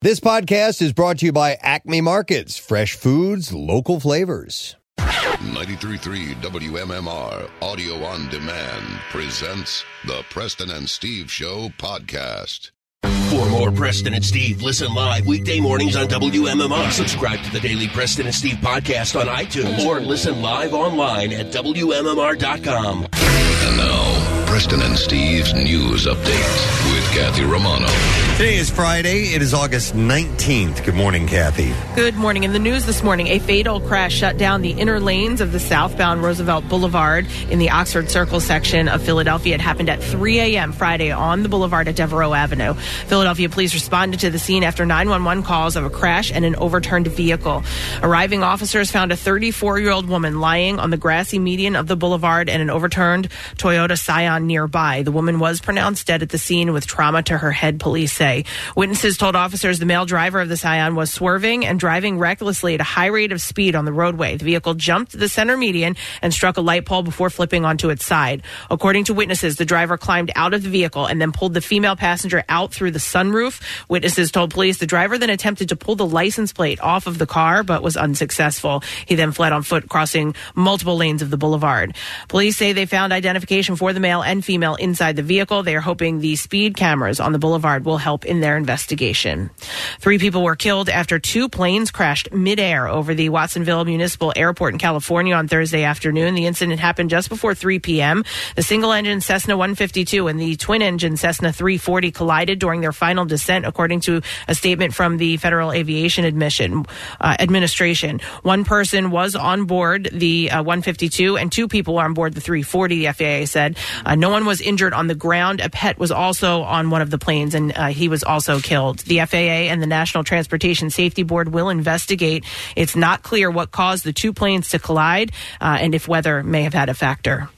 This podcast is brought to you by Acme Markets, fresh foods, local flavors. 933 WMMR Audio on Demand presents the Preston and Steve Show podcast. For more Preston and Steve, listen live weekday mornings on WMMR. Subscribe to the daily Preston and Steve podcast on iTunes or listen live online at WMMR.com. And now, Preston and Steve's news update with Kathy Romano. Today is Friday. It is August 19th. Good morning, Kathy. Good morning. In the news this morning, a fatal crash shut down the inner lanes of the southbound Roosevelt Boulevard in the Oxford Circle section of Philadelphia. It happened at 3 a.m. Friday on the boulevard at Devereaux Avenue. Philadelphia police responded to the scene after 911 calls of a crash and an overturned vehicle. Arriving officers found a 34 year old woman lying on the grassy median of the boulevard and an overturned Toyota Scion nearby. The woman was pronounced dead at the scene with trauma to her head, police say. Witnesses told officers the male driver of the Scion was swerving and driving recklessly at a high rate of speed on the roadway. The vehicle jumped the center median and struck a light pole before flipping onto its side. According to witnesses, the driver climbed out of the vehicle and then pulled the female passenger out through the sunroof. Witnesses told police the driver then attempted to pull the license plate off of the car but was unsuccessful. He then fled on foot, crossing multiple lanes of the boulevard. Police say they found identification for the male and female inside the vehicle. They are hoping the speed cameras on the boulevard will help in their investigation. Three people were killed after two planes crashed midair over the Watsonville Municipal Airport in California on Thursday afternoon. The incident happened just before 3 p.m. The single engine Cessna 152 and the twin engine Cessna 340 collided during their final descent, according to a statement from the Federal Aviation Admission, uh, Administration. One person was on board the uh, 152 and two people were on board the 340, the FAA said. Uh, no one was injured on the ground. A pet was also on one of the planes and uh, he was also killed. The FAA and the National Transportation Safety Board will investigate. It's not clear what caused the two planes to collide uh, and if weather may have had a factor.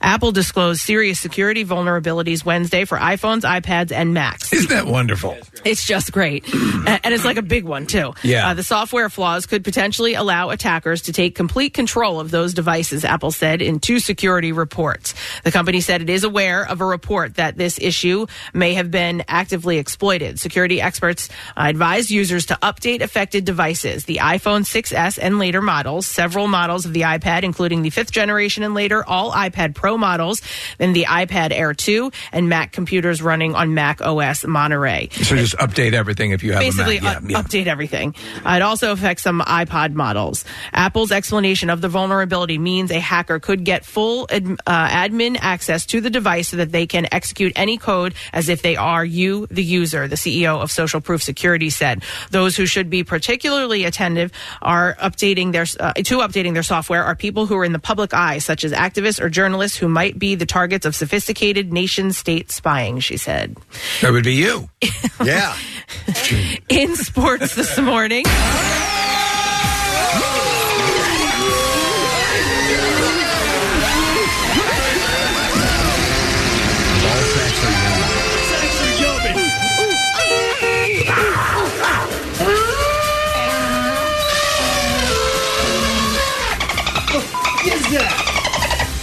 Apple disclosed serious security vulnerabilities Wednesday for iPhones, iPads, and Macs. Isn't that wonderful? It's just great. A- and it's like a big one, too. Yeah. Uh, the software flaws could potentially allow attackers to take complete control of those devices, Apple said in two security reports. The company said it is aware of a report that this issue may have been actively exploited. Security experts uh, advised users to update affected devices, the iPhone 6S and later models, several models of the iPad, including the fifth generation and later, all iPad Pro models, and the iPad Air 2, and Mac computers running on Mac OS Monterey So just update everything if you have basically uh, a Mac. u- update everything. Uh, it also affects some iPod models. Apple's explanation of the vulnerability means a hacker could get full ad, uh, admin access to the device so that they can execute any code as if they are you, the user. The CEO of Social Proof Security said those who should be particularly attentive are updating their uh, to updating their software are people who are in the public eye, such as activists or journalists who might be the targets of sophisticated nation-state spying. She said. That would be you. Yeah. in sports this morning.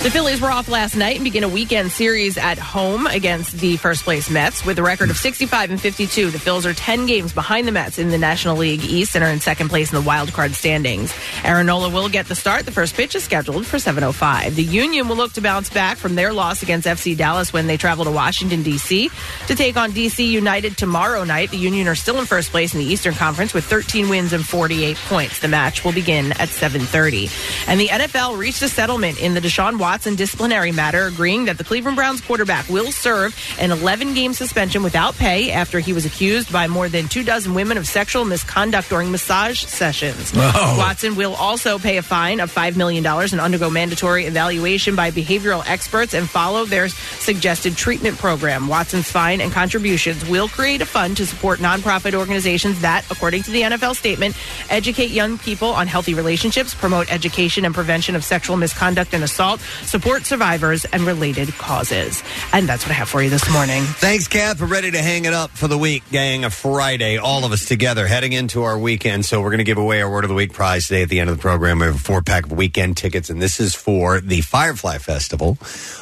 The Phillies were off last night and begin a weekend series at home against the first place Mets with a record of 65 and 52. The Phillies are 10 games behind the Mets in the National League East and are in second place in the wild card standings. Aaronola will get the start. The first pitch is scheduled for 7:05. The Union will look to bounce back from their loss against FC Dallas when they travel to Washington D.C. to take on D.C. United tomorrow night. The Union are still in first place in the Eastern Conference with 13 wins and 48 points. The match will begin at 7:30. And the NFL reached a settlement in the Deshaun Watson disciplinary matter, agreeing that the Cleveland Browns quarterback will serve an 11-game suspension without pay after he was accused by more than two dozen women of sexual misconduct during massage sessions. Oh. Watson will also pay a fine of $5 million and undergo mandatory evaluation by behavioral experts and follow their suggested treatment program. Watson's fine and contributions will create a fund to support nonprofit organizations that, according to the NFL statement, educate young people on healthy relationships, promote education and prevention of sexual misconduct and assault, support survivors and related causes. And that's what I have for you this morning. Thanks, Kath. We're ready to hang it up for the week, gang. A Friday, all of us together heading into our weekend. So we're going to give away our Word of the Week prize today at the end of the program. We have a four pack of weekend tickets, and this is for the Firefly Festival,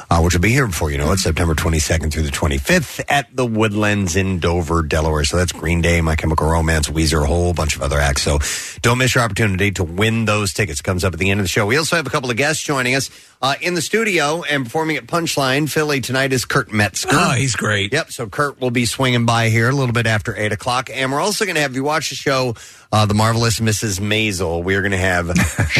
uh, which will be here before you know it, September 22nd through the 25th at the Woodlands in Dover, Delaware. So that's Green Day, My Chemical Romance, Weezer, a whole bunch of other acts. So don't miss your opportunity to win those tickets. Comes up at the end of the show. We also have a couple of guests joining us uh, in the studio and performing at Punchline Philly tonight is Kurt Metzger. Oh, he's great. Yep. So Kurt will be swinging by here a little bit after eight o'clock, and we're also going to have you watch the show, uh, the marvelous Mrs. Maisel. We are going to have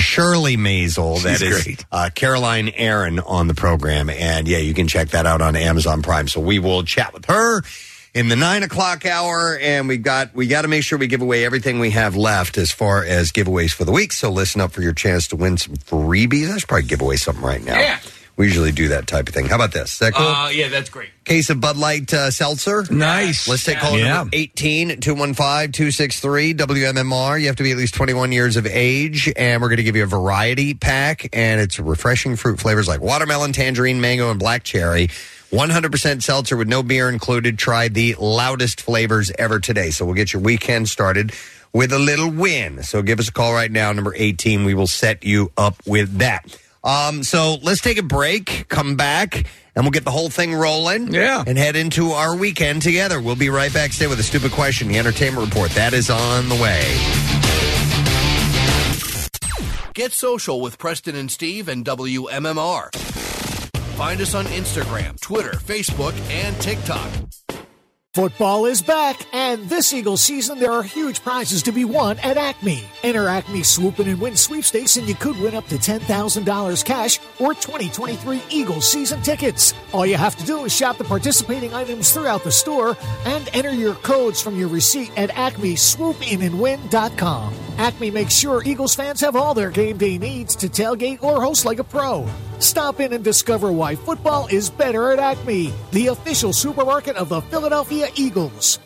Shirley Maisel. That is She's great. Uh, Caroline Aaron on the program, and yeah, you can check that out on Amazon Prime. So we will chat with her in the nine o'clock hour, and we got we got to make sure we give away everything we have left as far as giveaways for the week. So listen up for your chance to win some freebies. I should probably give away something right now. Yeah. We usually do that type of thing. How about this? Is that cool? Uh, yeah, that's great. Case of Bud Light uh, Seltzer. Nice. Let's take call Yeah. number 18 215 263 WMMR. You have to be at least 21 years of age, and we're going to give you a variety pack, and it's refreshing fruit flavors like watermelon, tangerine, mango, and black cherry. 100% seltzer with no beer included. Try the loudest flavors ever today. So we'll get your weekend started with a little win. So give us a call right now, number 18. We will set you up with that. Um, so let's take a break, come back, and we'll get the whole thing rolling. Yeah. And head into our weekend together. We'll be right back. Stay with a stupid question, the entertainment report. That is on the way. Get social with Preston and Steve and WMMR. Find us on Instagram, Twitter, Facebook, and TikTok. Football is back, and this Eagles season, there are huge prizes to be won at Acme. Enter Acme Swoop In and Win sweepstakes, and you could win up to $10,000 cash or 2023 Eagles season tickets. All you have to do is shop the participating items throughout the store and enter your codes from your receipt at acmeswoopinandwin.com. Acme makes sure Eagles fans have all their game day needs to tailgate or host like a pro. Stop in and discover why football is better at Acme, the official supermarket of the Philadelphia Eagles.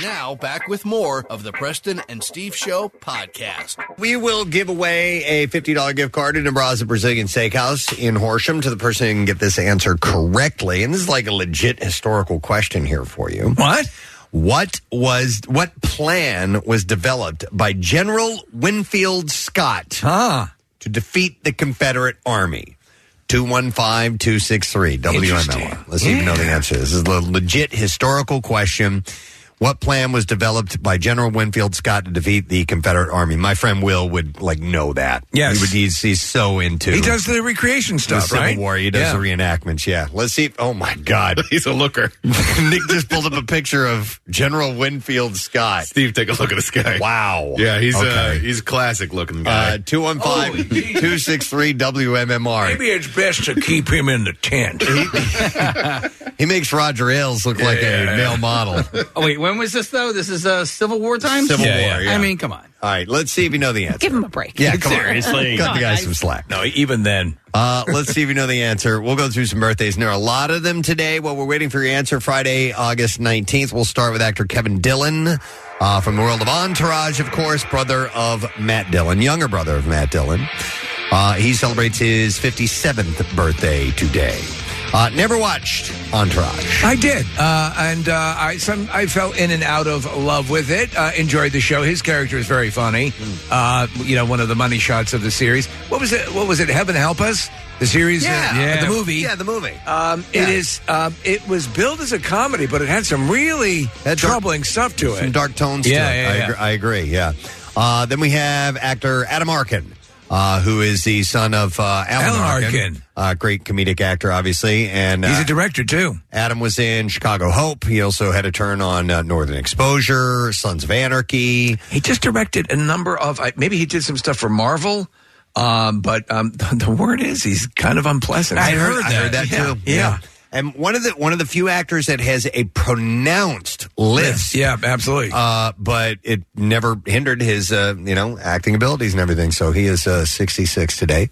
Now, back with more of the Preston and Steve Show podcast. We will give away a $50 gift card to Nebraska Brazilian Steakhouse in Horsham to the person who can get this answer correctly. And this is like a legit historical question here for you. What? What was what plan was developed by General Winfield Scott to defeat the Confederate Army? 215-263 WMLR. Let's see if you know the answer. This is a legit historical question. What plan was developed by General Winfield Scott to defeat the Confederate Army? My friend Will would like know that. Yes. he would, he's, he's so into. He does the recreation the stuff, Civil right? War. He does Yeah. the reenactments. Yeah. Let's see. If, oh my God, He's a looker. Nick just pulled up a picture of General Winfield Scott. Steve, take a look at this guy. Wow. Yeah, he's uh, okay. he's a classic looking guy. uh, 215-263 WMMR. Maybe it's best to keep him in the tent. He makes Roger Ailes look like a male model. Oh wait, when was this though? This is uh, Civil War time. Civil War, yeah. I mean, come on. All right, let's see if you know the answer. Give him a break. yeah, come Seriously. on. Cut the Come guy on, some slack. no, even then. Uh, let's see if you know the answer. We'll go through some birthdays, and there are a lot of them today. While we're waiting for your answer, Friday, August 19th, we'll start with actor Kevin Dillon uh, from the world of Entourage, of course, brother of Matt Dillon, younger brother of Matt Dillon. Uh, he celebrates his 57th birthday today. Uh, never watched Entourage. I did, uh, and uh, I some I fell in and out of love with it. Uh, enjoyed the show. His character is very funny. Hmm. Uh, you know, one of the money shots of the series. What was it? What was it? Heaven help us. The series, uh, the movie. Yeah, the movie. Um, It is. Um, it was billed as a comedy, but it had some really Had dark- troubling stuff to it. some dark tones Yeah, to it. yeah, I, yeah. Agree, I agree. Yeah. Uh, then we have actor Adam Arkin. Uh, who is the son of uh, Alan, Alan Arkin, Arkin. Uh, great comedic actor, obviously, and uh, He's a director too. Adam was in Chicago Hope. He also had a turn on uh, Northern Exposure, Sons of Anarchy. He just directed a number of. I- Maybe he did some stuff for Marvel. Um, but um, the word is he's kind of unpleasant. I heard that Yeah, too. Yeah. and one of the one of the few actors that has a pronounced list. Yeah, absolutely. Uh, but it never hindered his, uh, you know, acting abilities and everything. So he is uh, 66 today.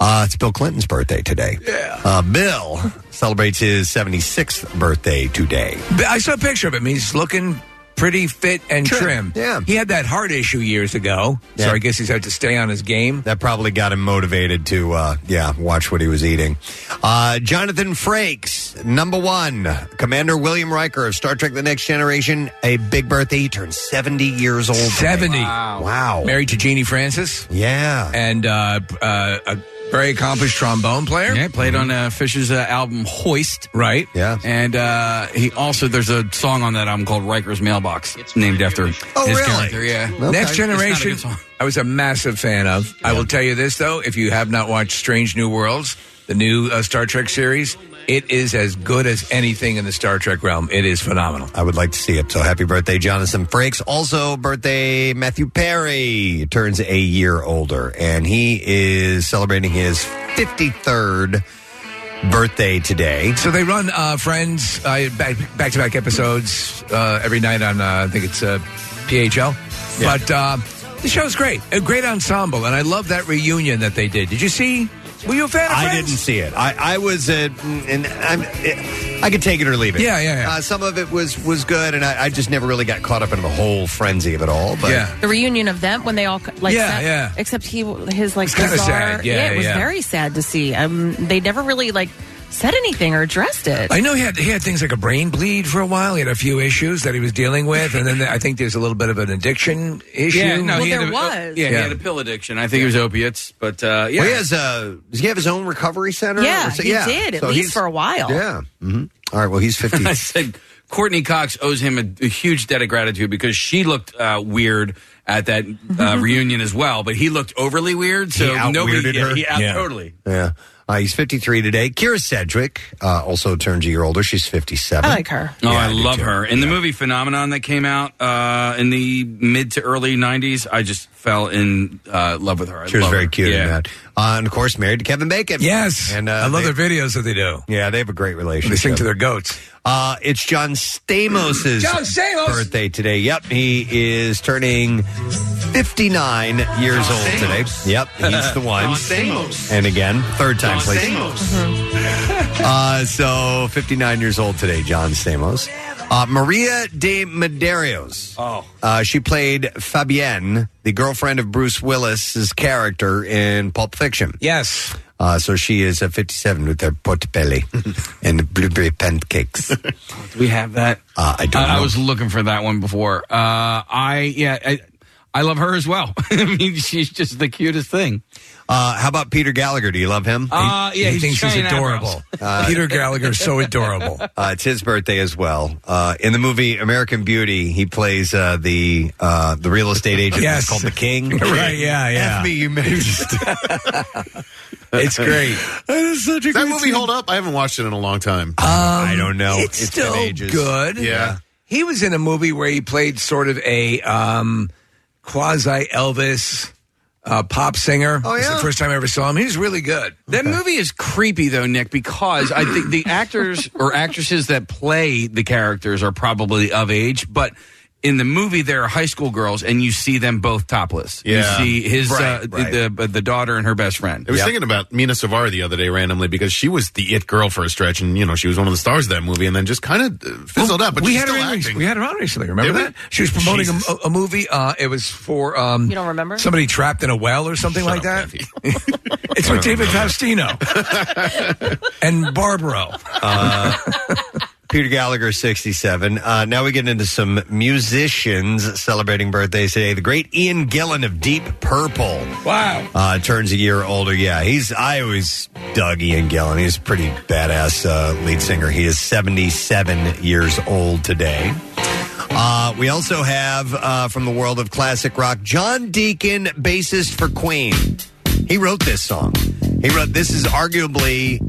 Uh, it's Bill Clinton's birthday today. Yeah. Uh, Bill celebrates his 76th birthday today. But I saw a picture of him. He's looking pretty fit and trim. Yeah. He had that heart issue years ago, so Yeah. I guess he's had to stay on his game. That probably got him motivated to, uh, yeah, watch what he was eating. Uh, Jonathan Frakes, number one. Commander William Riker of Star Trek The Next Generation, a big birthday. He turned 70 years old. today. 70. Wow. Married to Jeannie Francis. Yeah. And uh, uh, a very accomplished trombone player. Yeah, played on uh, Fisher's uh, album Hoist. Right. Yeah. And uh, he also, there's a song on that album called Riker's Mailbox. It's named after Oh, his really? character. Yeah. Next It's not a good Generation, song. I was a massive fan of. I will tell you this, though, if you have not watched Strange New Worlds, the new uh, Star Trek series, it is as good as anything in the Star Trek realm. It is phenomenal. I would like to see it. So happy birthday, Jonathan Frakes. Also, birthday, Matthew Perry turns a year older, and he is celebrating his 53rd birthday today. So they run uh, Friends uh, back back to back episodes uh, every night on uh, I think it's uh, PHL, but uh, the show's great, a great ensemble, and I love that reunion that they did. Did you see? Were you a fan of I Friends? didn't see it. I, I was at, and I'm, I could take it or leave it. Yeah, yeah, yeah. Uh, some of it was was good, and I, I just never really got caught up in the whole frenzy of it all. But Yeah. The reunion of them when they all like Yeah, sat- yeah. Except he his like It's kinda bizarre. sad. Yeah, it was yeah. very sad to see. Um, they never really like said anything or addressed it. I know he had he had things like a brain bleed for a while. He had a few issues that he was dealing with, and then I think there's a little bit of an addiction issue. Yeah, no, Well, he had there a- oh, was. Yeah, Yeah. he had a pill addiction. I think it was opiates, but uh, yeah. Well, he has a, does he have his own recovery center? Yeah, Or so- he did, at So least he's- for a while. Yeah. hmm All right. Well, he's fifty. I said Courtney Cox owes him a, a huge debt of gratitude because she looked uh, weird at that uh, reunion as well, but he looked overly weird. So He nobody, out-weirded yeah, her? he out- Yeah. totally. Yeah. Uh, he's 53 today. Kira Sedgwick uh, also turns a year older. She's 57. I like her. Oh, Yeah, I, I do love too. her. In the movie Phenomenon that came out uh, in the mid to early '90s, I just fell in uh, love with her. I She was love very her. cute Yeah. in that. Uh, and of course, married to Kevin Bacon. Yes, And uh, I love they, their videos that they do. Yeah, they have a great relationship. They sing to their goats. Uh, it's John Stamos' John Stamos! birthday today. Yep, he is turning 59 years old today. Yep, he's the one. And again, third time, please. Uh, so 59 years old today, John Stamos. Uh, Maria de Medeiros. Oh. Uh, she played Fabienne, the girlfriend of Bruce Willis's character in Pulp Fiction. Yes, Uh, so she is uh, 57 with her portobello and blueberry pancakes. Do we have that? Uh, I don't I, I know. was looking for that one before. Uh, I yeah, I, I love her as well. I mean, she's just the cutest thing. Uh, how about Peter Gallagher? Do you love him? Uh, yeah, he he's thinks he's giant eyebrows. adorable. Peter Gallagher is so adorable. Uh, it's his birthday as well. Uh, in the movie American Beauty, he plays uh, the uh, the real estate agent Yes. that's called the King. Right, yeah, yeah. F me, you missed. It's great. Does that movie hold up? I haven't watched it in a long time. I don't know. Um, It's, been still ages. good. Yeah. he was in a movie where he played sort of a um, quasi Elvis uh, pop singer. Oh, It's the yeah? first time I ever saw him. He was really good. That movie is creepy though, Nick, because I think the actors or actresses that play the characters are probably of age, but in the movie they're high school girls and you see them both topless. Yeah. You see his Right, uh, right. the the the daughter and her best friend. I was thinking about Mina Savar the other day randomly because she was the it girl for a stretch, and you know she was one of the stars of that movie, and then just kind of fizzled out. But Oh, we she's had still her on acting. recently. We had her on recently. Remember Did we? that she was promoting Jesus. a, a movie. Uh, it was for um, You don't remember? somebody trapped in a well or something like up, that. it's with David Faustino and Barbaro. Uh, Peter Gallagher, 67. Uh, now we get into some musicians celebrating birthdays today. The great Ian Gillan of Deep Purple Wow. uh, turns a year older. Yeah, he's. I always dug Ian Gillan. He's a pretty badass uh, lead singer. He is 77 years old today. Uh, we also have uh, from the world of classic rock, John Deacon, bassist for Queen. He wrote this song. He wrote this is arguably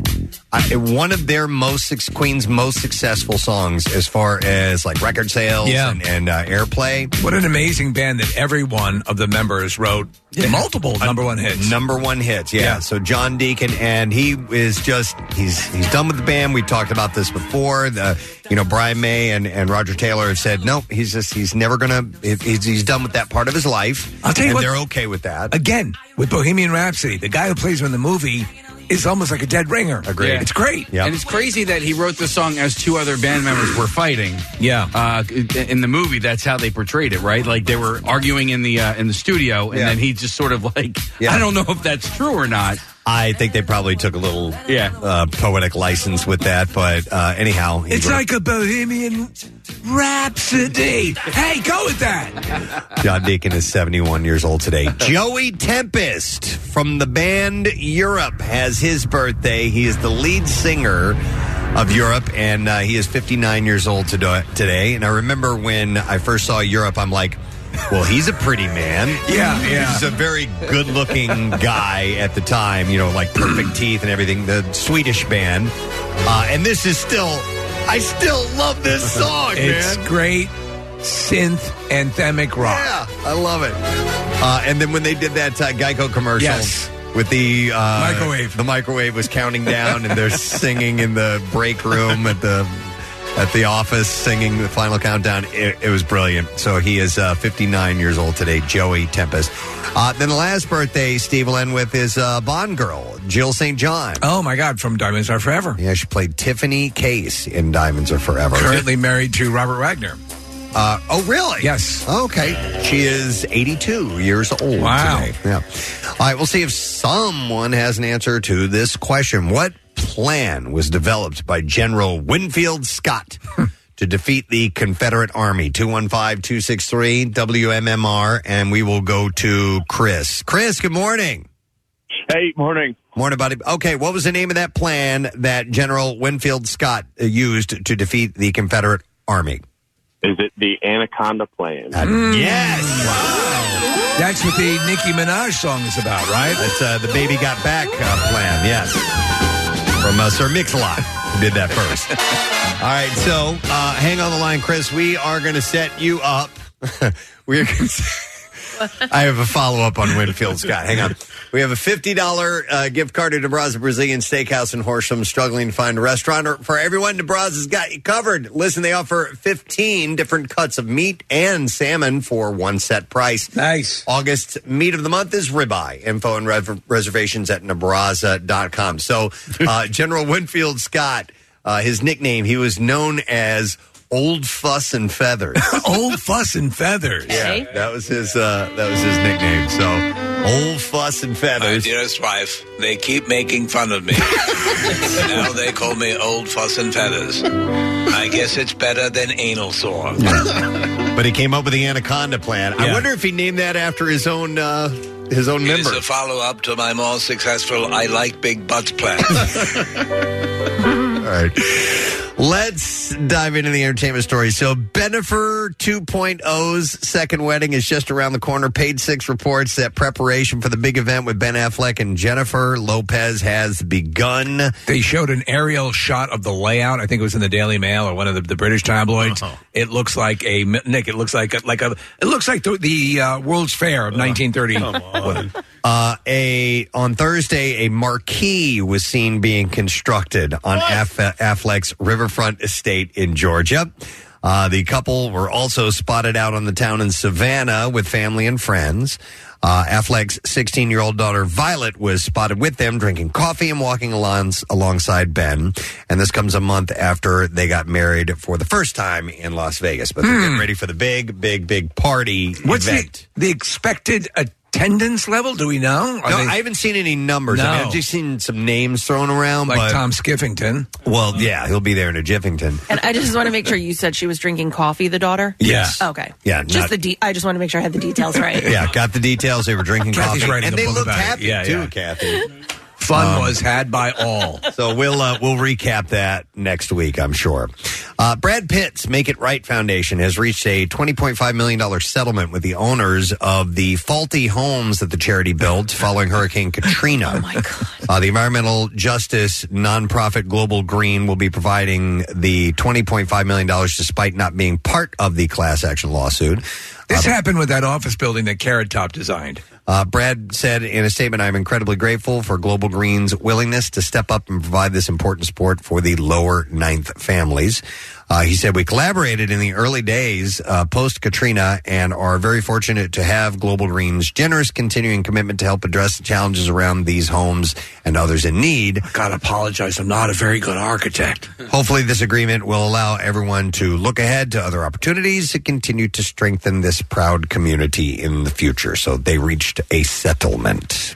uh, one of their most suc- Queen's most successful songs as far as like record sales Yeah. and, and uh, airplay. What an amazing band that every one of the members wrote multiple number one hits. Number one hits, yeah. Yeah. So John Deacon, and he is just he's he's done with the band. We talked about this before. The you know Brian May and, and Roger Taylor have said no. He's just he's never gonna. He's, he's done with that part of his life. I'll tell you and what- they're okay with that. Again, with Bohemian Rhapsody, the guy who plays him in the movie is almost like a dead ringer. Agreed. It's great. And it's crazy that he wrote the song as two other band members were fighting. Yeah. Uh, in the movie, that's how they portrayed it, right? Like they were arguing in the uh, in the studio, and Yeah. then he just sort of like, I don't know if that's true or not. I think they probably took a little yeah. uh, poetic license with that, but uh, anyhow, he It's wrote- like a bohemian rhapsody. hey, go with that. John Deacon is 71 years old today. Joey Tempest from the band Europe has his birthday. He is the lead singer of Europe, and uh, he is 59 years old today- today. And I remember when I first saw Europe, I'm like, well, he's a pretty man. Yeah, yeah. He's a very good looking guy at the time, you know, like perfect teeth and everything. The Swedish band. Uh, and this is still, I still love this song, it's man. great synth anthemic rock. Yeah, I love it. Uh, and then when they did that uh, Geico commercial Yes. with the uh, Microwave. the microwave was counting down, and they're singing in the break room at the at the office, singing the final countdown. It, it was brilliant. So he is uh, 59 years old today, Joey Tempest. Uh, then the last birthday Steve will end with is uh, Bond girl Jill St. John. Oh my God! From Diamonds Are Forever. Yeah, she played Tiffany Case in Diamonds Are Forever. Currently married to Robert Wagner. Uh, oh, really? Yes. Okay. She is 82 years old. Wow. Today. Yeah. All right. We'll see if someone has an answer to this question. What plan was developed by General Winfield Scott to defeat the Confederate Army? 215 263 WMMR. And we will go to Chris. Chris, good morning. Hey, morning. Morning, buddy. Okay. What was the name of that plan that General Winfield Scott uh, used to defeat the Confederate Army? Is it the Anaconda Plan? Yes. That's what the Nicki Minaj song is about, right? That's uh, the Baby Got Back uh, plan, yes. From uh, Sir Mix-a-Lot, who did that first. All right, so uh, hang on the line, Chris. We are going to set you up. we are. Gonna... I have a follow up on Winfield Scott. Hang on. We have a fifty dollar uh, gift card to DeBraza Brazilian Steakhouse in Horsham. Struggling to find a restaurant Or for everyone. DeBraza's got you covered. Listen, they offer fifteen different cuts of meat and salmon for one set price. Nice. August meat of the month is ribeye. Info and rev- reservations at nebraza.com. So uh, General Winfield Scott, uh, his nickname, he was known as Old Fuss and Feathers. Old fuss and feathers. Yeah, that was his. Uh, that was his nickname. So, old fuss and feathers. dearest wife, they keep making fun of me. now they call me old fuss and feathers. I guess it's better than anal sore. But he came up with the anaconda plan. I wonder if he named that after his own uh, his own It is member. a follow up to my more successful I like big butts plan. All right, let's dive into the entertainment story. So, Benifer 2.0's second wedding is just around the corner. Page Six reports that preparation for the big event with Ben Affleck and Jennifer Lopez has begun. They showed an aerial shot of the layout. I think it was in the Daily Mail or one of the, the British tabloids. It looks like a Nick. It looks like a, like a. It looks like the, the uh, World's Fair of 1930. Uh, a on Thursday, a marquee was seen being constructed on Aff- Affleck's riverfront estate in Georgia. Uh, the couple were also spotted out on the town in Savannah with family and friends. Uh, Affleck's 16 year old daughter Violet was spotted with them drinking coffee and walking alongs- alongside Ben. And this comes a month after they got married for the first time in Las Vegas. But they're getting ready for the big, big, big party What's event. the, the expected attendance level? Do we know? Are No, they- I haven't seen any numbers. I mean, No. I've just seen some names thrown around. like but, Tom Skiffington. Well, yeah, he'll be there in a Jiffington. And I just want to make sure you said she was drinking coffee, the daughter? Yes. Okay. Yeah, Just not- the de- I just want to make sure I had the details right. Yeah, got the details. They were drinking Kathy's coffee, writing and a they book looked about it. happy Yeah, too, yeah. Kathy. Um, Fun was had by all. So we'll uh, we'll recap that next week, I'm sure. Uh, Brad Pitt's Make It Right Foundation has reached a 20.5 million dollar settlement with the owners of the faulty homes that the charity built following Hurricane Katrina. Oh my god! Uh, the environmental justice nonprofit Global Green will be providing the 20.5 million dollars, despite not being part of the class action lawsuit. This happened with that office building that Carrot Top designed. Uh, Brad said in a statement, I'm incredibly grateful for Global Green's willingness to step up and provide this important support for the lower ninth families. Uh, he said, We collaborated in the early days uh, post Katrina and are very fortunate to have Global Green's generous continuing commitment to help address the challenges around these homes and others in need. I gotta apologize. I'm not a very good architect. Hopefully, this agreement will allow everyone to look ahead to other opportunities to continue to strengthen this proud community in the future. So they reached a settlement.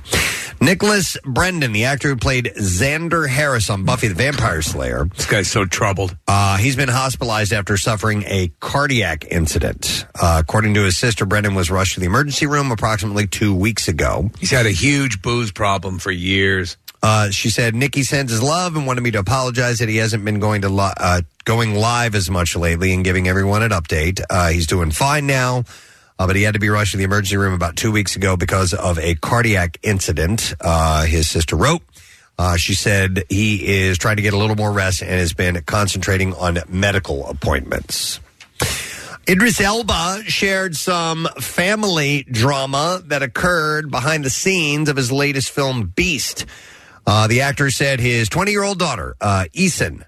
Nicholas Brendan, the actor who played Xander Harris on Buffy the Vampire Slayer, This guy's so troubled. uh, he's been hospitalized after suffering a cardiac incident. Uh, according to his sister, Brendan was rushed to the emergency room approximately two weeks ago. He's had a huge booze problem for years. Uh, she said Nikki sends his love and wanted me to apologize that he hasn't been going to li- uh, going live as much lately and giving everyone an update. Uh, he's doing fine now, uh, but he had to be rushed to the emergency room about two weeks ago because of a cardiac incident. Uh, his sister wrote. Uh, she said he is trying to get a little more rest and has been concentrating on medical appointments. Idris Elba shared some family drama that occurred behind the scenes of his latest film, Beast. Uh, the actor said his 20 year old daughter, uh, Eason,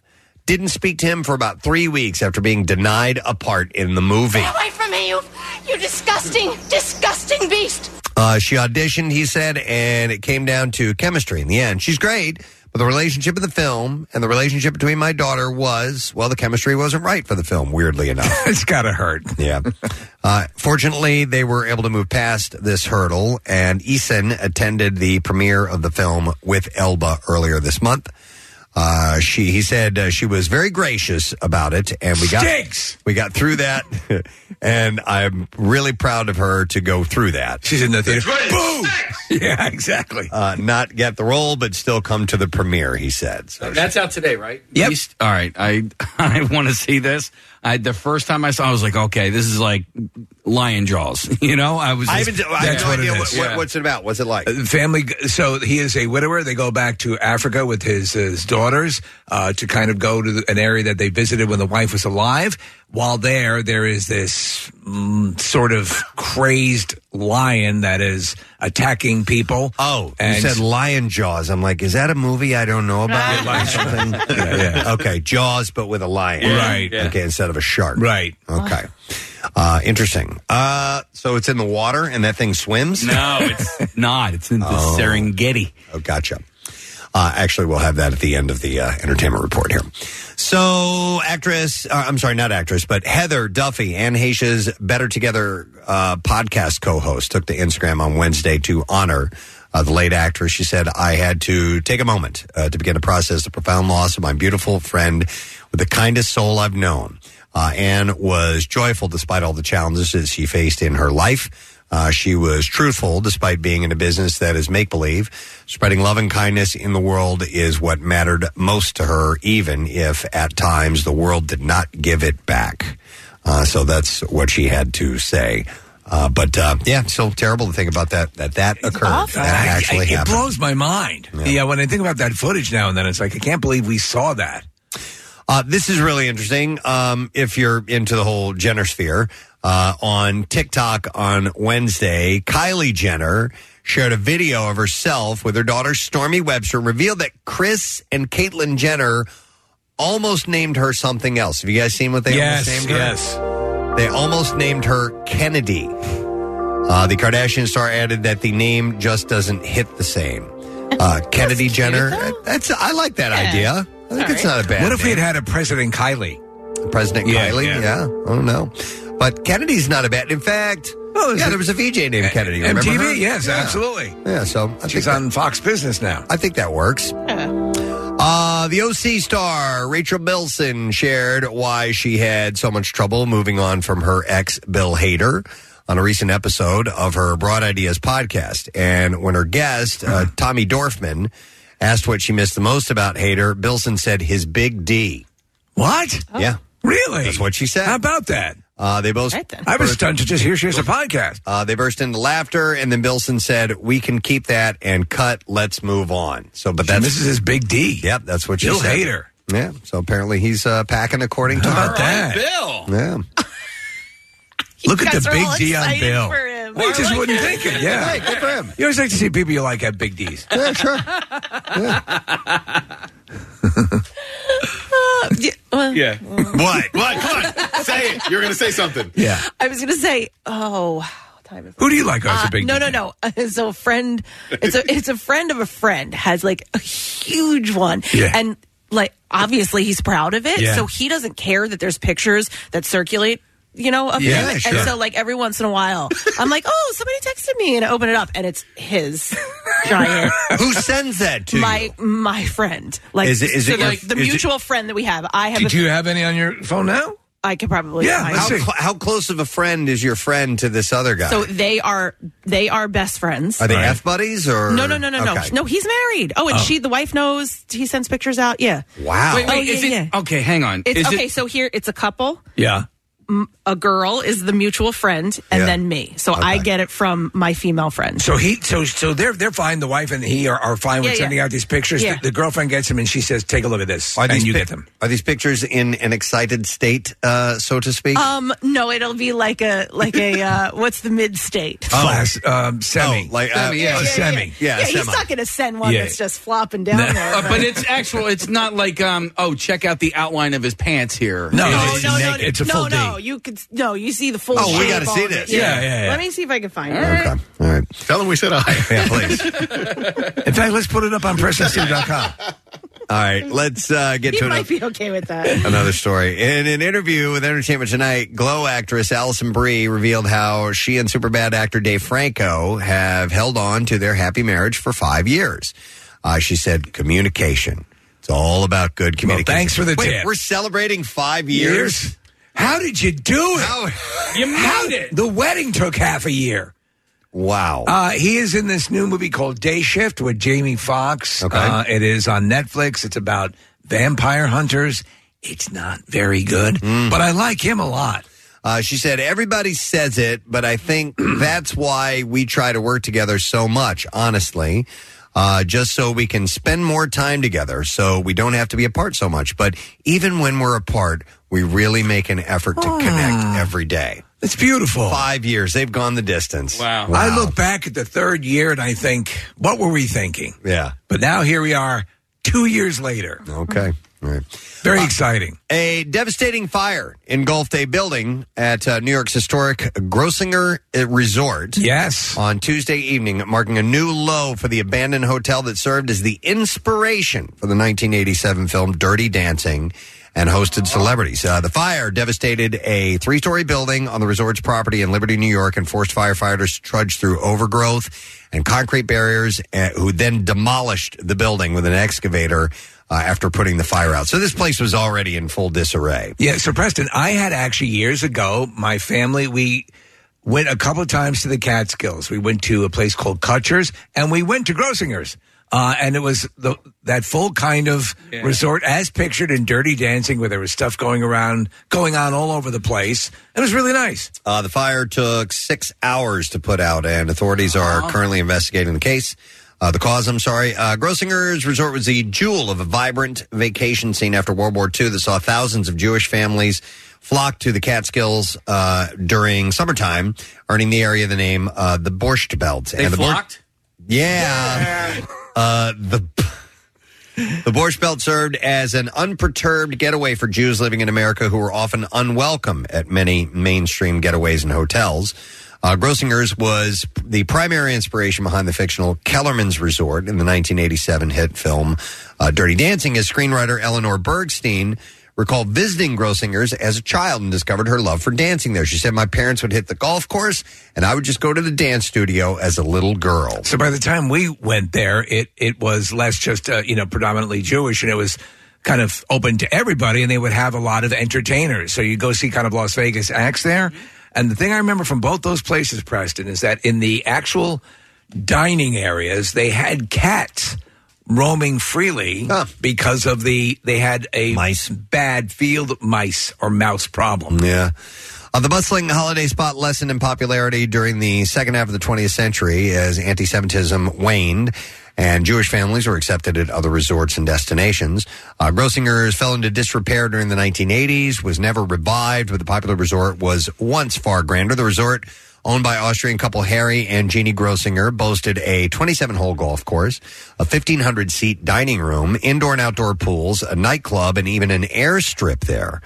didn't speak to him for about three weeks after being denied a part in the movie. Get away from me, you, you disgusting, disgusting beast. Uh, she auditioned, he said, and it came down to chemistry in the end. She's great, but the relationship in the film and the relationship between my daughter was, well, the chemistry wasn't right for the film, weirdly enough. it's gotta hurt. Yeah. Uh, fortunately, they were able to move past this hurdle, and Eason attended the premiere of the film with Elba earlier this month. Uh, she, he said, uh, she was very gracious about it, and we got Stinks! we got through that, and I'm really proud of her to go through that. She's in the theater. Boom! Yeah, exactly. Uh, not get the role, but still come to the premiere. He said. So That's out today, right? Yep. all right. I I want to see this. I the first time I saw, I was like, okay, this is like Lion Jaws. You know, I was. I just- haven't. I have that's no what idea it what, is. what- Yeah. what's it about. What's it like? Uh, family so he is a widower they go back to africa with his, his daughters uh, to kind of go to the, an area that they visited when the wife was alive while there there is this mm, sort of crazed lion that is attacking people Oh, And- you said Lion Jaws. I'm like, is that a movie I don't know about? Or something? Okay, Jaws, but with a lion. Right. Okay, instead of a shark. right Okay. Uh, interesting. Uh, so it's in the water and that thing swims? no, it's not. It's in the Serengeti. Oh, gotcha. Uh, actually, we'll have that at the end of the uh, entertainment report here. So, actress, uh, I'm sorry, not actress, but Heather Duffy, Anne Heche's Better Together uh, podcast co host, took to Instagram on Wednesday to honor uh, the late actress. She said, I had to take a moment uh, to begin to process the profound loss of my beautiful friend with the kindest soul I've known. Uh, Anne was joyful despite all the challenges that she faced in her life. Uh, she was truthful despite being in a business that is make believe. Spreading love and kindness in the world is what mattered most to her, even if at times the world did not give it back. Uh, so that's what she had to say. Uh, but uh, yeah, so terrible to think about that that that occurred. I- That I- actually it happened. blows my mind yeah. when i think about that footage now and then it's like i can't believe we saw that Uh, this is really interesting. Um, if you're into the whole Jenner sphere, uh, on TikTok on Wednesday, Kylie Jenner shared a video of herself with her daughter Stormy Webster, and revealed that Chris and Caitlyn Jenner almost named her something else. Have you guys seen what they yes almost named her? yes They almost named her Kennedy. Uh, the Kardashian star added that the name just doesn't hit the same. Uh, Kennedy Jenner. uh, That's I like that idea. I think it's not a bad. what if we name. had had a president kylie President Yeah, Kylie. Yeah. Oh, yeah. I don't know. But Kennedy's not a bad. In fact, Oh, is yeah, it- there was a VJ named Kennedy. Remember mtv her? yes Yeah. absolutely Yeah, so I think, she's that, on fox business now I think that works. Uh, the OC star Rachel Bilson shared why she had so much trouble moving on from her ex Bill Hader on a recent episode of her Broad Ideas podcast. And when her guest, uh, Tommy Dorfman, asked what she missed the most about Hader, Bilson said his big D. Oh. What? Yeah, Really? that's what she said. How about that? Uh, they both Right then. I was stunned to just hear she has a podcast. Uh, they burst into laughter, and then Bilson said, "We can keep that and cut. Let's move on." So, but that's this is his big D. yep, that's what she Bill said. Hader. Yeah. So apparently he's uh, packing according to How her. about that? Bill. Yeah. Look at You the guys are big all D on excited Bill. for him. We just wouldn't think it. Yeah. Hey, good for him. You always like to see people you like have big D's. Yeah, sure. Uh, yeah, well, Yeah. what? What? Come on. Say it. You're going to say something. Yeah. I was going to say, oh, what time is it? Who do you like, Uh, Ozzy Big no, no, no. It's a friend. It's a it's a friend of a friend has like a huge one, Yeah. and like obviously he's proud of it, Yeah. so he doesn't care that there's pictures that circulate. You know, of Yeah, him. sure. and so like every once in a while, I'm like, oh, somebody texted me, and I open it up, and it's his giant. Who sends that to my my friend? Like, Is it- is so it your- like the is it- mutual friend that we have? I have. Did a- you have any on your phone now? I could probably. find How, it. cl- how close of a friend is your friend to this other guy? So they are they are best friends. Are they f buddies or No, no, no, no, Okay. no. No, he's married. Oh, and Oh. she, the wife, knows. He sends pictures out. Yeah. Wow. Wait, wait, oh, yeah, is it, yeah. Okay, hang on. It's, Is it- okay, so here it's a couple. Yeah. M- A girl is the mutual friend, and Yeah. then me. So I get it from my female friend. So he, so so they're they're fine. The wife and he are, are fine with Yeah, yeah. sending out these pictures. Yeah. The, the girlfriend gets them and she says, "Take a look at this," Are and these you pic- get them. Are these pictures in an excited state, uh, so to speak? Um, no, it'll be like a like a uh, what's the mid state? Oh. Flash, um, semi, like uh, Semi, yeah. a Yeah, semi, yeah, he's not going to send one Yeah. that's just flopping down there. Uh, but it's actual. It's not like um. Oh, check out the outline of his pants here. No, No, no, no, no, no, no. Oh, You could no, you see the full. Oh, we shape gotta see on it. this. Yeah, yeah, yeah. Let me see if I can find it. All right. Tell them we said hi. Yeah, please. In fact, let's put it up on PrestonSteve.com. All right, let's uh, get He to might another, be okay with that. another story. In an interview with Entertainment Tonight, Glow actress Allison Brie revealed how she and Superbad actor Dave Franco have held on to their happy marriage for five years. Uh, she said, "Communication. It's all about good communication." thanks for the Wait, tip. We're celebrating five years. How did you do it? you made it. The wedding took half a year. Wow. Uh, he is in this new movie called Day Shift with Jamie Foxx. Okay. Uh, it is on Netflix. It's about vampire hunters. It's not very good, Hmm. but I like him a lot. Uh, she said, Everybody says it, but I think that's why we try to work together so much, honestly, uh, just so we can spend more time together so we don't have to be apart so much. But even when we're apart, we really make an effort to connect every day. It's beautiful. Five years. They've gone the distance. Wow. I look back at the third year and I think, what were we thinking? Yeah. But now here we are, two years later. Okay. All right. Very exciting. A devastating fire engulfed a building at uh, New York's historic Grossinger uh, Resort. Yes. On Tuesday evening, marking a new low for the abandoned hotel that served as the inspiration for the 1987 film Dirty Dancing and hosted celebrities. Uh, the fire devastated a three story building on the resort's property in Liberty, New York, and forced firefighters to trudge through overgrowth and concrete barriers, uh, who then demolished the building with an excavator uh, after putting the fire out. So this place was already in full disarray. Yeah, so Preston, I had actually years ago, my family, we went a couple of times to the Catskills. We went to a place called Kutcher's and we went to Grossinger's. Uh, and it was the, that full kind of resort as pictured in Dirty Dancing where there was stuff going around, going on all over the place. It was really nice. Uh, the fire took six hours to put out, and authorities are Uh-huh. currently investigating the case. Uh, the cause, I'm sorry. Uh, Grossinger's resort was the jewel of a vibrant vacation scene after World War II that saw thousands of Jewish families flock to the Catskills uh, during summertime, earning the area the name uh, the Borscht Belt. They the Bor- flocked. yeah. Uh, the the Borscht Belt served as an unperturbed getaway for Jews living in America who were often unwelcome at many mainstream getaways and hotels. Uh, Grossinger's was the primary inspiration behind the fictional Kellerman's Resort in the 1987 hit film uh, Dirty Dancing, as screenwriter Eleanor Bergstein recalled visiting Grossinger's as a child and discovered her love for dancing there. She said, My parents would hit the golf course, and I would just go to the dance studio as a little girl. So by the time we went there, it it was less just uh, you know predominantly Jewish, and it was kind of open to everybody, and they would have a lot of entertainers. So you go see kind of Las Vegas acts there, and the thing I remember from both those places, Preston, is that in the actual dining areas, they had cats roaming freely because of the they had a mice bad field mice or mouse problem. Yeah. Uh, the bustling holiday spot lessened in popularity during the second half of the 20th century as anti Semitism waned and Jewish families were accepted at other resorts and destinations. Uh, Grossinger's fell into disrepair during the 1980s, was never revived, but the popular resort was once far grander. The resort owned by Austrian couple Harry and Jeannie Grossinger, boasted a 27 hole golf course, a 1,500 seat dining room, indoor and outdoor pools, a nightclub, and even an airstrip there.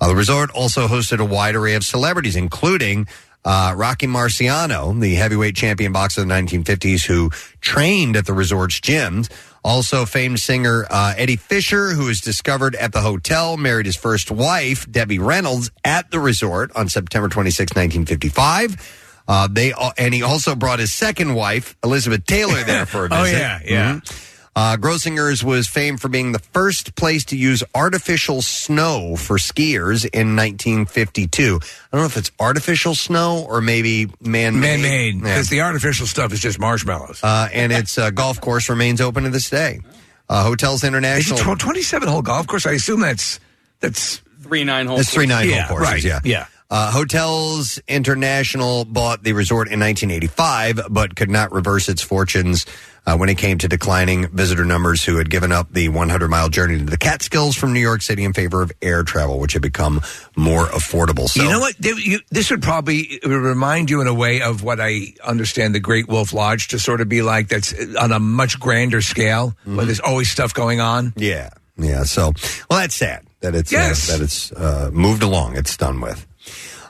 Uh, the resort also hosted a wide array of celebrities, including uh, Rocky Marciano, the heavyweight champion boxer of the 1950s, who trained at the resort's gyms. Also, famed singer uh, Eddie Fisher, who was discovered at the hotel, married his first wife, Debbie Reynolds, at the resort on September 26, 1955. Uh, they al- and he also brought his second wife, Elizabeth Taylor, there for a Oh, visit. yeah, yeah. Mhm. Uh, Grossinger's was famed for being the first place to use artificial snow for skiers in 1952. I don't know if it's artificial snow or maybe man-made. Man-made, Yeah. 'cause the artificial stuff is just marshmallows. Uh, and its uh, golf course remains open to this day. Uh, Hotels It's a International. tw- 27 hole golf course. I assume that's that's three nine hole. It's three nine yeah, hole courses. right, Yeah, yeah. Uh, Hotels International bought the resort in 1985, but could not reverse its fortunes uh, when it came to declining visitor numbers who had given up the 100 mile journey to the Catskills from New York City in favor of air travel, which had become more affordable. So, You know what? Th- you- This would probably remind you in a way of what I understand the Great Wolf Lodge to sort of be like. That's uh, on a much grander scale, where there's always stuff going on. Mm-hmm. Yeah, yeah. So, well, that's sad that it's uh, Yes. that it's uh, moved along. It's done with.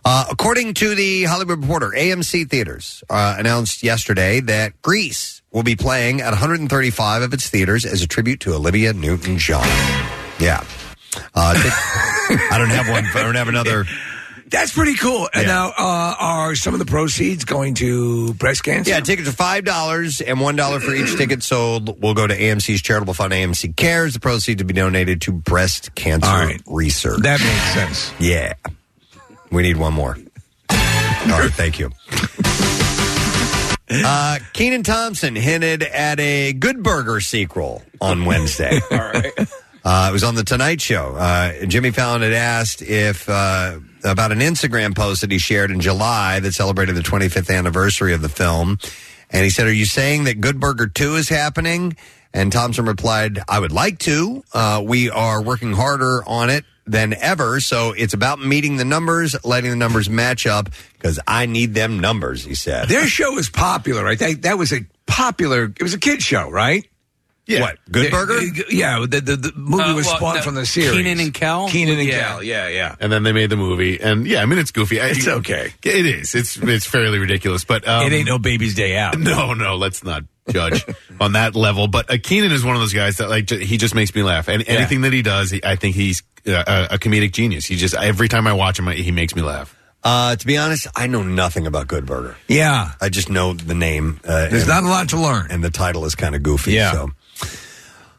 Uh, according to the Hollywood Reporter, AMC Theaters uh, announced yesterday that Grease will be playing at 135 of its theaters as a tribute to Olivia Newton-John. Yeah. Uh, tic- I don't have one. I don't have another. That's pretty cool. And now, uh, are some of the proceeds going to breast cancer? Yeah, tickets are five dollars and one dollar for each ticket sold. Will go to AMC's charitable fund, AMC Cares. The proceeds to be donated to breast cancer research. That makes sense. Yeah. We need one more. All right, thank you. Uh, Keenan Thompson hinted at a Good Burger sequel on Wednesday. All right. Uh, it was on the Tonight Show. Uh, Jimmy Fallon had asked if uh, about an Instagram post that he shared in July that celebrated the 25th anniversary of the film, and he said, "Are you saying that Good Burger Two is happening?" And Thompson replied, "I would like to. Uh, we are working harder on it." Than ever, so it's about meeting the numbers, letting the numbers match up because I need them numbers. He said, Their show is popular, right? That, that was a popular. It was a kid show, right? Yeah. What, Good The- Burger? the- yeah, the, the, the movie Uh, was well, spawned no, from the series. Keenan and Kel? Keenan and Yeah. Kel. Oh, Yeah, yeah. And then they made the movie, and yeah, I mean it's goofy. I- It's okay. It is. It's it's fairly ridiculous, but um, it ain't no baby's day out. No, no, let's not judge on that level. But uh, Keenan is one of those guys that like j- he just makes me laugh, and anything that he does, he, I think he's uh, a a comedic genius. He just every time I watch him, I- he makes me laugh. uh, "To be honest, I know nothing about Good Burger. Yeah. I just know Oh, the name. Uh, There's and- not a lot to learn. and the title is kind of goofy. Yeah. So.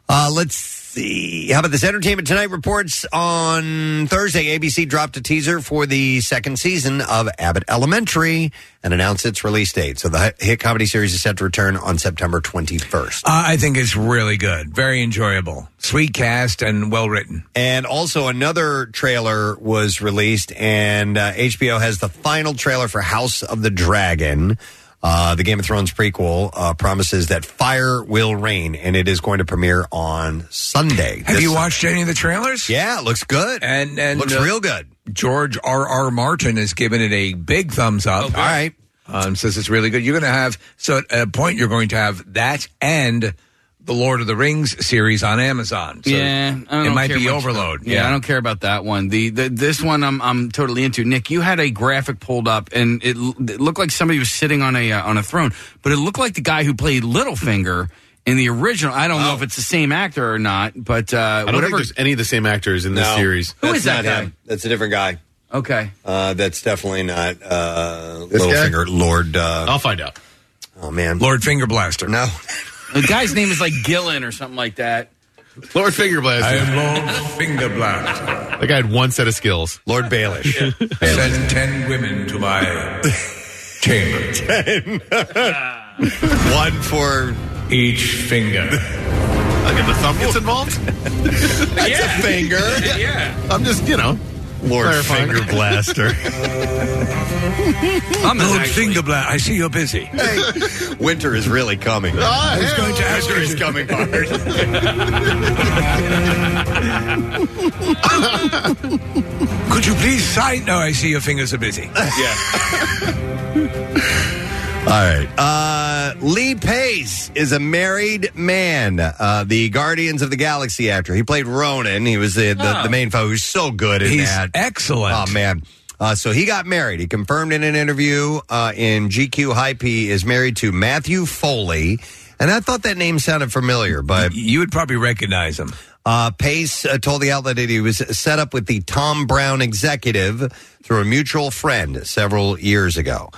Uh, let's see. How about this? Entertainment Tonight reports on Thursday. ABC dropped a teaser for the second season of Abbott Elementary and announced its release date. So the hit comedy series is set to return on September 21st. Uh, I think it's really good, very enjoyable, sweet cast, and well written. And also another trailer was released, and uh, HBO has the final trailer for House of the Dragon. Uh, the Game of Thrones prequel uh, promises that fire will reign, and it is going to premiere on Sunday. Have This- you watched any of the trailers? Yeah, it looks good. and and looks uh, real good. George R. R. Martin has given it a big thumbs up. All right. um, says it's really good. You're going to have so at a point you're going to have that and the Lord of the Rings series on Amazon. So yeah, I don't it might care be much overload. about- yeah, I don't care about that one. The, the this one I'm I'm totally into. Nick, you had a graphic pulled up, and it, l- it looked like somebody was sitting on a uh, on a throne, but it looked like the guy who played Littlefinger in the original. I don't know if it's the same actor or not, but uh, I don't whatever. think there's any of the same actors in this No. series. Who is that guy? That's a different guy. Okay, Uh, that's definitely not uh, guy? Littlefinger, Lord. Uh, I'll find out. oh man, Lord Finger Blaster. No, the guy's name is like Gillen or something like that. Lord Fingerblaster. am Lord Finger Blaster. That guy had one set of skills. Lord Baelish. Send ten women to my chamber. One for Each finger. Look at the thumb gets involved. a finger. I'm just you know. Lord Clarifying. Finger Blaster. I'm not Lord actually- Finger Blaster. I see you're busy. Winter is really coming. Ah, was going to hell. ask you- He's coming hard. Could you please sign? No, I see your fingers are busy. Yeah. All right. Uh, Lee Pace is a married man. Uh, the Guardians of the Galaxy actor. He played Ronan. He was the, the, Oh. the main foe. He's so good in He's that. Excellent. Oh, man. Uh, so he got married. He confirmed in an interview uh, in GQ Hype he is married to Matthew Foley. And I thought that name sounded familiar, but. You would probably recognize him. Uh, Pace uh, told the outlet that he was set up with the Tom Brown executive through a mutual friend several years ago.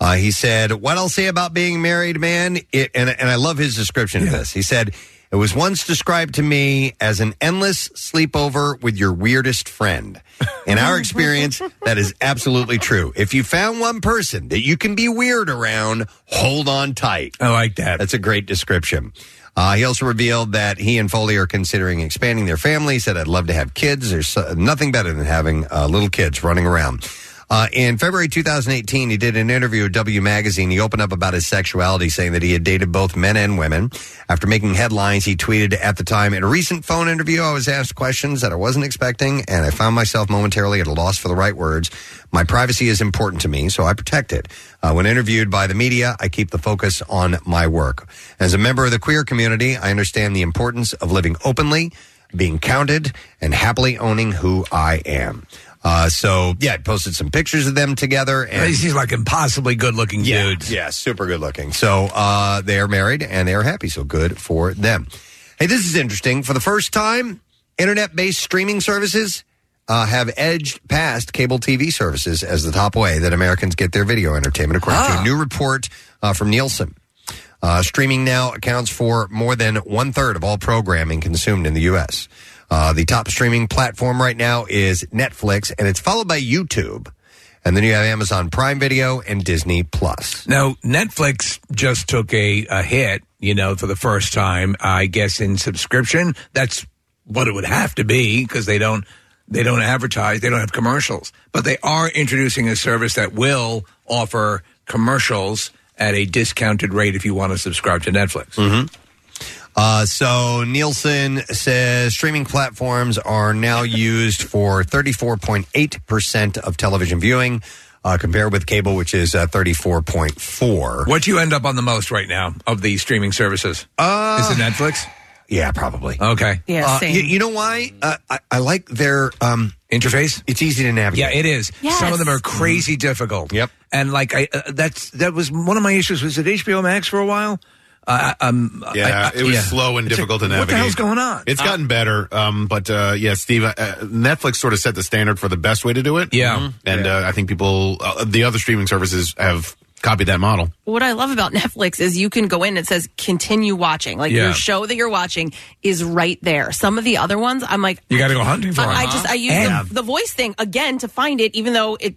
Uh, he said, What I'll say about being married, man, it, and, and I love his description of this. He said, It was once described to me as an endless sleepover with your weirdest friend. In our experience, that is absolutely true. If you found one person that you can be weird around, hold on tight. I like that. That's a great description. Uh, he also revealed that he and Foley are considering expanding their family. He said, I'd love to have kids. There's uh, nothing better than having uh, little kids running around. Uh, in February 2018, he did an interview with W Magazine. He opened up about his sexuality, saying that he had dated both men and women. After making headlines, he tweeted at the time, In a recent phone interview, I was asked questions that I wasn't expecting, and I found myself momentarily at a loss for the right words. My privacy is important to me, so I protect it. Uh, when interviewed by the media, I keep the focus on my work. As a member of the queer community, I understand the importance of living openly, being counted, and happily owning who I am. Uh, so yeah, I posted some pictures of them together, and He's like impossibly good looking yeah, dudes. Yeah, super good looking. So uh, they are married and they are happy. So good for them. Hey, this is interesting. For the first time, internet based streaming services uh, have edged past cable TV services as the top way that Americans get their video entertainment, according to a new report uh, from Nielsen. Uh, streaming now accounts for more than one third of all programming consumed in the U.S. Uh, the top streaming platform right now is Netflix, and it's followed by YouTube. And then you have Amazon Prime Video and Disney Plus. Now, Netflix just took a, a hit, you know, for the first time, I guess, in subscription. That's what it would have to be because they don't they don't advertise, they don't have commercials. But they are introducing a service that will offer commercials at a discounted rate if you want to subscribe to Netflix. Mm-hmm. Uh, so Nielsen says streaming platforms are now used for 34.8% of television viewing, uh, compared with cable, which is uh, 34.4. What do you end up on the most right now of the streaming services? Uh, Is it Netflix? Yeah, probably. Okay. Uh, you, you know why? Uh, I, I like their um, interface. It's easy to navigate. Yeah, it is. Some of them are crazy difficult. Yep. And like I, uh, that's that was one of my issues. Was it HBO Max for a while? Uh, I- um, Yeah, I- I- it was yeah. slow and It's difficult like, to navigate. What the hell's going on? Uh, It's gotten better, um, but uh, yeah, Steve, uh, uh, Netflix sort of set the standard for the best way to do it. Yeah. Mhm. and Uh, I think people, uh, the other streaming services, have copied that model. What I love about Netflix is you can go in and it says continue watching. Like Yeah. your show that you're watching is right there. Some of the other ones, I'm like, You gotta go hunting for I, it, I huh? just I use And- the, the voice thing again to find it, even though it,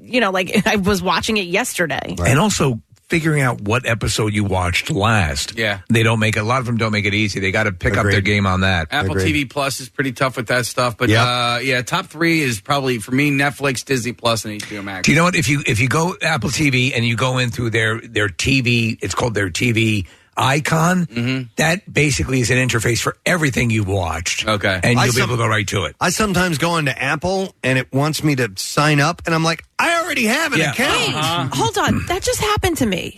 you know, like I was watching it yesterday. and also figuring out what episode you watched last. Yeah. They don't make a lot of them. Don't make it easy. They got to pick up their game on that. Apple TV Plus is pretty tough with that stuff, but Yep. uh, yeah, top three is probably for me Netflix, Disney Plus, and HBO Max. Do you know what? If you if you go Apple TV and you go in through their their TV, it's called their TV icon. That basically is an interface for everything you've watched. Okay, and I you'll be some- able to go right to it. I sometimes go into Apple and it wants me to sign up, and I'm like, I already have an Yeah. account. Wait, Uh-huh. hold on, that just happened to me.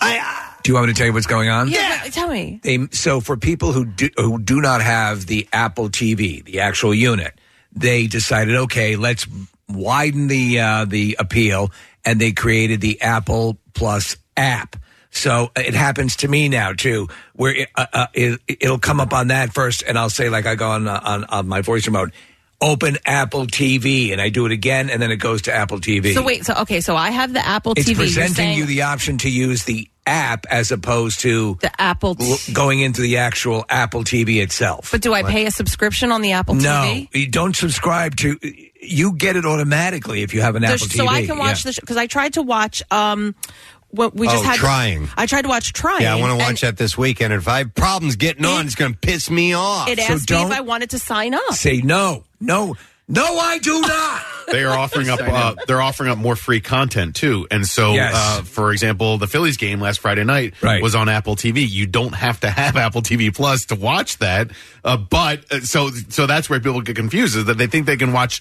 Do you want me to tell you what's going on? yeah, tell me. They, so for people who do, who do not have the Apple TV, the actual unit, they decided, okay, let's widen the uh, the appeal, and they created the Apple Plus app. So uh, it happens to me now too, where it, uh, uh, it, it'll come up on that first, and I'll say like I go on uh, on, on my voice remote, open Apple TV, and I do it again, and then it goes to Apple TV. So wait, so okay, so I have the Apple it's TV. You're presenting saying you the option to use the app as opposed to the Apple, l- going into the actual Apple TV itself. but do I pay a subscription on the Apple TV? No, you don't subscribe to. You get it automatically if you have an There's- Apple TV. so I can watch the show because I tried to watch um what we just Oh, had Trying. I tried to watch trying. Yeah, I want to and watch that this weekend. And if I have problems getting on, it's going to piss me off. It asked me if I wanted to sign up. Say no, no, no. Oh, I do not. They are offering up. Uh, they're offering up more free content too, and so, Yes. uh, for example, the Phillies game last Friday night Right. was on Apple TV. You don't have to have Apple TV Plus to watch that, uh, but uh, so so that's where people get confused is that they think they can watch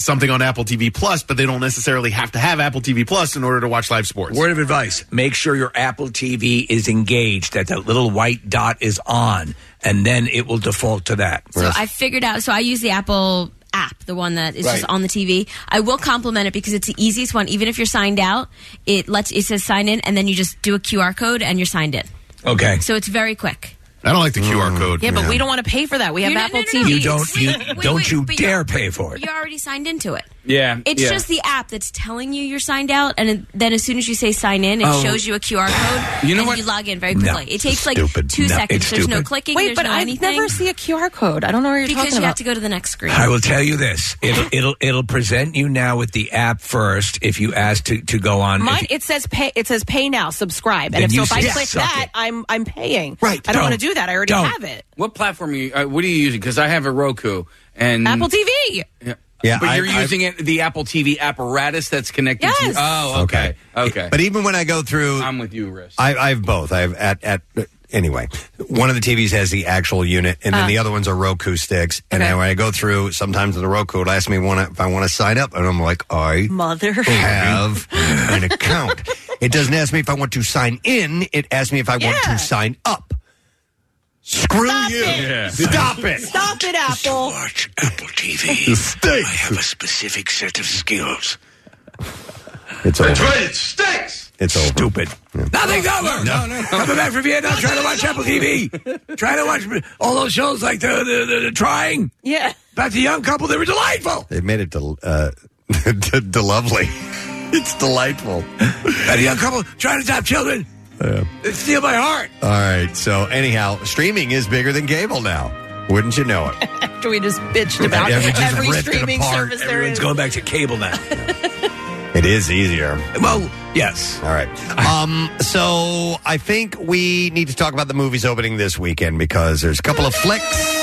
something on Apple TV Plus, but they don't necessarily have to have Apple TV Plus in order to watch live sports. Word of advice make sure your Apple TV is engaged, that that little white dot is on, and then it will default to that. So I figured out. So I use the Apple app, the one that is just Right. on the TV. I will compliment it because it's the easiest one. Even if you're signed out, it lets it says sign in, and then you just do a QR code and you're signed in. Okay. So it's very quick. I don't like the QR code. Yeah, but we don't want to pay for that. We have You- no, Apple no, no, TV. no. You don't- you- Wait, don't wait, you but dare pay for it. You're already signed into it. Yeah. It's just the app that's telling you you're signed out, and it- then as soon as you say sign in, it Oh. shows you a QR code. You know and what? You log in very No, quickly. it takes like two No, seconds. it's There's no stupid. clicking. Wait, there's but no I anything. never see a QR code. I don't know what you're because talking you about. have to go to the next screen. I will tell you this: it'll it'll, it'll present you now with the app first if you ask to, to go on. Mine it says pay it says pay now subscribe Then and if, so you if I suck click it. that I'm I'm paying right I don't, want to do that I already have it What platform are you? Uh, what are you using? Because I have a Roku and Apple TV Yeah. Yeah, but I- you're I- using it the Apple TV apparatus that's connected to. Yes. Oh, okay, okay. But even when I go through, I'm with you, Riz. I, I have both. I have at at anyway. One of the TVs has the actual unit, and then Uh. the other ones are Roku sticks. And Okay. then when I go through, sometimes the Roku will ask me wanna, if I want to sign up, and I'm like, I mother have an account. It doesn't ask me if I want to sign in. It asks me if I want to sign up. Screw you! Stop it! Stop it, Apple. TV. I have a specific set of skills. It's over. it stinks. It's over. Stupid. Nothing's over. No, no. Coming back from Vietnam, trying to watch Apple TV, trying to watch all those shows like the the, the, the trying. Yeah. About the young couple, they were delightful. They made it to uh, to, to lovely. It's delightful. About a young couple trying to adopt children. They steal my heart. All right. So anyhow, streaming is bigger than cable now. Wouldn't you know it? after we just bitched about Everything's every ripped streaming apart. service there Everyone's is going back to cable now. It is easier. Well, yes. All right. Um, so I think we need to talk about the movies opening this weekend because there's a couple of flicks.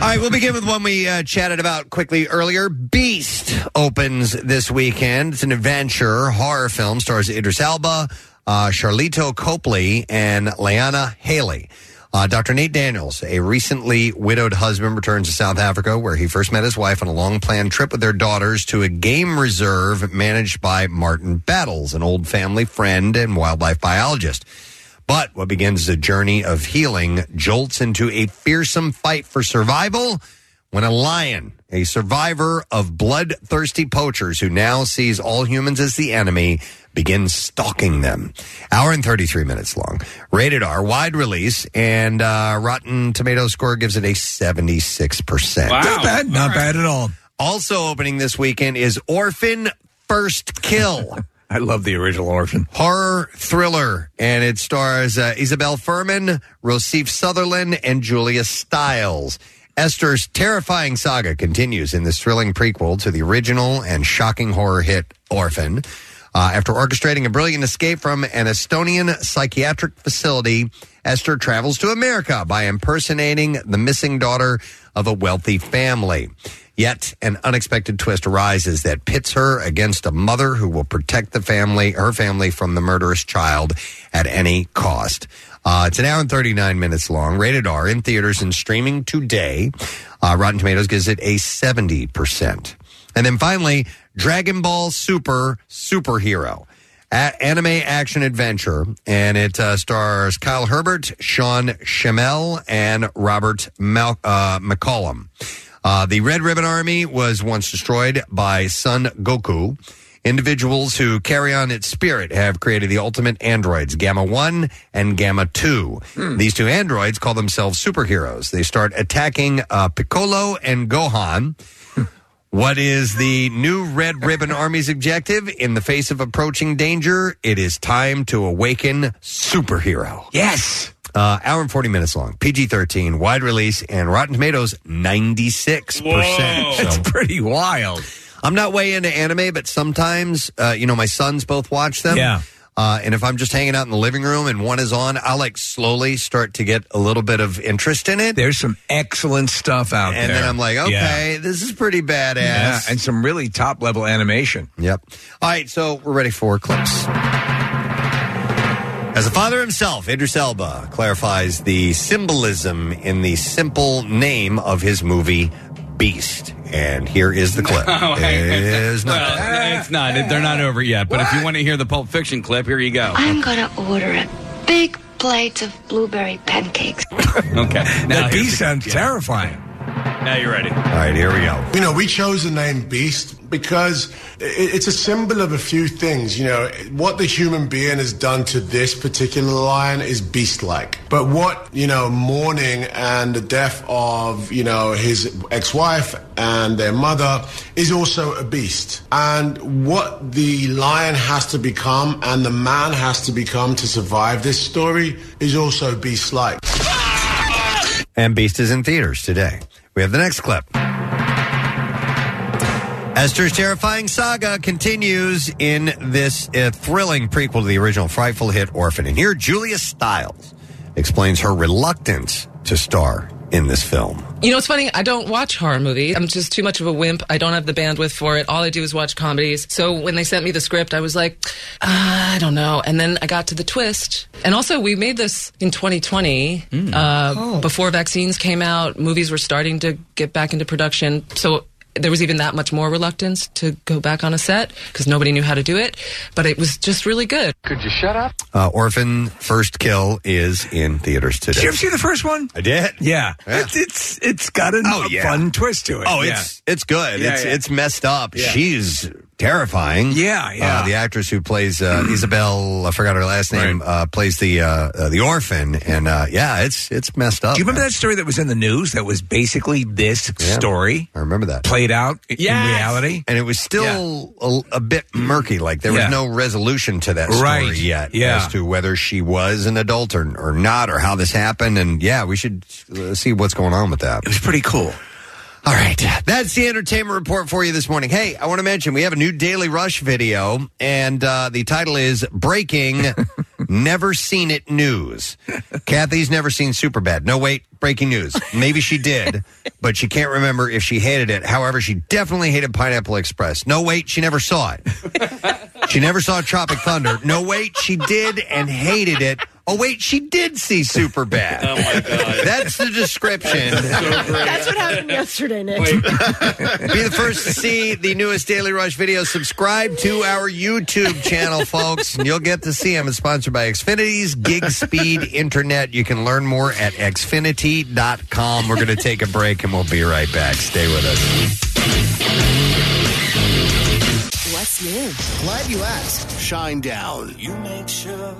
All right, we'll begin with one we uh, chatted about quickly earlier. Beast opens this weekend. It's an adventure horror film, stars Idris Elba, uh, Charlito Copley, and Lyanna Haley. Uh, Dr. Nate Daniels, a recently widowed husband, returns to South Africa where he first met his wife on a long planned trip with their daughters to a game reserve managed by Martin Battles, an old family friend and wildlife biologist. But what begins the journey of healing jolts into a fearsome fight for survival when a lion, a survivor of bloodthirsty poachers who now sees all humans as the enemy, begins stalking them. Hour and 33 minutes long. Rated R, wide release, and uh, Rotten Tomato score gives it a 76%. Not bad. Not bad at all. Also opening this weekend is Orphan First Kill. I love the original Orphan. horror thriller, and it stars uh, Isabel Furman, Rosif Sutherland, and Julia Stiles. Esther's terrifying saga continues in this thrilling prequel to the original and shocking horror hit Orphan. Uh, after orchestrating a brilliant escape from an Estonian psychiatric facility, Esther travels to America by impersonating the missing daughter of a wealthy family. Yet an unexpected twist arises that pits her against a mother who will protect the family, her family, from the murderous child at any cost. Uh, it's an hour and 39 minutes long, rated R, in theaters and streaming today. Uh, Rotten Tomatoes gives it a 70%. And then finally, Dragon Ball Super Superhero. A- anime action adventure, and it uh, stars Kyle Herbert, Sean Schimmel, and Robert Mal- uh, McCollum. Uh, the Red Ribbon Army was once destroyed by Son Goku. Individuals who carry on its spirit have created the ultimate androids, Gamma 1 and Gamma 2. These two androids call themselves superheroes. They start attacking uh, Piccolo and Gohan. What is the new Red Ribbon Army's objective? In the face of approaching danger, it is time to awaken superhero. Yes. Uh, hour and 40 minutes long, PG 13, wide release, and Rotten Tomatoes 96%. Whoa. That's pretty wild. I'm not way into anime, but sometimes, uh, you know, my sons both watch them. Yeah. Uh, and if I'm just hanging out in the living room and one is on, I'll like slowly start to get a little bit of interest in it. There's some excellent stuff out and there. then I'm like, okay, this is pretty badass. Yeah, and some really top level animation. Yep. All right, so we're ready for clips. As a father himself, Idris Elba clarifies the symbolism in the simple name of his movie Beast. And here is the clip. Oh, It is not well, it's not. They're not over yet. But if you want to hear the Pulp Fiction clip, here you go. I'm gonna order a big plate of blueberry pancakes. Okay. Now, that bee sounds terrifying. Now you're ready. All right, here we go. You know, we chose the name Beast because i- it's a symbol of a few things. You know, what the human being has done to this particular lion is beast like. But what, you know, mourning and the death of, you know, his ex wife and their mother is also a beast. And what the lion has to become and the man has to become to survive this story is also beast like. And Beast is in theaters today. We have the next clip. Esther's terrifying saga continues in this uh, thrilling prequel to the original frightful hit Orphan. And here, Julia Stiles explains her reluctance to star in this film. You know, it's funny. I don't watch horror movies. I'm just too much of a wimp. I don't have the bandwidth for it. All I do is watch comedies. So when they sent me the script, I was like, uh, I don't know. And then I got to the twist. And also, we made this in 2020, uh, before vaccines came out. Movies were starting to get back into production. So there was even that much more reluctance to go back on a set because nobody knew how to do it. But it was just really good. Could you shut up? Uh, Orphan First Kill is in theaters today. Did you ever see the first one? I did. Yeah, Yeah. It's, it's it's got a, Oh, a yeah. fun twist to it. Oh, Yeah. it's it's good. Yeah, it's yeah. it's messed up. Yeah. She's terrifying. Yeah, yeah. Uh, the actress who plays uh, Isabel, I forgot her last name, uh, plays the uh, uh, the orphan, and uh, yeah, it's it's messed up. Do you remember man. that story that was in the news that was basically this Yeah. story I remember that played out i- in reality? and it was still a, a bit murky. Like there Yeah. was no resolution to that story Right. yet Yeah. as to whether she was an adult or, or not, or how this happened. And yeah, we should uh, see what's going on with that. It was pretty cool. All right. That's the entertainment report for you this morning. Hey, I want to mention we have a new Daily Rush video, and uh, the title is Breaking Never Seen It News. Kathy's never seen Superbad. No, wait, breaking news. Maybe she did, but she can't remember if she hated it. However, she definitely hated Pineapple Express. No, wait, she never saw it. She never saw Tropic Thunder. No, wait, she did and hated it. Oh, wait, she did see Superbad. Oh, my God. That's the description. That's what happened yesterday, Nick. Be the first to see the newest Daily Rush video. Subscribe to our YouTube channel, folks, and you'll get to see them. It's sponsored by Xfinity's Gig Speed Internet. You can learn more at xfinity.com. We're going to take a break and we'll be right back. Stay with us. What's new? Glad you asked. Shine down. You make sure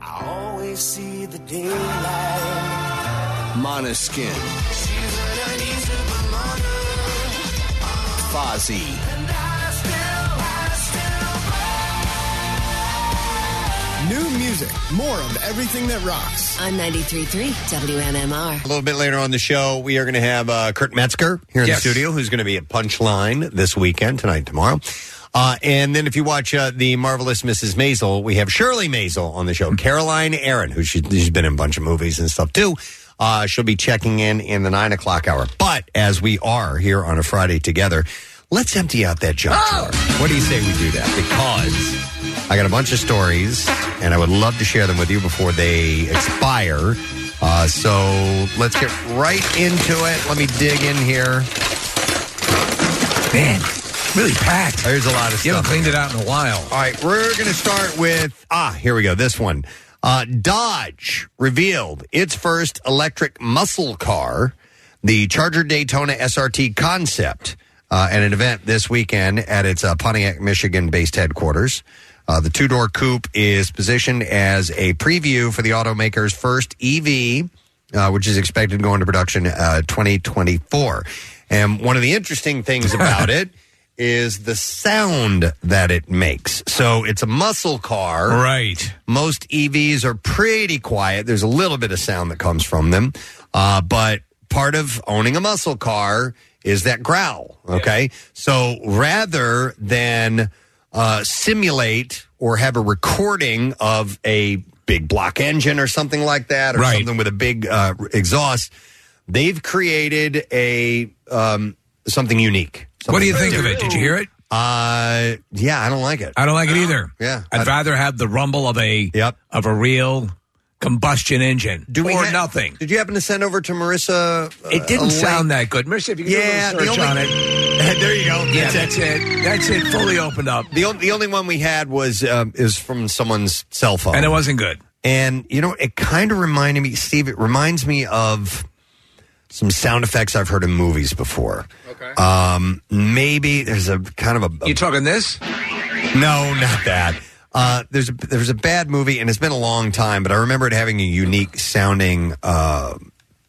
I always see the daylight. Monoskin. Fozzy. New music, more of everything that rocks. On 93.3 WMMR. A little bit later on the show, we are going to have uh, Kurt Metzger here in Yes. the studio, who's going to be at Punchline this weekend, tonight, tomorrow. Uh, and then if you watch uh, the marvelous Mrs. Maisel, we have Shirley Maisel on the show. Caroline Aaron, who she, she's been in a bunch of movies and stuff too. Uh, she'll be checking in in the nine o'clock hour. But as we are here on a Friday together, let's empty out that junk drawer. What do you say we do that? Because I got a bunch of stories, and I would love to share them with you before they expire. Uh, so let's get right into it. Let me dig in here. Man, really packed. There's a lot of stuff. You haven't cleaned it out in a while. All right, we're going to start with ah, here we go. This one, uh, Dodge revealed its first electric muscle car, the Charger Daytona SRT concept, uh, at an event this weekend at its uh, Pontiac, Michigan-based headquarters. Uh, the two-door coupe is positioned as a preview for the automaker's first E EV, uh, which is expected to go into production uh, 2024. And one of the interesting things about it is the sound that it makes. So it's a muscle car. Right. Most EVs are pretty quiet. There's a little bit of sound that comes from them. Uh, but part of owning a muscle car is that growl. Okay. So rather than uh, simulate or have a recording of a big block engine or something like that, or Right. something with a big uh, exhaust, they've created a um, something unique. What do you think of it? Did you hear it? Uh, yeah, I don't like it. I don't like it either. Yeah, I'd rather have the rumble of a of a real combustion engine Do we or ha- nothing. Did you happen to send over to Marissa? uh, It a didn't sound link? that good. Mercy, if you could Yeah, do the a little search only- on it. there you go. Yeah, that's it. That's it. Fully opened up. The only, the only one we had was um, is from someone's cell phone, And it wasn't good. And you know, it kind of reminded me, Steve. It reminds me of some sound effects I've heard in movies before. Okay. Um, maybe there's a kind of a. You talking this? No, not that. Uh, there's a, there's a bad movie, and it's been a long time, but I remember it having a unique sounding uh,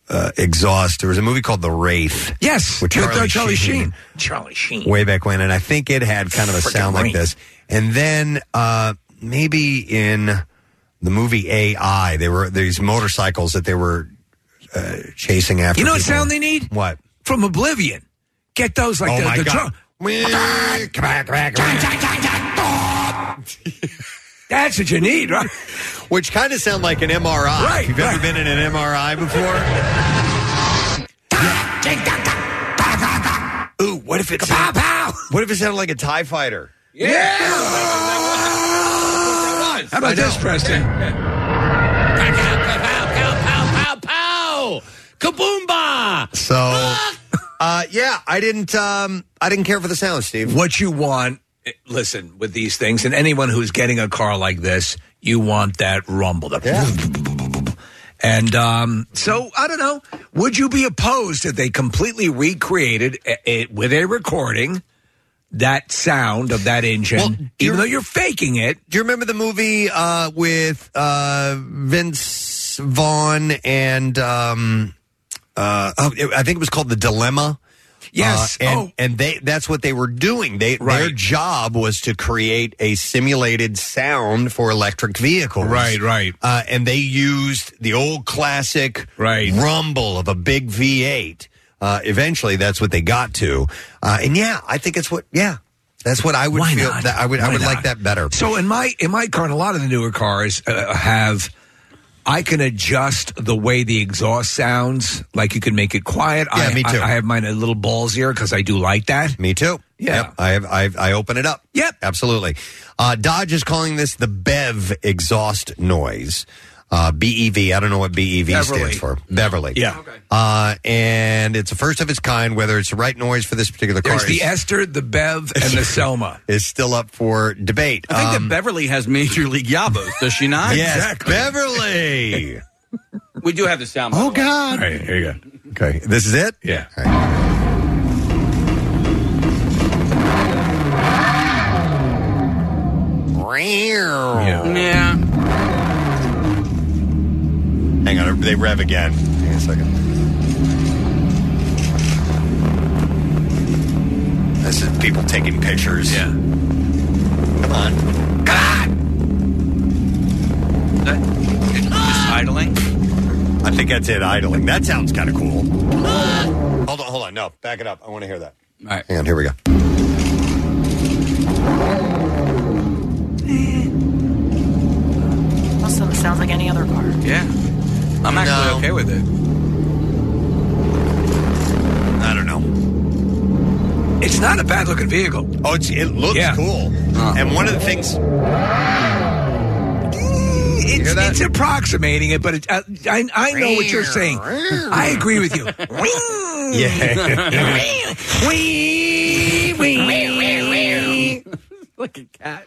uh, exhaust. There was a movie called The Wraith. Yes, with Charlie, uh, Sheen Charlie Sheen. way back when, and I think it had kind of a Frickin' sound like right. this. And then uh, maybe in the movie AI, there were these motorcycles that they were uh, chasing after. You know what people. sound they need? What? From Oblivion. Get those like Oh, the, my the God. drum. Come back, That's what you need, right? Which kind of sound like an MRI. Right, If you've ever been in an MRI before? Ooh, what if it's What if it sounded like a Tie Fighter? Yeah. How about this, Preston? Pow, pow! Kaboomba! So, uh, yeah, I didn't. Um, I didn't care for the sound, Steve. What you want, eh, listen, with these things, and anyone who's getting a car like this, you want that rumble. The And um, so, I don't know, would you be opposed if they completely recreated eh, eh, with a recording that sound of that engine, even though you're faking it? Do you remember the movie uh, with uh, Vince Vaughn and um, uh, oh, it- I think it was called The Dilemma? Yes. Uh, and, Oh. and they that's what they were doing. They their job was to create a simulated sound for electric vehicles. Right, right. Uh, and they used the old classic Right. rumble of a big V8. Uh, eventually, that's what they got to. Uh, and yeah, I think it's what. Yeah, that's what I would Why feel. not? That I would. I Why would not? like that better. So in my in my car, and a lot of the newer cars uh, have, I can adjust the way the exhaust sounds. Like you can make it quiet. Yeah, I, me too. I, I have mine a little ballsier because I do like that. Me too. Yeah. Yep. I have. I, I open it up. Yep. Absolutely. Uh, Dodge is calling this the BEV exhaust noise. Uh, BEV. I don't know what BEV Beverly. stands for. Beverly. Yeah. Uh, and it's a first of its kind. Whether it's the right noise for this particular car There's the is, Esther, the Bev, and the Selma. is still up for debate. I think Um, that Beverly has major league yabos, does she not? yes, Beverly. Oh, We do have the sound. by the way. All God. right, here you go. Okay. This is it. Yeah. Yeah. Hang on, they rev again. Hang on a second. This is people taking pictures. Yeah. Come on. That, it's just idling. I think that's it idling. That sounds kind of cool. Hold on, hold on. No, back it up. I want to hear that. All right. Hang on, here we go. Most of them sounds like any other car. Yeah. I'm actually No. okay with it. I don't know. It's not a bad looking vehicle. Oh, it's, it looks Yeah. Uh-huh. cool. And one of the things. It's, that? it's approximating it, but it, uh, I, I know what you're saying. I agree with you. Yeah. Like a cat.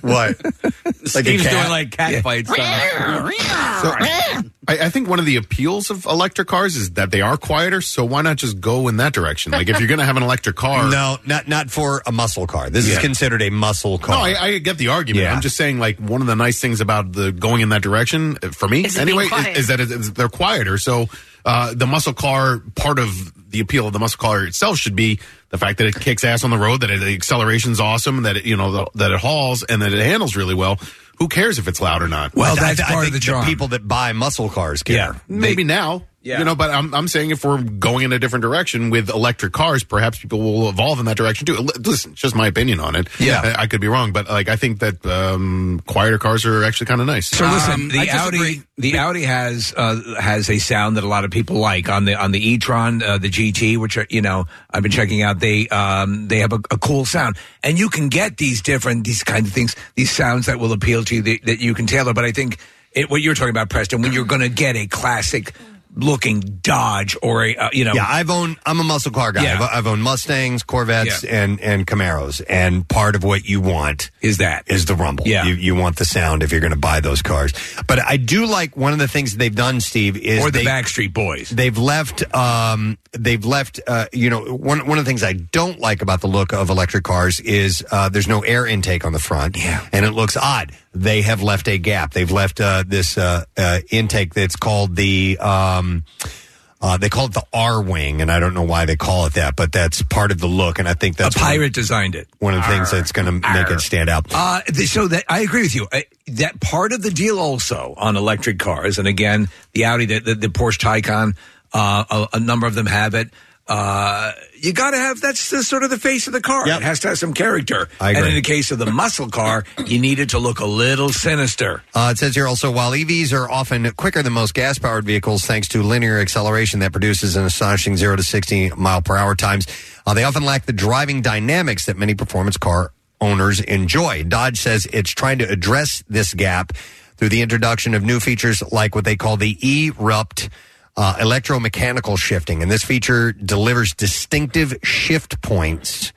what? Like a Steve's cat? doing like cat Yeah. fights. stuff. I, I think one of the appeals of electric cars is that they are quieter, so why not just go in that direction? Like, if you're going to have an electric car. No, not not for a muscle car. This is Yeah. considered a muscle No, car. I, I get the argument. Yeah. I'm just saying, like, one of the nice things about the going in that direction, uh, for me Is it being anyway, quiet? is, is that it, is they're quieter. So uh, the muscle car, part of the appeal of the muscle car itself should be the fact that it kicks ass on the road, that it, the acceleration's awesome, that it, you know, that it hauls and that it handles really well. Who cares if it's loud or not? Well, I- that's I part think of the the charm. people that buy muscle cars care. Yeah. Maybe now. You know, but I'm, I'm saying if we're going in a different direction with electric cars, perhaps people will evolve in that direction too. L- Listen, it's just my opinion on it. Yeah. I, I could be wrong, but like I think that um, quieter cars are actually kind of nice. So listen, Um, Um, the Audi the Audi has uh, has a sound that a lot of people like on the on the e-tron, uh, the GT, which are, you know I've been checking out. They um, they have a, a cool sound, and you can get these different these kinds of things, these sounds that will appeal to you that, that you can tailor. But I think it, what you're talking about, Preston, when you're going to get a classic looking Dodge or a uh, you know yeah, I've owned. I'm a muscle car guy. Yeah. I've, I've owned Mustangs, Corvettes, and and Camaros. And part of what you want is that is the rumble. Yeah. you, you want the sound if you're going to buy those cars. But I do like one of the things they've done, Steve, is or the they, Backstreet Boys. They've left. Um, they've left. Uh, you know, one one of the things I don't like about the look of electric cars is uh, there's no air intake on the front. Yeah, and it looks odd. They have left a gap. They've left uh, this uh, uh, intake that's called the. Um, uh, they call it the R wing, and I don't know why they call it that, but that's part of the look, and I think that's a pirate designed it. One of the things that's going to make it stand out. Uh, th- so that I agree with you. I, that part of the deal also on electric cars, and again, the Audi, the, the, the Porsche Taycan, uh, a, a number of them have it. Uh, you got to have that's the, sort of the face of the car. It has to have some character. I agree. And in the case of the muscle car, you need it to look a little sinister. Uh, it says here also while EVs are often quicker than most gas powered vehicles thanks to linear acceleration that produces an astonishing 0 to 60 mile per hour times, uh, they often lack the driving dynamics that many performance car owners enjoy. Dodge says it's trying to address this gap through the introduction of new features like what they call the erupt uh, electromechanical shifting. And this feature delivers distinctive shift points.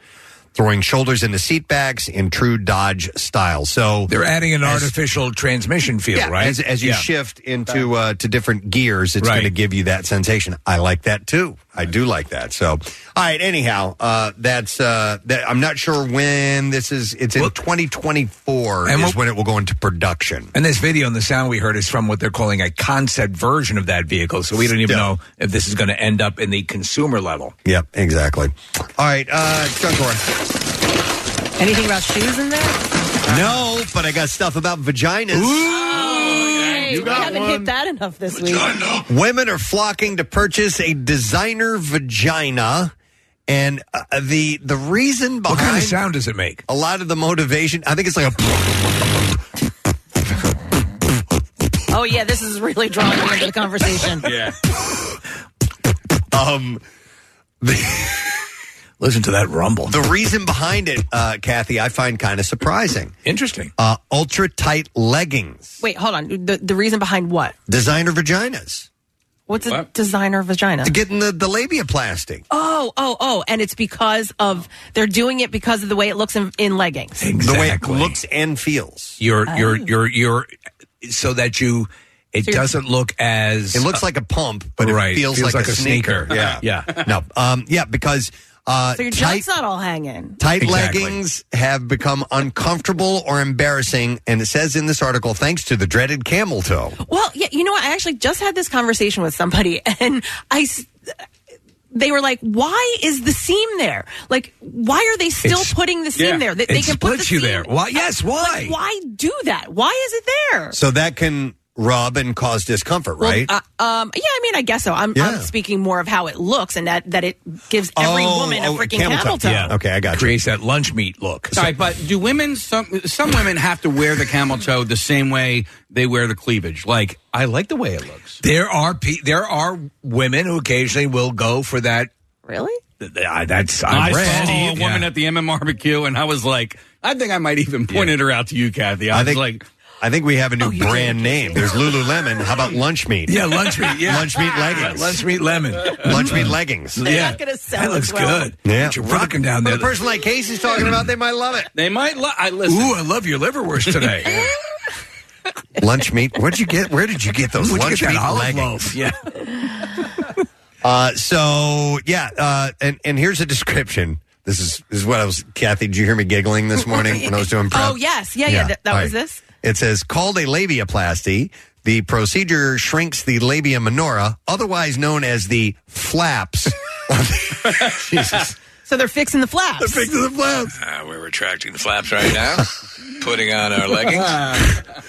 Throwing shoulders into seatbacks in true Dodge style. So They're adding an As- artificial transmission feel, yeah, right? As, as you Yeah. shift into uh, to different gears, it's Right. going to give you that sensation. I like that too. I do like that. So, all right. Anyhow, uh, that's uh, that. I'm not sure when this is. It's in 2024 And is what- when it will go into production. And this video and the sound we heard is from what they're calling a concept version of that vehicle. So we don't even know if this is going to end up in the consumer level. Yep, exactly. All right, uh, Chuck Anything about shoes in there? No, but I got stuff about vaginas. Hey, we haven't hit that enough this week. Women are flocking to purchase a designer vagina, and uh, the the reason behind What kind of sound does it make? a lot of the motivation. I think it's like a. Oh yeah, this is really drawing me into the conversation. Yeah. Um, Listen to that rumble. The reason behind it, uh, Kathy, I find kind of surprising. Interesting. Uh, ultra tight leggings, Wait, hold on. The, the reason behind what? designer vaginas, What's a designer vagina? getting the the labiaplasty. Oh, oh, oh, and it's because of they're doing it because of the way it looks in, in leggings. The way it looks and feels. You're you're Oh. you're you're so that you it So you're- doesn't look as It looks like a pump, but right. it feels, like, a sneaker. Yeah. Yeah, yeah. No, um, yeah, because uh, So your tight jug's not all hanging. Tight Exactly. leggings have become uncomfortable or embarrassing, and it says in this article, thanks to the dreaded camel toe. Well, yeah, you know what? I actually just had this conversation with somebody, and I. s- They were like, "Why is the seam there? Like, why are they still It's- putting the seam yeah. there? They, It they can put splits the you seam- Uh, there. Why- yes, why? Like, why do that? Why is it there? So that can rub and cause discomfort, right? Well, uh, um, yeah, I mean, I guess so. I'm, Yeah. I'm speaking more of how it looks and that, that it gives every Oh, woman a oh, freaking camel, toe. Yeah. Okay, I got you. creates that lunch meat look. All right, but do women some some women have to wear the camel toe the same way they wear the cleavage? Like I like the way it looks. There are pe- there are women who occasionally will go for that. Really? Th- th- I- that's I I've read. saw a Yeah. woman at the MM barbecue, and I was like, I think I might even pointed her out to you, Kathy. I I, was think- like, I think we have a new brand name. There's Lululemon. How about lunch meat? Yeah, lunch meat. Yeah, Lunch meat leggings. lunch meat lemon. Mm. Lunch meat leggings. They're not going to sell that as looks well. good. Yeah. But you're rocking down there. The person like Casey's talking about, they might love it. they might. Li- I listen. Ooh, I love your liverwurst today. Lunch meat. Where'd you get? Where did you get those Would you lunch get that meat olive leggings? loaf? Yeah. Uh, so yeah, uh, and and here's a description. This is this is what I was. Kathy, did you hear me giggling this morning when I was doing prep? Oh, yes. Yeah, yeah. that that All was right. this. It says called a labiaplasty. The procedure shrinks the labia minora, otherwise known as the flaps. Jesus, So they're fixing the flaps. the flaps. Uh, we're retracting the flaps right now, putting on our leggings.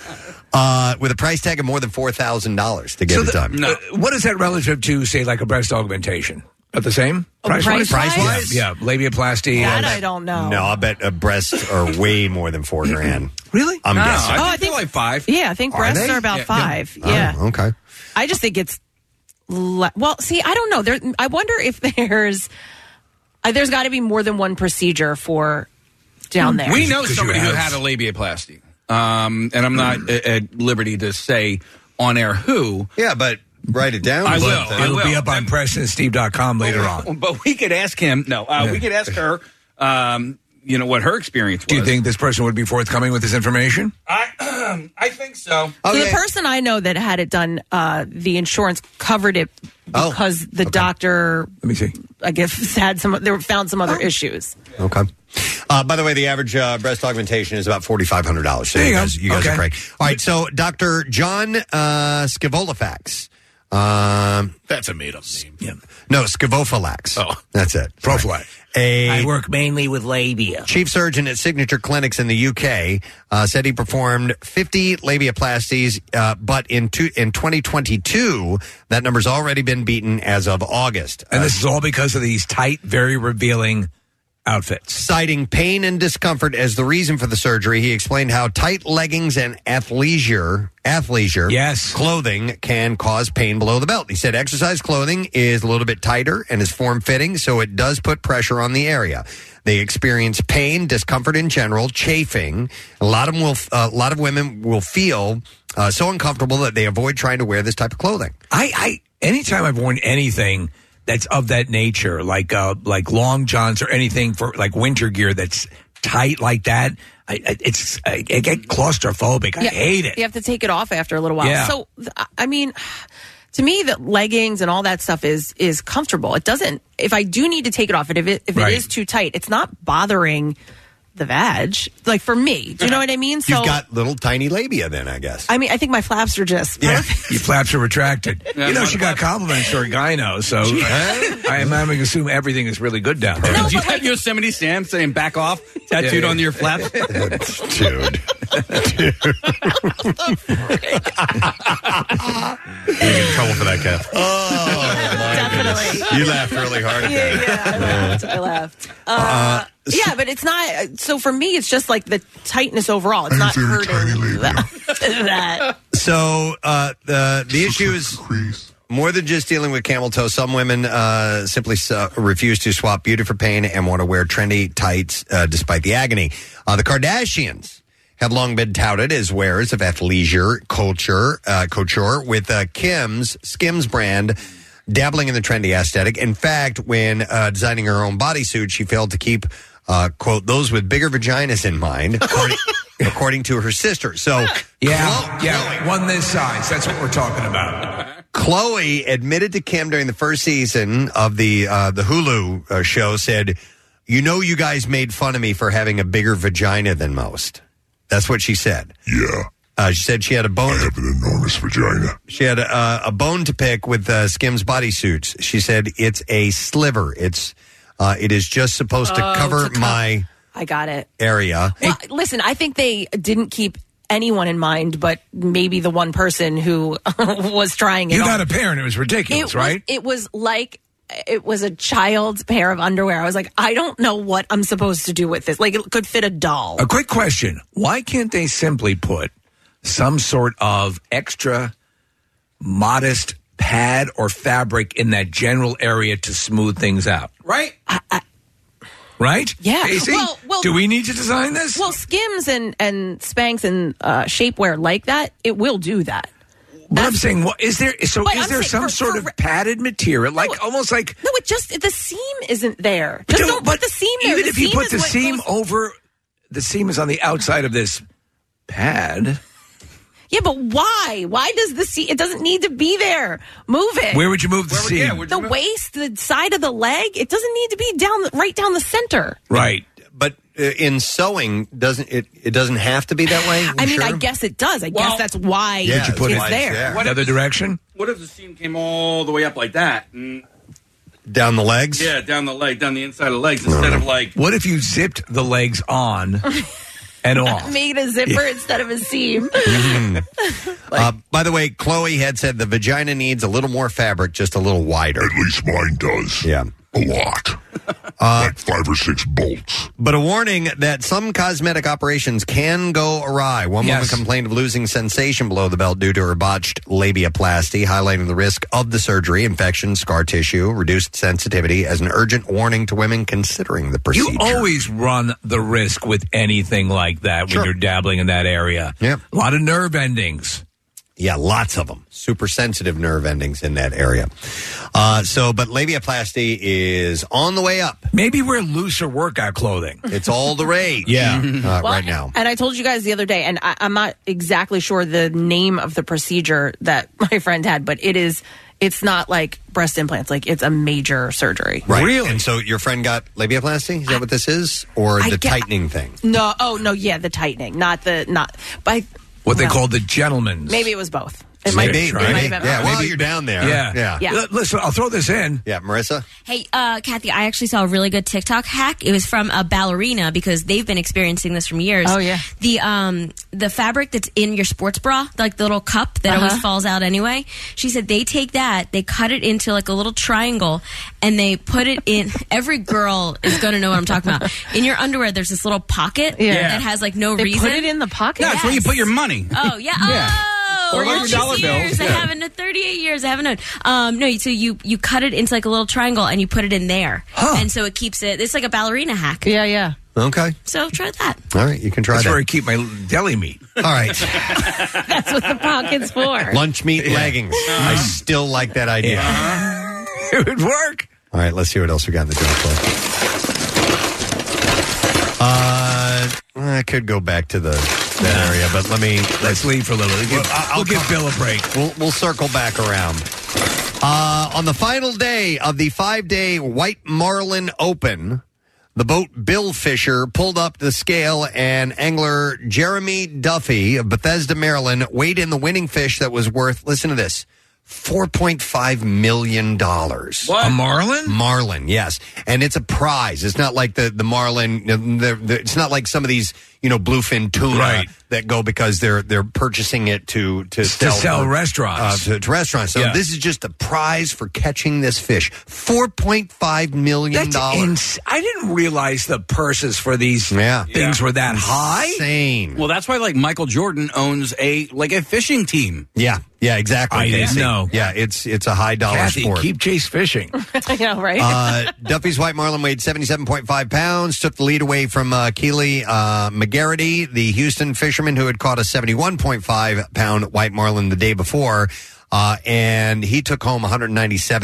uh, with a price tag of more than four thousand dollars to get it done. Uh, What is that relative to, say, like a breast augmentation? About the same? Oh, price-wise? Price-wise? Yeah, yeah, labiaplasty. That uh, I don't know. No, I bet uh, breasts are way more than four grand. Really? I'm No, guessing. I think Oh, I think like five. Yeah, I think Are breasts they? are about Yeah, yeah. five. Yeah. Oh, okay. I just think it's le- well. See, I don't know. There, I wonder if there's uh, there's got to be more than one procedure for down there. Hmm. We know somebody who had a labiaplasty, um, and I'm Mm. not at, at liberty to say on air who. Yeah, but write it down. I will. But I It'll will. Oh, be up on PrestonSteve.com later on. But we could ask him. No, uh, we could ask her. Um, you know what her experience was. Do you think this person would be forthcoming with this information? I I think so. The person I know that had it done, uh, the insurance covered it Oh, because the doctor, Let me see. I guess, had some. They found some Oh. other issues. Okay. Uh, by the way, the average uh, breast augmentation is about forty five hundred dollars. So There you you go. guys, you guys Okay. are correct. All right. So Dr. John uh, Scivolifax. Um, That's a made up name. no, Scivophylax. Oh, that's it. Prophylax. A work mainly with labia. chief surgeon at Signature Clinics in the UK uh, said he performed 50 labiaplasties, uh, but in two, in 2022, that number's already been beaten as of August. And Uh, this is all because of these tight, very revealing outfits. Citing pain and discomfort as the reason for the surgery, he explained how tight leggings and athleisure, athleisure, yes, clothing can cause pain below the belt. He said exercise clothing is a little bit tighter and is form fitting, so it does put pressure on the area. They experience pain, discomfort in general, chafing. A lot of them will, uh, a lot of women will feel uh, so uncomfortable that they avoid trying to wear this type of clothing. I, I anytime I've worn anything that's of that nature, like uh, like long johns or anything for like winter gear that's tight like that, I, I it's I, I get claustrophobic. I Yeah, hate it. You have to take it off after a little while. Yeah. So, th- I mean, to me, the leggings and all that stuff is is comfortable. It doesn't. If I do need to take it off, and if it if Right. it is too tight, it's not bothering the veg. Like for me, do you know what I mean? So. You've got little tiny labia, then I guess. I mean, I think my flaps are just Yeah, your flaps are retracted. Yeah, you know my she got compliments for a gyno, so I, I am I'm gonna assume everything is really good down there. Did you have Yosemite Sam saying "back off" tattooed yeah. on your flaps? Dude. You're gonna get in trouble for that, Kath. Oh, Definitely. You laughed really hard. Yeah, yeah, I laughed. I laughed. Uh, yeah, but it's not. So for me, it's just like the tightness overall. It's not hurting that. So uh, the the issue is more than just dealing with camel toe. Some women uh, simply uh, refuse to swap beauty for pain and want to wear trendy tights uh, despite the agony. Uh, the Kardashians have long been touted as wearers of athleisure culture uh, couture, with uh, Kim's Skims brand. Dabbling in the trendy aesthetic. In fact, when uh, designing her own bodysuit, she failed to keep, uh, quote, those with bigger vaginas in mind, according, according to her sister. So, Yeah, yeah, one this size. That's what we're talking about. Chloe admitted to Kim during the first season of the uh, the Hulu uh, show said, "You know, you guys made fun of me for having a bigger vagina than most." That's what she said. Yeah, uh, she said she had a bone. I have an enormous vagina. She had a, uh, a bone to pick with uh, Skim's bodysuits. She said it's a sliver. It's uh, it is just supposed Oh, to cover to co- my I got it. area. Well, listen, I think they didn't keep anyone in mind, but maybe the one person who was trying it. You're on. not a parent. It was it ridiculous, was, right? It was like it was a child's pair of underwear. I was like, I don't know what I'm supposed to do with this. Like it could fit a doll. A quick question: Why can't they simply put some sort of extra modest pad or fabric in that general area to smooth things out? Right. Right? Yeah. Casey, Well- well- do we need to design this? Well, Skims and and Spanx and uh, shapewear like that, it will do that. but I'm saying, what is there? So, But is I'm there saying some for- sort for of re- padded material, like almost like? No, it just the seam isn't there. Just don't put the seam there. Even The if you seam put is the what seam goes- over, the seam is on the outside of this pad. yeah, but why? Why does the seam? It doesn't need to be there. Move it. Where would you move the Where seam? the waist, the side of the leg. It doesn't need to be down the- right down the center. Right. But uh, in sewing, doesn't it? It doesn't have to be that way. You I mean, I sure? guess it does. I Well- guess that's why it's there. What if Another the- direction? What if the seam came all the way up like that? Mm, And, down the legs. yeah, down the leg, down the inside of the legs instead of like What if you zipped the legs on and all. Made a zipper instead of a seam. Mhm. uh, by the way, Chloe had said the vagina needs a little more fabric, just a little wider. At least mine does. Yeah. A lot. like five or six bolts. But a warning that some cosmetic operations can go awry. One woman complained of losing sensation below the belt due to her botched labiaplasty, highlighting the risk of the surgery, infection, scar tissue, reduced sensitivity as an urgent warning to women considering the procedure. You always run the risk with anything like that when you're dabbling in that area. Yeah. A lot of nerve endings. Yeah, lots of them. Super sensitive nerve endings in that area. Uh, so, but labiaplasty is on the way up. Maybe wear looser workout clothing. It's all the rage. Yeah. uh, Well, right now. And I told you guys the other day, and I, I'm not exactly sure the name of the procedure that my friend had, but it is. It's not like breast implants; like it's a major surgery. Right. Really? And so your friend got labiaplasty? Is that what this is? Or I the get- tightening thing? No. Oh no. Yeah, the tightening, not the not. But I- What they no. call the gentleman's. Maybe it was both. It might- Maybe, Maybe, right? maybe. Yeah, while you're down there. Yeah. Yeah. Yeah. L- Listen, I'll throw this in. Yeah, Marissa? Hey, uh, Kathy, I actually saw a really good TikTok hack. It was from a ballerina because they've been experiencing this from years. Oh, yeah. the um the fabric that's in your sports bra, like the little cup that Uh-huh. always falls out anyway. She said they take that, they cut it into like a little triangle, and they put it in. every girl is going to know what I'm talking about. In your underwear, there's this little pocket Yeah. that has like no They put reason. it in the pocket? That's where you put your money. Oh yeah. Yeah. Oh, Or like all your these dollar years bills. I Yeah. haven't. known- Thirty-eight years I haven't known. Um, no, so you you cut it into like a little triangle and you put it in there, and so it keeps it. It's like a ballerina hack. Yeah, yeah. Okay. So try that. All right, you can try That's that. where I keep my deli meat. All right. That's what the pocket's for. Lunch meat leggings. I still like that idea. it would work. All right, let's see what else we got in the draft. Club. Uh, I could go back to the that area, but let me let's leave for a little. Well, I- I'll we'll give Bill a break. We'll, we'll circle back around. Uh, on the final day of the five day White Marlin Open, the boat Bill Fisher pulled up the scale, and angler Jeremy Duffy of Bethesda, Maryland, weighed in the winning fish that was worth, listen to this. $4.5 million. What? A marlin? Marlin, yes. And it's a prize. It's not like the, the marlin, the, the, it's not like some of these, you know, bluefin tuna Right. that go because they're they're purchasing it to, to to sell restaurants. uh, to, to restaurants. So Yeah. this is just a prize for catching this fish. Four point five million dollars. Ins- I didn't realize the purses for these things were that high. Insane. Well, that's why like Michael Jordan owns a like a fishing team. Yeah, yeah, exactly. I didn't Casey. know. Yeah, it's it's a high dollar Kathy, sport. keep chase fishing. I know, right? uh, Duffy's White Marlin weighed 77.5 pounds, took the lead away from uh, Keely uh, McGarity, the Houston fisherman who had caught a 71.5 pound White Marlin the day before. Uh, and he took home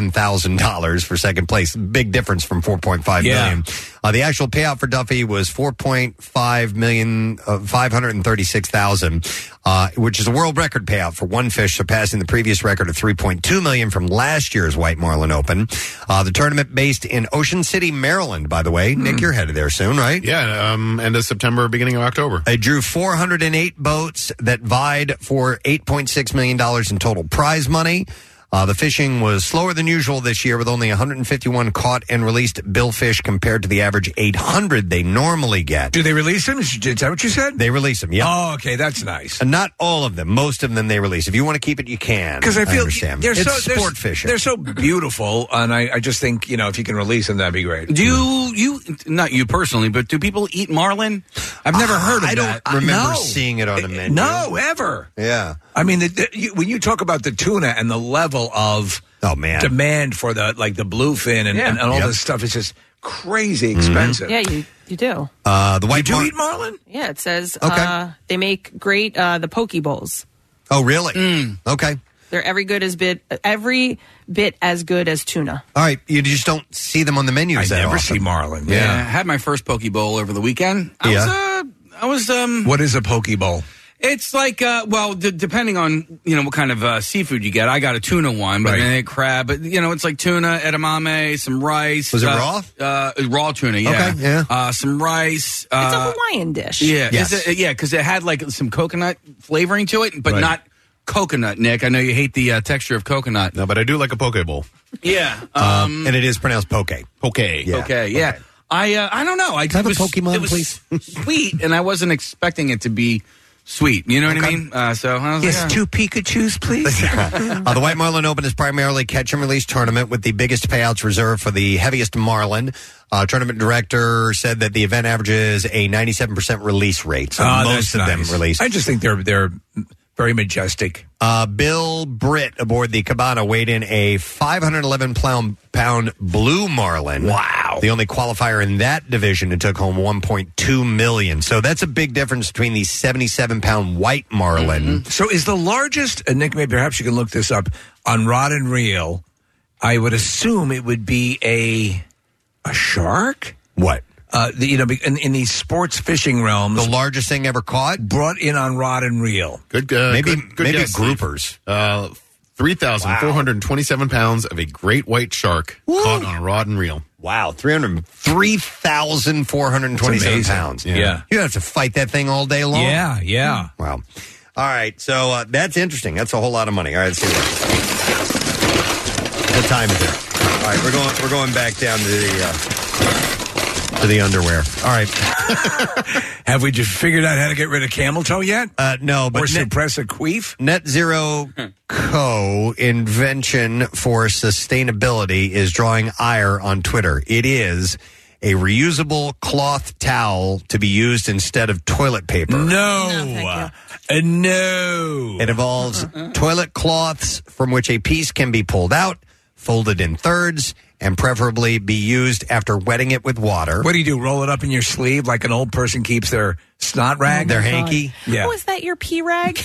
$197,000 for second place. Big difference from 4.5 million. Yeah. Uh, the actual payout for Duffy was 4.5 million, uh, 536,000, uh, which is a world record payout for one fish, surpassing the previous record of 3.2 million from last year's White Marlin Open. Uh, the tournament based in Ocean City, Maryland, by the way. Nick, you're headed there soon, right? Hmm. Yeah, um, end of September, beginning of October. It drew 408 boats that vied for $8.6 million in total prize money. Uh, the fishing was slower than usual this year, with only 151 caught and released billfish compared to the average 800 they normally get. Do they release them? Is is that what you said? They release them, yeah. Oh, okay, that's nice. And not all of them. Most of them they release. If you want to keep it, you can. Because I feel understand. they're it's so they're- sport fishing. They're so beautiful, and I, I just think you know if you can release them, that'd be great. Do you not you personally, but do people eat marlin? I've never heard of I that. don't remember No. seeing it on a menu. No, ever. Yeah. I mean, the, the, you, when you talk about the tuna and the level of oh man demand for the like the bluefin and, Yeah. and, and all Yep. this stuff, it's just crazy expensive. yeah, you you do. Mm-hmm. Uh, the white do mar- eat marlin. Yeah, it says Okay. uh, they make great uh, the poke bowls. Mm. Oh, really? Hmm. Okay. They're every good as bit every bit as good as tuna. All right. You just don't see them on the menus. I that never often. see marlin. Yeah. I had my first poke bowl over the weekend. I was, uh, I was, um, What is a poke bowl? it's like, uh, well, d- depending on, you know, what kind of uh, seafood you get. I got a tuna one, but then a crab, but, you know, it's like tuna, edamame, some rice. Was it uh, raw? Uh, raw tuna, yeah. Okay, yeah. Uh, some rice. Uh, it's a Hawaiian dish. Yeah, is it- yeah, because it had like some coconut flavoring to it, but Right. not coconut. Nick, I know you hate the uh, texture of coconut. No, but I do like a poke bowl. Yeah, Uh, um, Um, and it is pronounced poke. Poke. Okay, yeah. I uh, I don't know. I Can I have a was- Pokemon, it was please? Sweet, and I wasn't expecting it to be sweet. You know what I mean? Uh, so I was Yes, like, two Pikachu's, please. Uh, the White Marlin Open is primarily catch and release tournament with the biggest payouts reserved for the heaviest marlin. Uh, tournament director said that the event averages a 97% release rate. So Ah, most that's of them nice. released. I just think they're they're very majestic. Uh, Bill Britt aboard the Cabana weighed in a 511 pound, pound blue marlin. Wow. The only qualifier in that division and took home 1.2 million. So that's a big difference between the 77 pound white marlin. Mm-hmm. So is the largest, and Nick, maybe perhaps you can look this up, on Rod and Reel, I would assume it would be a a shark? What? Uh, the, you know, be- in, in these sports fishing realms. The largest thing ever caught? Brought in on Rod and Reel. Good, uh, Maybe- good, good maybe guess, Steve. groupers. Uh, 3,427 pounds of a great white shark caught on a rod and reel. Wow, 300, 3,427 That's amazing. pounds. Yeah. Yeah. You have to fight that thing all day long. Yeah, yeah. Wow. All right, so uh, that's interesting. That's a whole lot of money. All right, let's see what, what time is it? All right, we're going we're going back down to the uh, to the underwear. All right. Have we just figured out how to get rid of camel toe yet? Uh, no, but or net- suppress a queef? Net Zero Co. Invention for Sustainability is drawing ire on Twitter. It is a reusable cloth towel to be used instead of toilet paper. No. Uh, no. It involves toilet cloths from which a piece can be pulled out, folded in thirds, and preferably be used after wetting it with water. What do you do? Roll it up in your sleeve like an old person keeps their snot rag? Their hanky? Yeah. Oh, is that your pee rag?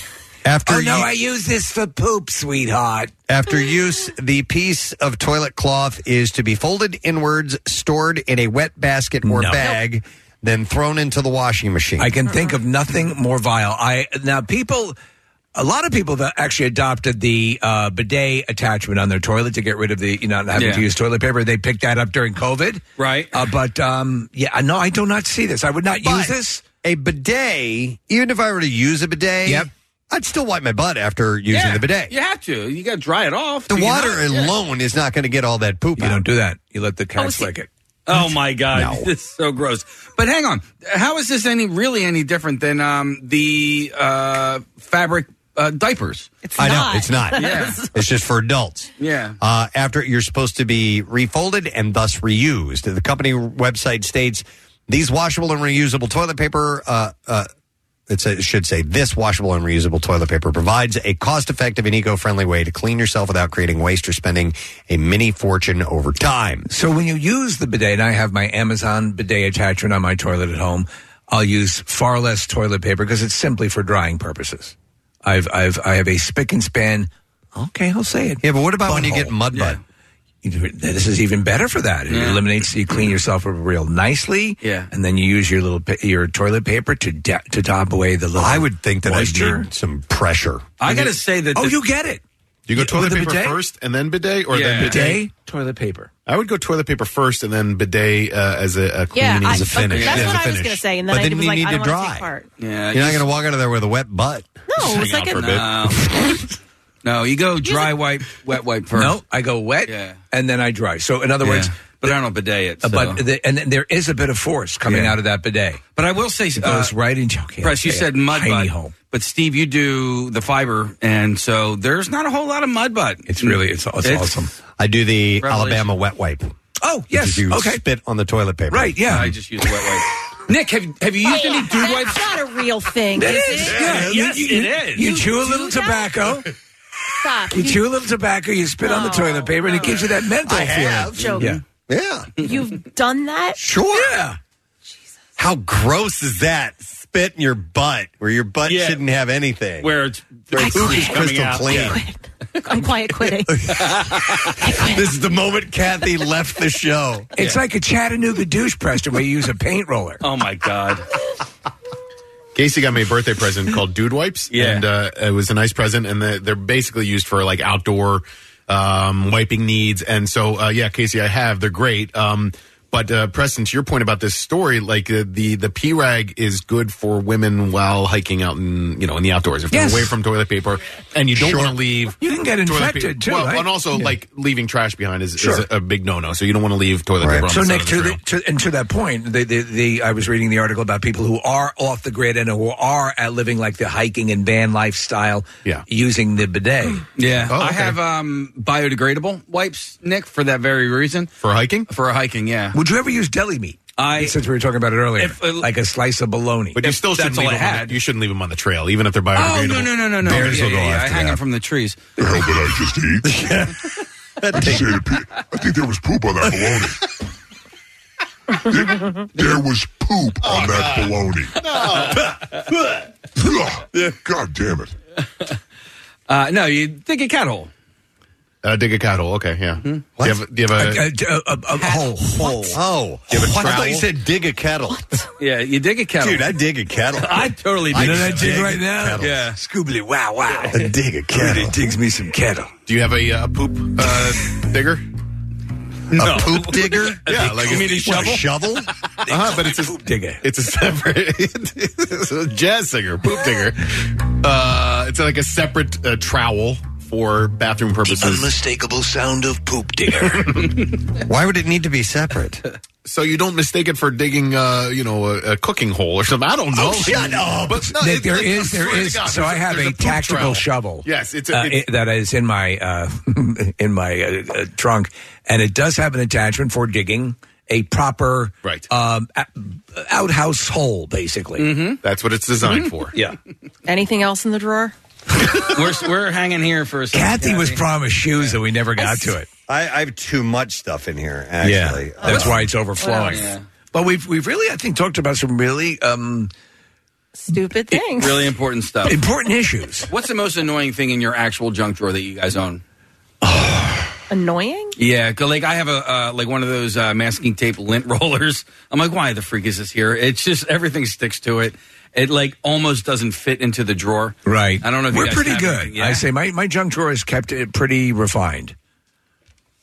After oh, no, you- I use this for poop, sweetheart. After use, the piece of toilet cloth is to be folded inwards, stored in a wet basket or No. bag, then thrown into the washing machine. I can think of nothing more vile. I now people, a lot of people that actually adopted the uh, bidet attachment on their toilet to get rid of the you know not having Yeah. to use toilet paper. They picked that up during COVID, right? Uh, but um, yeah, no, I do not see this. I would not use this. A bidet, even if I were to use a bidet, yep. I'd still wipe my butt after using the bidet. You have to. You got to dry it off. The You water know? Yeah. alone is not going to get all that poop you out. don't do that. You let the cat Oh, see- lick it. Oh my god, this is so gross. But hang on, how is this any really any different than um, the uh, fabric uh, diapers? It's I know, it's not. yeah. It's just for adults. Yeah. Uh, after you're supposed to be refolded and thus reused. The company website states these washable and reusable toilet paper. Uh, uh, it's a, it should say this washable and reusable toilet paper provides a cost-effective and eco-friendly way to clean yourself without creating waste or spending a mini fortune over time. So when you use the bidet, and I have my Amazon bidet attachment on my toilet at home, I'll use far less toilet paper because it's simply for drying purposes. I've I've I have a spick and span. Okay, I'll say it. Yeah, but what about when you get mud butt? This is even better for that. It Yeah. eliminates you clean yourself up real nicely. Yeah. and then you use your little pa- your toilet paper to da- to top away the little. I would think that I moisture. need some pressure. I gotta say that. Oh, the- you get it. Do you go Yeah, toilet with the paper bidet? first and then bidet, or Yeah. then bidet? Bidet, toilet paper. I would go toilet paper first and then bidet uh, as a, a cleaning I- as a okay, finish. That's what I was going to say, and then But I then was you like, need I to don't want dry. take part. Yeah, You're not going to walk out of there with a wet butt. No, it's like a, no. You go dry wipe, wet wipe first. No, I go wet and then I dry. So in other words, but I don't bidet it. uh, but so. the, and then there is a bit of force coming Yeah. out of that bidet. But I will say, It goes uh, right into okay, Press, you okay, said mud tiny butt, hole. but Steve, you do the fiber, and so there's not a whole lot of mud butt. It's really it's, it's, awesome. I do the Revelation. Alabama wet wipe. Oh If you spit on the toilet paper. Right, yeah. I just use wet wipe. Nick, have have you used any dude wipes? not a real thing. It is is. it? Yeah, Yes, you, you- it is. You, You chew Oh, a do little that? tobacco. Stop. Oh. You chew a little tobacco. You spit on the toilet paper, and it gives you that mental I feeling. have. Joking. Yeah. Yeah. You've done that? Sure. Yeah. How gross is that? Spit in your butt, where your butt Yeah. shouldn't have anything. Where it's Where poop is coming crystal out. clean. Yeah. I'm quiet quitting. this is the moment Kathy left the show. It's like a Chattanooga douche, Preston, where you use a paint roller. Oh my god! Casey got me a birthday present called Dude Wipes. Yeah. And uh, it was a nice present. And the, they're basically used for like outdoor um, wiping needs. And so, uh, yeah, Casey, I have. They're great. Um, But uh, Preston, to your point about this story, like uh, the the P rag is good for women while hiking out in you know in the outdoors if Yes. they're away from toilet paper and you don't Sure. want to leave. You can get toilet infected, paper- too, Well, right? and also Yeah. like leaving trash behind is, Sure. is a, a big no no. So you don't want to leave toilet paper. On the So side Nick, of to, the the, trail. to and to that point, the, the, the I was reading the article about people who are off the grid and who are at living like the hiking and van lifestyle, yeah. using the Hmm. bidet. Yeah, Oh, I okay. have um, biodegradable wipes, Nick, for that very reason. For hiking? For hiking, yeah. Would you ever use deli meat? I since we were talking about it earlier, If, uh, like a slice of bologna. But you still shouldn't leave them. On the, you shouldn't leave them on the trail, even if they're biodegradable. Oh no no no no no! Bears yeah, will go yeah, yeah, I after hang that. them from the trees. The hell did I just eat? I, just ate a pe- I think there was poop on that bologna. there, there was poop on that bologna. God damn it. Uh, no, you dig a Hmm? cat hole. Uh, dig a cat hole. Okay, yeah. Do you have, do you have a, a, a, a hole? Hole? Oh, do you have a What? I thought trowel? you said dig a kettle. Yeah, you dig a kettle. Dude, I dig a kettle. I totally dig know a that dig kettle. right now. Kettle. Yeah. Scoobly, wow, wow. I dig a kettle. It digs me some kettle. Do you have a uh, poop uh, digger? A poop digger? yeah, They like call it- what, a shovel? uh-huh, but it's a poop digger. It's a separate it's a jazz singer, poop digger. Uh, it's like a separate uh, trowel for bathroom purposes. Unmistakable sound of poop digger. Why would it need to be separate? So you don't mistake it for digging, uh, you know, a, a cooking hole or something. I don't know. Oh, shut up. But no, Nick, it- there it- is, I there swear to is. God, so there's I have there's a, poop tactical trowel. shovel. Yes, it's a, Uh, it's, it- that is in my uh, in my uh, uh, trunk, and it does have an attachment for digging a proper right um, a- outhouse hole, basically. Mm-hmm. Mhm. Mm-hmm. That's what it's designed for. yeah. Anything else in the drawer? we're we're hanging here for a second. Kathy was promised shoes, and we never got to it. I, I have too much stuff in here, Oh, actually. Oh, Yeah, that's why it's overflowing. Well, yeah. But we've we've really, I think, talked about some really um, stupid things. Really important stuff. Important issues. What's the most annoying thing in your actual junk drawer that you guys own? Annoying? Yeah, 'cause, like I have a uh, like one of those uh, masking tape lint rollers. I'm like, why the freak is this here? It's just everything sticks to it. It like almost doesn't fit into the drawer. Right. I don't know. If you We're guys pretty have good. anything, yeah. I say my, my junk drawer is kept uh, pretty refined.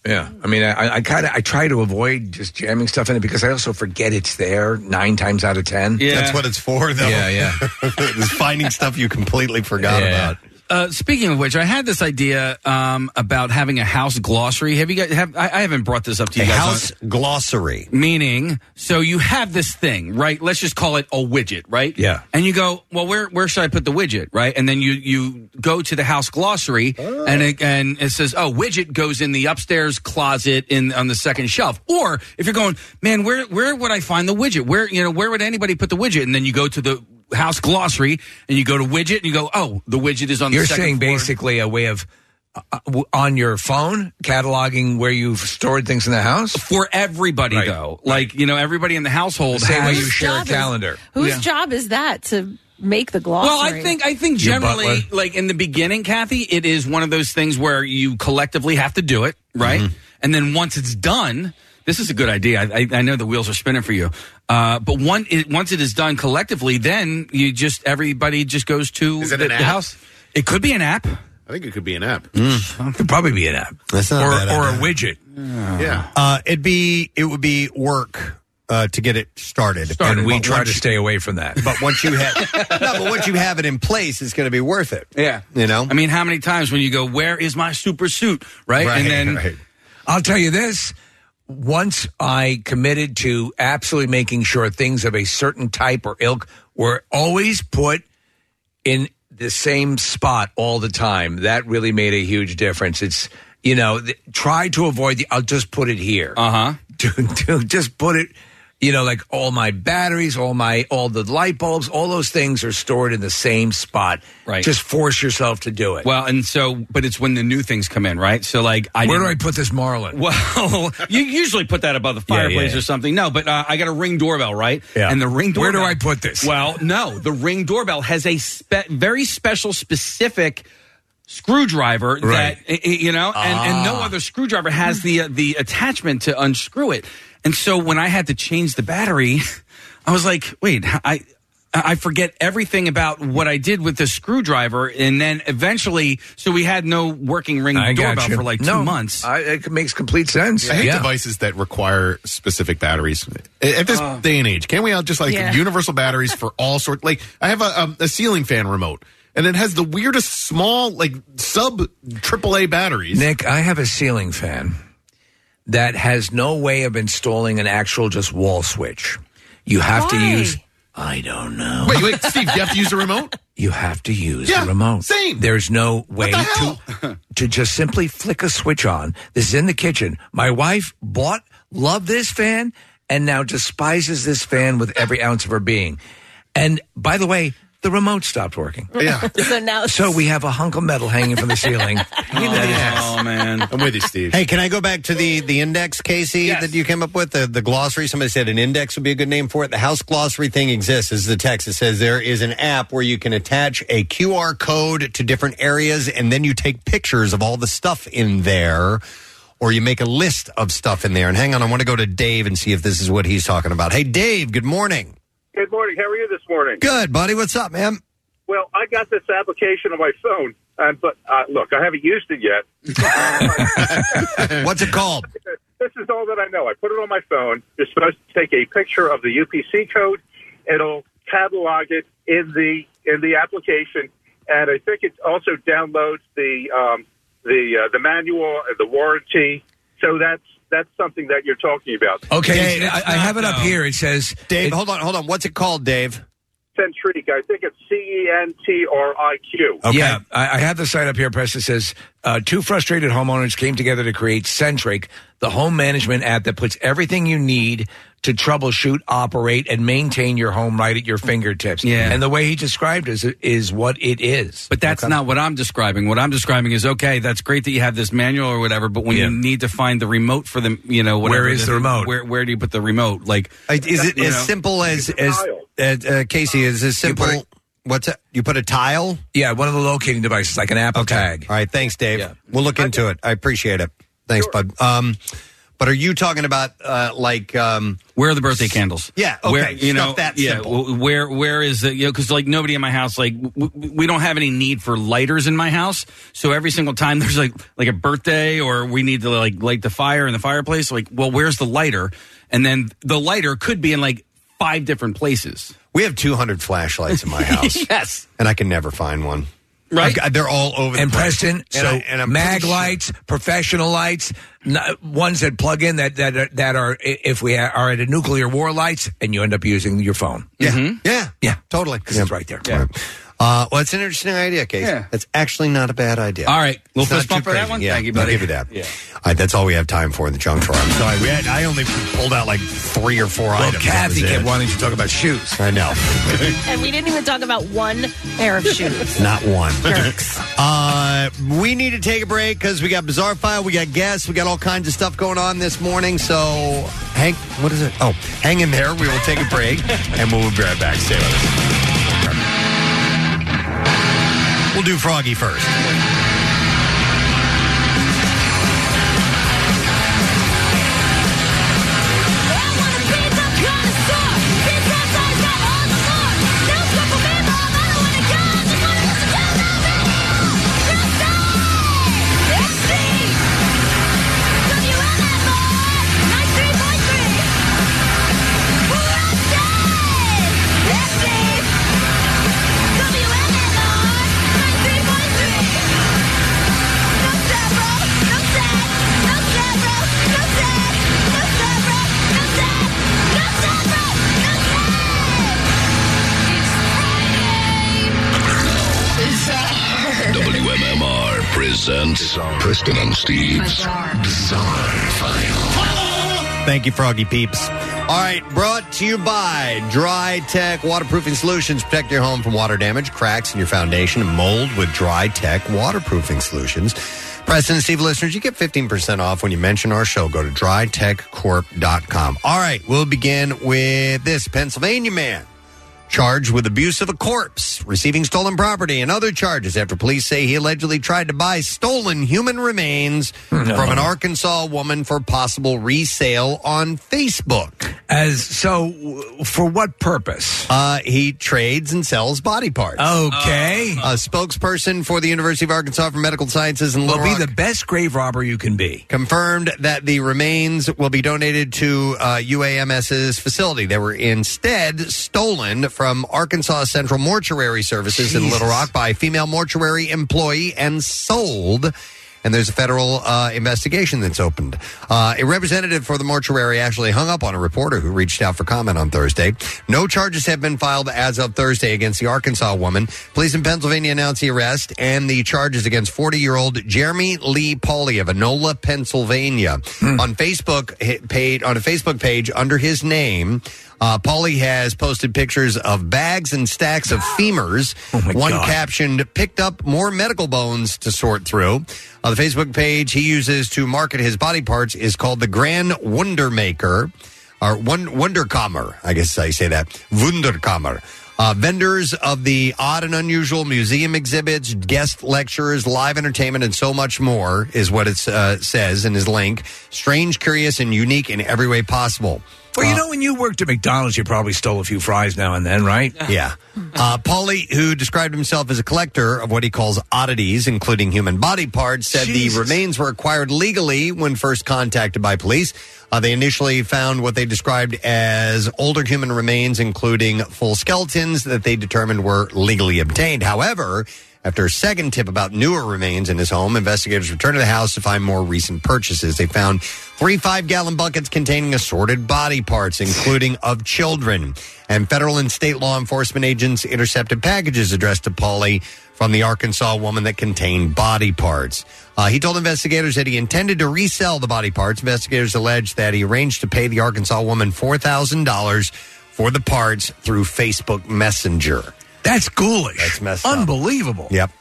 Yeah, I mean, I, I kind of I try to avoid just jamming stuff in it because I also forget it's there nine times out of ten. That's what it's for, though. Yeah, yeah. it's finding stuff you completely forgot about. Uh, speaking of which, I had this idea um, about having a house glossary. Have you guys? Have I, I haven't brought this up to you A guys. house glossary. Meaning, so you have this thing, right? Let's just call it a widget, right? Yeah. And you go, well, where where should I put the widget, right? And then you you go to the house glossary, Ah. and it, and it says, oh, widget goes in the upstairs closet in on the second shelf. Or if you're going, man, where where would I find the widget? Where you know where would anybody put the widget? And then you go to the house glossary and you go to widget and you go, oh, the widget is on. You're the second saying floor. basically a way of uh, uh, w- on your phone cataloging where you've stored things in the house for everybody though. Like you know, everybody in the household. Same way has- you share a job is- calendar. Whose Yeah. job is that to make the glossary? Well, I think I think Your butler. generally, like in the beginning, Kathy, it is one of those things where you collectively have to do it, right? And then once it's done, this is a good idea. I, I, I know the wheels are spinning for you, uh, but one, it, once it is done collectively, then you just everybody just goes to Is it the, an the app? house. It could be an app. I think it could be an app. Hmm. Could probably be an app. That's not a or bad or a idea. widget. Yeah. Uh, it'd be it would be work uh, to get it started, And we but try once to you- stay away from that. But once you have no, but once you have it in place, it's going to be worth it. Yeah, you know. I mean, how many times when you go, "Where is my super suit?" Right, Right, and then right. I'll tell you this. Once I committed to absolutely making sure things of a certain type or ilk were always put in the same spot all the time, that really made a huge difference. It's, you know, th- try to avoid the, I'll just put it here. Uh huh. Just put it, you know, like all my batteries, all my, all the light bulbs, all those things are stored in the same spot. Right. Just force yourself to do it. well, and so, but it's when the new things come in, right? So, like, I Where do didn't- I put this Marlin? Well, you usually put that above the Yeah, yeah, fireplace yeah. or something. No, but uh, I got a ring doorbell, right? Yeah. And the ring Where doorbell. do I put this? Well, no, the ring doorbell has a spe- very special, specific screwdriver Right. Ah. that i- i- you know, and, and no other screwdriver has the uh, the attachment to unscrew it. And so when I had to change the battery, I was like, wait, I. I forget everything about what I did with the screwdriver, and then eventually, so we had no working ring I got doorbell you. for like two No, months. I, it makes complete sense. I hate devices that require specific batteries. At this Uh. day and age, can we all just like Yeah. universal batteries for all sorts? Like I have a, um, a ceiling fan remote, and it has the weirdest small like sub AAA batteries. Nick, I have a ceiling fan that has no way of installing an actual just wall switch. You have to Why? use. I don't know. Wait, wait, Steve, you have to use a remote. You have to use the remote. Same. There's no way to to just simply flick a switch on. This is in the kitchen. My wife bought, loved this fan, and now despises this fan with every ounce of her being. And by the way, the remote stopped working. Yeah. so now, So we have a hunk of metal hanging from the ceiling. Oh man, I'm with you, Steve. Hey, can I go back to the the index, Casey, that you came up with the the glossary? Somebody said an index would be a good name for it. The house glossary thing exists. This is the text. It says there is an app where you can attach a QR code to different areas, and then you take pictures of all the stuff in there. Or you make a list of stuff in there. And hang on, I want to go to Dave and see if this is what he's talking about. Hey, Dave, good morning. Good morning. How are you this morning? Good, buddy. What's up, man? Well, I got this application on my phone, and but uh, look, I haven't used it yet. What's it called? This is all that I know. I put it on my phone. You're supposed to take a picture of the UPC code. It'll catalog it in the in the application, and I think it also downloads the um, the uh, the manual and the warranty. So that's that's something that you're talking about. Okay, I, I have it up here. It says Dave, it- hold on, hold on. What's it called, Dave? Centric. I think it's C E N T R I Q. Yeah, I, I have the site up here. Press it says uh, two frustrated homeowners came together to create Centric, the home management app that puts everything you need to troubleshoot, operate, and maintain your home right at your fingertips. Yeah. and the way he described it is, is what it is. But that's not what I'm describing. What I'm describing is okay. That's great that you have this manual or whatever. But when Yeah. you need to find the remote for the, you know, whatever Where is the remote? Where where do you put the remote? Like, Uh, Is it you as know? simple as as uh, uh, Casey? Is as simple? what's it? You put a tile? Yeah, one of the locating devices, like an Apple tag. All right, thanks, Dave. We'll look into it. I appreciate it. Thanks, bud. Um, but are you talking about uh, like um, where are the birthday candles? Yeah, okay, where, you stuff know, that yeah, simple. w- where where is the you know because like nobody in my house like w- w- we don't have any need for lighters in my house. So every single time there's like like a birthday or we need to like light the fire in the fireplace, like well, where's the lighter? And then the lighter could be in like five different places. We have 200 flashlights in my house. yes, and I can never find one. Right, they're all over. the and place. Preston, And so I- and I'm mag pretty sure- lights, professional lights, n- ones that plug in that that are, that are i- if we are at a nuclear war lights, and you end up using your phone. Yeah, Mm-hmm. yeah, yeah, totally. Because it's right there. Uh, well, it's an interesting idea, Casey. Yeah. That's actually not a bad idea. All right. Little It's not fist bump too for that crazy. one? Yeah, Thank you, I'll buddy. give you that. All right, that's all we have time for in the junk drawer. I'm sorry. We had, I only pulled out like three or four Well, items. Kathy kept wanting to talk about shoes. I know. and we didn't even talk about one pair of shoes. Not one. uh, we need to take a break because we got Bizarre File, we got guests, we got all kinds of stuff going on this morning. So hang, what is it? Oh, hang in there. We will take a break and we'll be right back. Stay with us. We'll do Froggy first. WMMR presents Preston and Steve's Bizarre, File. Thank you, Froggy Peeps. All right, brought to you by Dry Tech Waterproofing Solutions. Protect your home from water damage, cracks in your foundation, and mold with Dry Tech Waterproofing Solutions. Preston and Steve listeners, you get 15% off when you mention our show. Go to drytechcorp.com. All right, we'll begin with this Pennsylvania man charged with abuse of a corpse, receiving stolen property, and other charges after police say he allegedly tried to buy stolen human remains from an Arkansas woman for possible resale on Facebook. As so, w- for what purpose? Uh, he trades and sells body parts. Okay. A spokesperson for the University of Arkansas for Medical Sciences in Little Well, be Rock the best grave robber you can be. confirmed that the remains will be donated to uh, UAMS's facility. They were instead stolen from Arkansas Central Mortuary Services in Little Rock by a female mortuary employee and sold. And there's a federal uh, investigation that's opened. Uh, a representative for the mortuary actually hung up on a reporter who reached out for comment on Thursday. No charges have been filed as of Thursday against the Arkansas woman. Police in Pennsylvania announced the arrest and the charges against 40 year old Jeremy Lee Pauley of Anola, Pennsylvania. On Facebook hi- page, on a Facebook page under his name, uh, Pauly has posted pictures of bags and stacks of femurs. One captioned, picked up more medical bones to sort through. Uh, the Facebook page he uses to market his body parts is called the Grand Wonder Maker or Won- Wunderkammer. I guess I say that. Wunderkammer. Uh, vendors of the odd and unusual museum exhibits, guest lectures, live entertainment, and so much more is what it uh, says in his link. Strange, curious, and unique in every way possible. Uh, Well, you know, when you worked at McDonald's, you probably stole a few fries now and then, right? Yeah. Uh, Paulie, who described himself as a collector of what he calls oddities, including human body parts, said the remains were acquired legally when first contacted by police. Uh, they initially found what they described as older human remains, including full skeletons that they determined were legally obtained. However, after a second tip about newer remains in his home, investigators returned to the house to find more recent purchases. They found three five gallon buckets containing assorted body parts, including of children. And federal and state law enforcement agents intercepted packages addressed to Pauly from the Arkansas woman that contained body parts. Uh, he told investigators that he intended to resell the body parts. Investigators alleged that he arranged to pay the Arkansas woman $4,000 for the parts through Facebook Messenger. That's ghoulish. That's messed up. Unbelievable. Yep.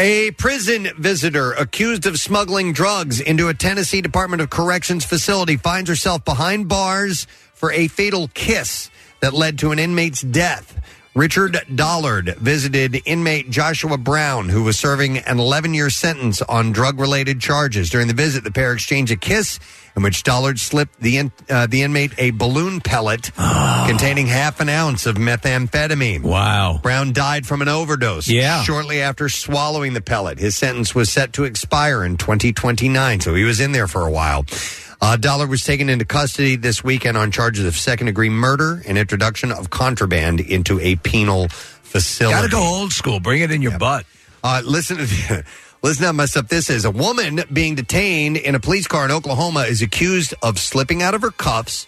A prison visitor accused of smuggling drugs into a Tennessee Department of Corrections facility finds herself behind bars for a fatal kiss that led to an inmate's death. Richard Dollard visited inmate Joshua Brown, who was serving an 11 year sentence on drug related charges. During the visit, the pair exchanged a kiss in which Dollard slipped the, in, uh, the inmate a balloon pellet containing half an ounce of methamphetamine. Ah. Wow. Brown died from an overdose Yeah. shortly after swallowing the pellet. His sentence was set to expire in 2029, so he was in there for a while. Uh, Dollar was taken into custody this weekend on charges of second degree murder and introduction of contraband into a penal facility. Got to go old school. Bring it in your butt. Uh, listen to listen to how messed up this is. A woman being detained in a police car in Oklahoma is accused of slipping out of her cuffs,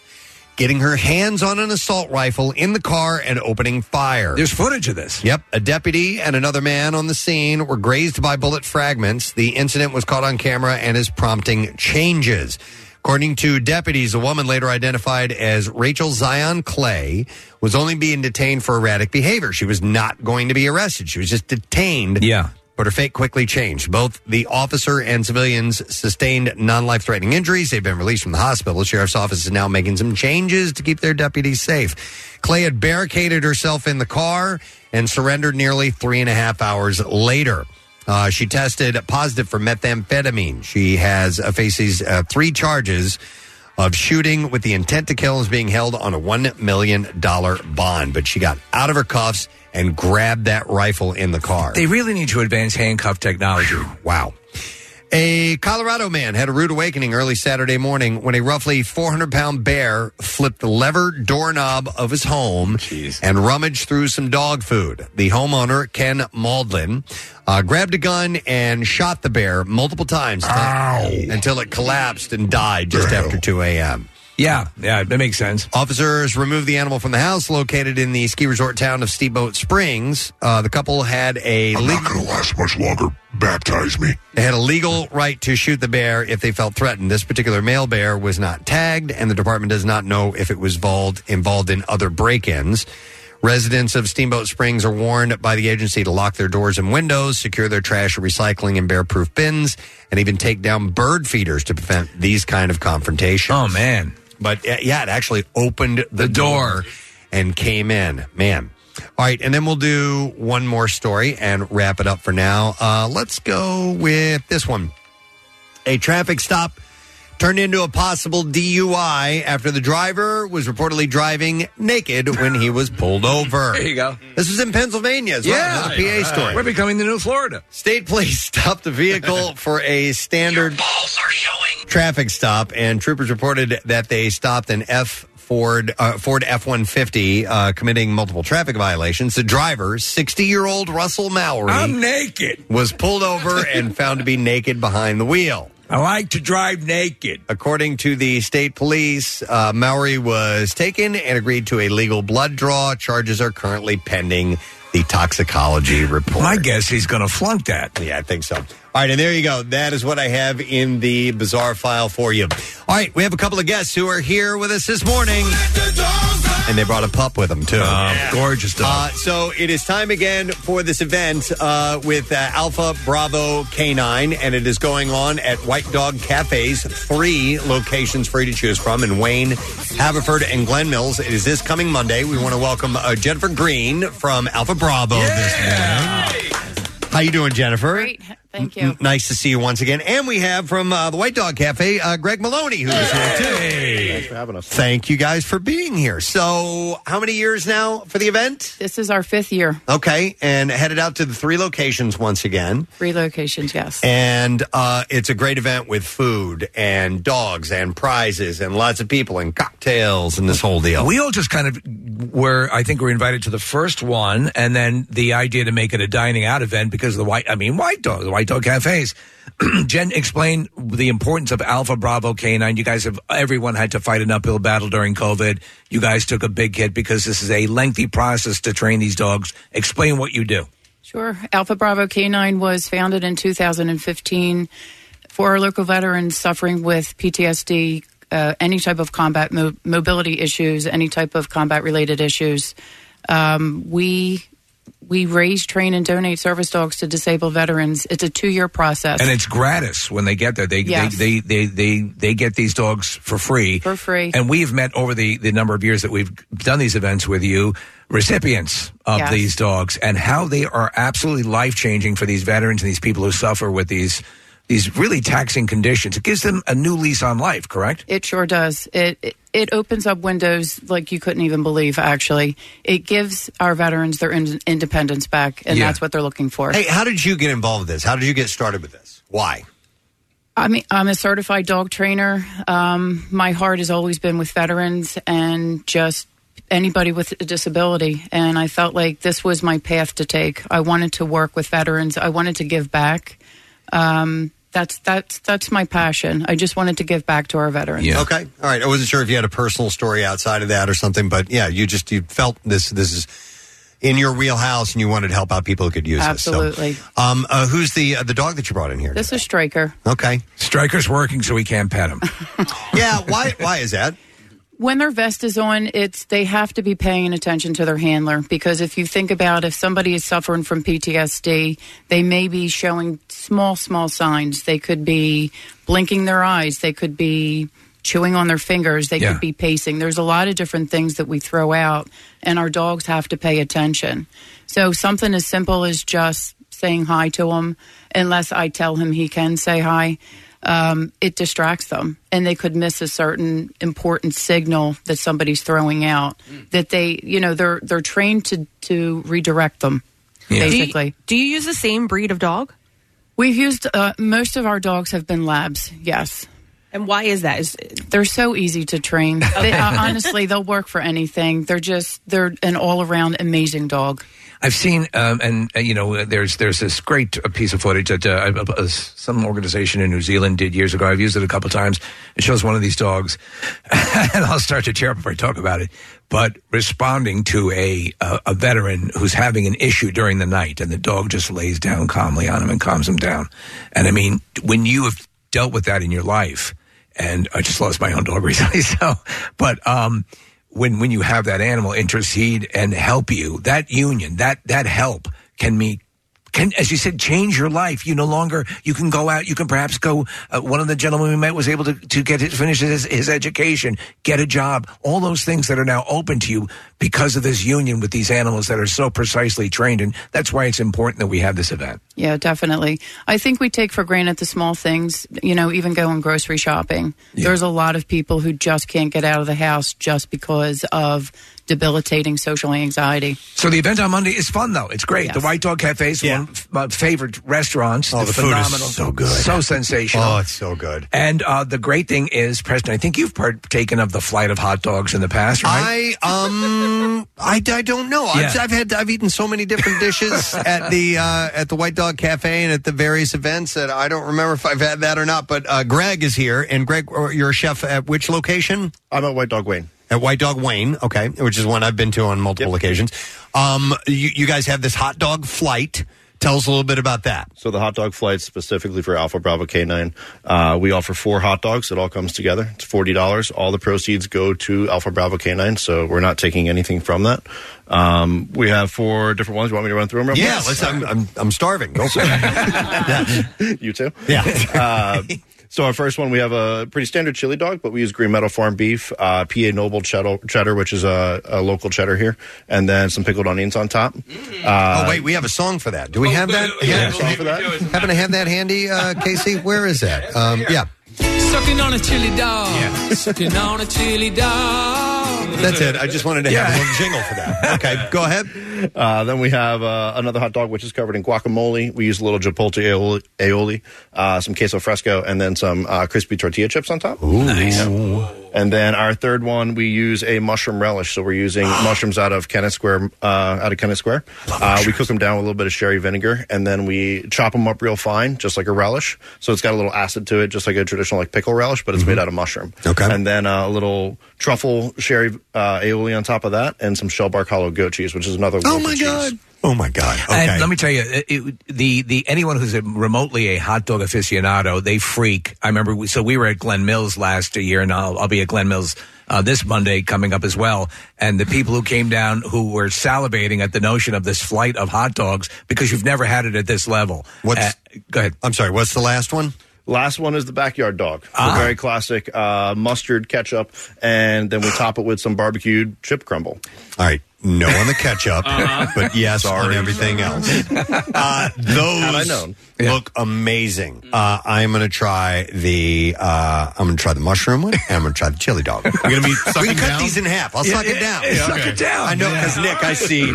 getting her hands on an assault rifle in the car, and opening fire. There's footage of this. Yep. A deputy and another man on the scene were grazed by bullet fragments. The incident was caught on camera and is prompting changes. According to deputies, a woman later identified as Rachel Zion Clay was only being detained for erratic behavior. She was not going to be arrested. She was just detained. Yeah. But her fate quickly changed. Both the officer and civilians sustained non life threatening injuries. They've been released from the hospital. The sheriff's office is now making some changes to keep their deputies safe. Clay had barricaded herself in the car and surrendered nearly three and a half hours later. Uh, she tested positive for methamphetamine. She has uh, faces uh, three charges of shooting with the intent to kill and is being held on a $1 million bond. But she got out of her cuffs and grabbed that rifle in the car. They really need to advance handcuff technology. Wow. A Colorado man had a rude awakening early Saturday morning when a roughly 400 pound bear flipped the lever doorknob of his home and rummaged through some dog food. The homeowner, Ken Maudlin, uh, grabbed a gun and shot the bear multiple times until it collapsed and died just after 2 a.m. Yeah, yeah, that makes sense. Officers removed the animal from the house located in the ski resort town of Steamboat Springs. Uh, the couple had a legal Last much longer. Baptize me. They had a legal right to shoot the bear if they felt threatened. This particular male bear was not tagged, and the department does not know if it was involved, involved in other break ins. Residents of Steamboat Springs are warned by the agency to lock their doors and windows, secure their trash and recycling in bear proof bins, and even take down bird feeders to prevent these kind of confrontations. Oh, man. But uh, yeah, it actually opened the, door. and came in. Man. All right, and then we'll do one more story and wrap it up for now. Uh, let's go with this one. A traffic stop turned into a possible DUI after the driver was reportedly driving naked when he was pulled over. There you go. Mm. This was in Pennsylvania as well. Yeah. Another PA story. We're becoming the new Florida. State police stopped the vehicle for a standard traffic stop, and troopers reported that they stopped an F Ford uh, Ford F one fifty committing multiple traffic violations. The driver, sixty year old Russell Mallory, I'm naked. was pulled over and found to be naked behind the wheel. I like to drive naked. According to the state police, uh, Maury was taken and agreed to a legal blood draw. Charges are currently pending the toxicology report. My guess he's going to flunk that. Yeah, I think so. All right, and there you go. That is what I have in the bizarre file for you. All right, we have a couple of guests who are here with us this morning. And they brought a pup with them, too. Gorgeous Uh, so it is time again for this event uh, with uh, Alpha Bravo Canine, and it is going on at White Dog Cafes. Three locations for you to choose from in Wayne, Haverford, and Glen Mills. It is this coming Monday. We want to welcome uh, Jennifer Green from Alpha Bravo this morning. How you doing, Jennifer? Great, thank you. nice to see you once again. And we have from uh, the White Dog Cafe, uh, Greg Maloney, who's here too. Thanks for having us. Thank you guys for being here. So, how many years now for the event? This is our fifth year. Okay, and headed out to the three locations once again. Three locations, yes. And uh, it's a great event with food and dogs and prizes and lots of people and cocktails and this whole deal. We all just kind of were. I think we were invited to the first one, and then the idea to make it a dining out event because of the white. I mean, white dog, the white dog cafes. Jen, explain the importance of Alpha Bravo Canine. You guys have everyone had to fight an uphill battle during COVID. You guys took a big hit because this is a lengthy process to train these dogs. Explain what you do. Sure. Alpha Bravo K9 was founded in 2015 for local veterans suffering with PTSD, uh, any type of combat mo- mobility issues, any type of combat related issues. Um, we we raise, train, and donate service dogs to disabled veterans. It's a two year process. And it's gratis when they get there. They, Yes. they, they, they, they, they get these dogs for free. For free. And we've met over the, the number of years that we've done these events with you, recipients of Yes. these dogs and how they are absolutely life changing for these veterans and these people who suffer with these, these really taxing conditions. It gives them a new lease on life, correct? It sure does. It, it it opens up windows like you couldn't even believe. Actually, it gives our veterans their in- independence back, and Yeah. that's what they're looking for. Hey, how did you get involved with this? How did you get started with this? Why? I mean, I'm a certified dog trainer. Um, my heart has always been with veterans and just anybody with a disability. And I felt like this was my path to take. I wanted to work with veterans. I wanted to give back. Um, that's that's that's my passion. I just wanted to give back to our veterans. Okay. All right. I wasn't sure if you had a personal story outside of that or something, but yeah, you just you felt this this is in your wheelhouse, and you wanted to help out people who could use Absolutely. this. So, um, uh, who's the uh, the dog that you brought in here? This is Striker. Okay. Striker's working, so we can't pet him. yeah. Why? Why is that? when their vest is on it's they have to be paying attention to their handler because if you think about if somebody is suffering from ptsd they may be showing small small signs they could be blinking their eyes they could be chewing on their fingers they Yeah. could be pacing there's a lot of different things that we throw out and our dogs have to pay attention so something as simple as just saying hi to him unless i tell him he can say hi um, it distracts them and they could miss a certain important signal that somebody's throwing out Hmm. that they you know they're they're trained to to redirect them basically Do you use the same breed of dog? we've used uh, most of our dogs have been labs yes and why is that is they're so easy to train they, uh, honestly they'll work for anything they're just they're an all-around amazing dog I've seen, um, and uh, you know, uh, there's there's this great uh, piece of footage that uh, I- uh, some organization in New Zealand did years ago. I've used it a couple times. It shows one of these dogs, and I'll start to tear up if I talk about it. But responding to a uh, a veteran who's having an issue during the night, and the dog just lays down calmly on him and calms him down. And I mean, when you have dealt with that in your life, and I just lost my own dog recently, so but um when when you have that animal intercede and help you, that union, that that help can mean can, as you said, change your life. You no longer you can go out. You can perhaps go. Uh, one of the gentlemen we met was able to to get his, finish his, his education, get a job, all those things that are now open to you because of this union with these animals that are so precisely trained, and that's why it's important that we have this event. Yeah, definitely. I think we take for granted the small things, you know, even going grocery shopping. There's a lot of people who just can't get out of the house just because of debilitating social anxiety. So the event on Monday is fun, though. It's great. Yes. The White Dog Cafe is one of my favorite restaurants. Oh, They're the food is phenomenal. so good. So sensational. Oh, it's so good. And uh, the great thing is, Preston, I think you've partaken of the flight of hot dogs in the past, right? I um I, I don't know. I've, Yeah. I've had I've eaten so many different dishes at the uh, at the White Dog Cafe and at the various events that I don't remember if I've had that or not. But uh, Greg is here, and Greg, or- you're a chef at which location? I'm at White Dog Wayne. At White Dog Wayne, okay, which is one I've been to on multiple occasions. Um, you, you guys have this hot dog flight. Tell us a little bit about that. So the hot dog flights specifically for Alpha Bravo K9, uh, we offer four hot dogs. It all comes together. It's forty dollars. All the proceeds go to Alpha Bravo K9. So we're not taking anything from that. Um, we have four different ones. You want me to run through them? Yeah, let's- I'm- I'm starving. Go for it. you too. Yeah. uh, so our first one, we have a pretty standard chili dog, but we use Green Meadow Farm beef, uh, PA Noble cheddar, cheddar which is a, a local cheddar here, and then some pickled onions on top. Uh, oh wait, we have a song for that. Do we have that? yeah, song for that? Happen to have that handy, uh, Casey? Where is that? Um, yeah. Sucking on a chili dog. Sucking on a chili dog. That's it. I just wanted to have a little jingle for that. Okay, go ahead. Uh, then we have uh, another hot dog, which is covered in guacamole. We use a little chipotle aioli, aioli uh, some queso fresco, and then some uh, crispy tortilla chips on top. Nice. And then our third one, we use a mushroom relish. So we're using mushrooms out of Kennett Square, uh, out of Kennett Square. Uh, we cook them down with a little bit of sherry vinegar, and then we chop them up real fine, just like a relish. So it's got a little acid to it, just like a traditional like pickle relish, but it's made out of mushroom. Okay. And then uh, a little truffle sherry uh, aioli on top of that, and some shell bark hollow goat cheese, which is another. Oh, local my cheese. God. Oh my God! And let me tell you, it, it, the the anyone who's a, remotely a hot dog aficionado, they freak. I remember. We, so we were at Glen Mills last year, and I'll, I'll be at Glen Mills uh, this Monday coming up as well. And the people who came down who were salivating at the notion of this flight of hot dogs because you've never had it at this level. Uh, What's- go ahead. I'm sorry. What's the last one? Last one is the backyard dog. The very classic uh, mustard ketchup, and then we top it with some barbecued chip crumble. All right, no on the ketchup, but yes on Uh-huh. Sorry. everything else. Uh, Had I those known. look amazing. Uh, I'm going to try the uh, I'm going to try the mushroom one. And I'm going to try the chili dog. We're going to be we can sucking cut down? these in half. I'll Yeah, suck it yeah, down. yeah, Suck okay. it down. I know because Nick, I see.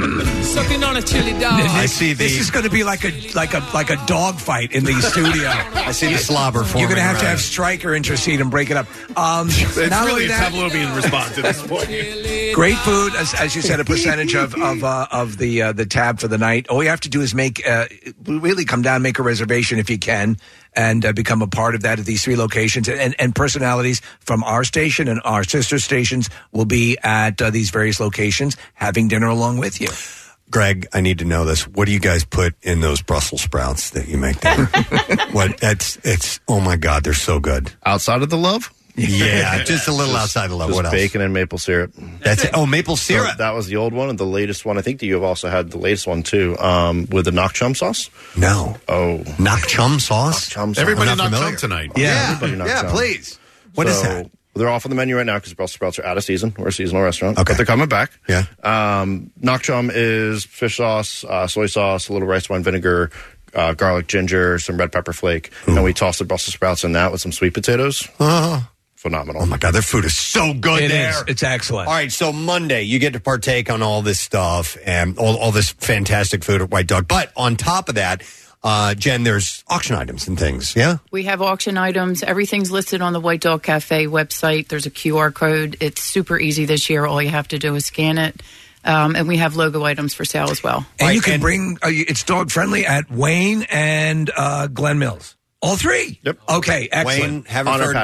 Sucking on a chili dog. Nick, I see this the- is going to be like a like a like a dog fight in the studio. I see the slobber You're forming going to have to around. have Stryker intercede and break it up. Um, it's really a Pavlovian response at this point. Great food, as, as you said, a percentage of of, uh, of the uh, the tab for the night. All you have to do is make uh, really come down, make a reservation if you can, and uh, become a part of that at these three locations. And, and personalities from our station and our sister stations will be at uh, these various locations having dinner along with you. Greg, I need to know this. What do you guys put in those Brussels sprouts that you make there? what that's it's oh my god, they're so good. Outside of the love? Yeah, just a little Just- outside of love. just What else? Bacon and maple syrup. That's it. Oh, maple syrup. that was the old one, and the latest one. I think that you have also had the latest one too, um, with the nak chum sauce. No. Oh, nak chum sauce. Chum sauce. Everybody I'm not nak chum familiar. tonight. Yeah. everybody nak Yeah, chum. please. What is that? They're off on the menu right now because Brussels sprouts are out of season. We're a seasonal restaurant, but they're coming back. Yeah. Um, nak chum is fish sauce, uh, soy sauce, a little rice wine vinegar, uh, garlic ginger, some red pepper flake, and we toss the Brussels sprouts in that with some sweet potatoes. Oh. Phenomenal. Oh my god, their food is so good It there. is. It's excellent. All right, so Monday you get to partake on all this stuff and all, all this fantastic food at White Dog. But on top of that, uh, Jen, there's auction items and things. Yeah. We have auction items. Everything's listed on the White Dog Cafe website. There's a QR code. It's super easy this year. All you have to do is scan it. Um, and we have logo items for sale as well. And you can bring uh, it's dog friendly at Wayne and uh, Glen Mills. All three. Yep. Okay. Wayne, Excellent. Haverford,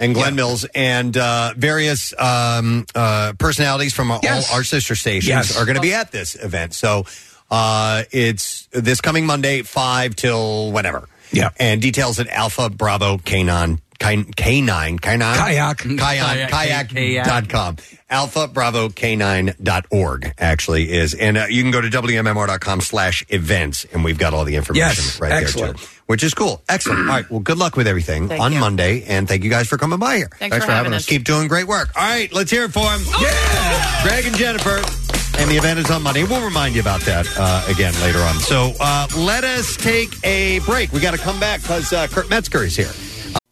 and Glen Mills, and uh, various um, uh, personalities from all- all our sister stations Yes. are going to be at this event. So uh, it's this coming Monday, five till whenever. Yeah, and details at Alpha Bravo Canon K9, K9, Kayak. Kayak, Kayak. kayak.com. Alpha Bravo K9.org actually is. And uh, you can go to WMMR.com slash events, and we've got all the information Yes, right excellent. there, too. Which is cool. Excellent. All right. Well, good luck with everything Thank on you. Monday, and thank you guys for coming by here. Thanks Thanks for for having having us. Oh, us. Keep doing great work. All right. Let's hear it for him. Yeah. Greg and Jennifer. And the event is on Monday. We'll remind you about that uh, again later on. So uh, let us take a break. We got to come back because uh, Kurt Metzger is here.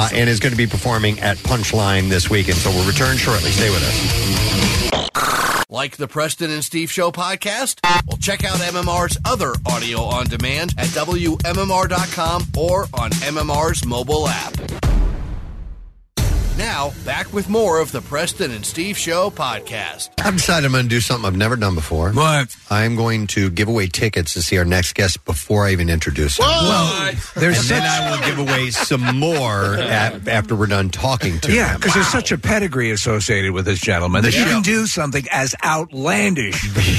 uh, and is going to be performing at Punchline this weekend. So we'll return shortly. Stay with us. Like the Preston and Steve Show podcast? Well, check out MMR's other audio on demand at WMMR.com or on MMR's mobile app. Now, back with more of the Preston and Steve Show podcast. I've decided I'm going to do something I've never done before. What? I'm going to give away tickets to see our next guest before I even introduce him. Whoa! There's There's and then such- I will give away some more a- after we're done talking to Yeah, him. because there's such a pedigree associated with this gentleman The that you show- can do something as outlandish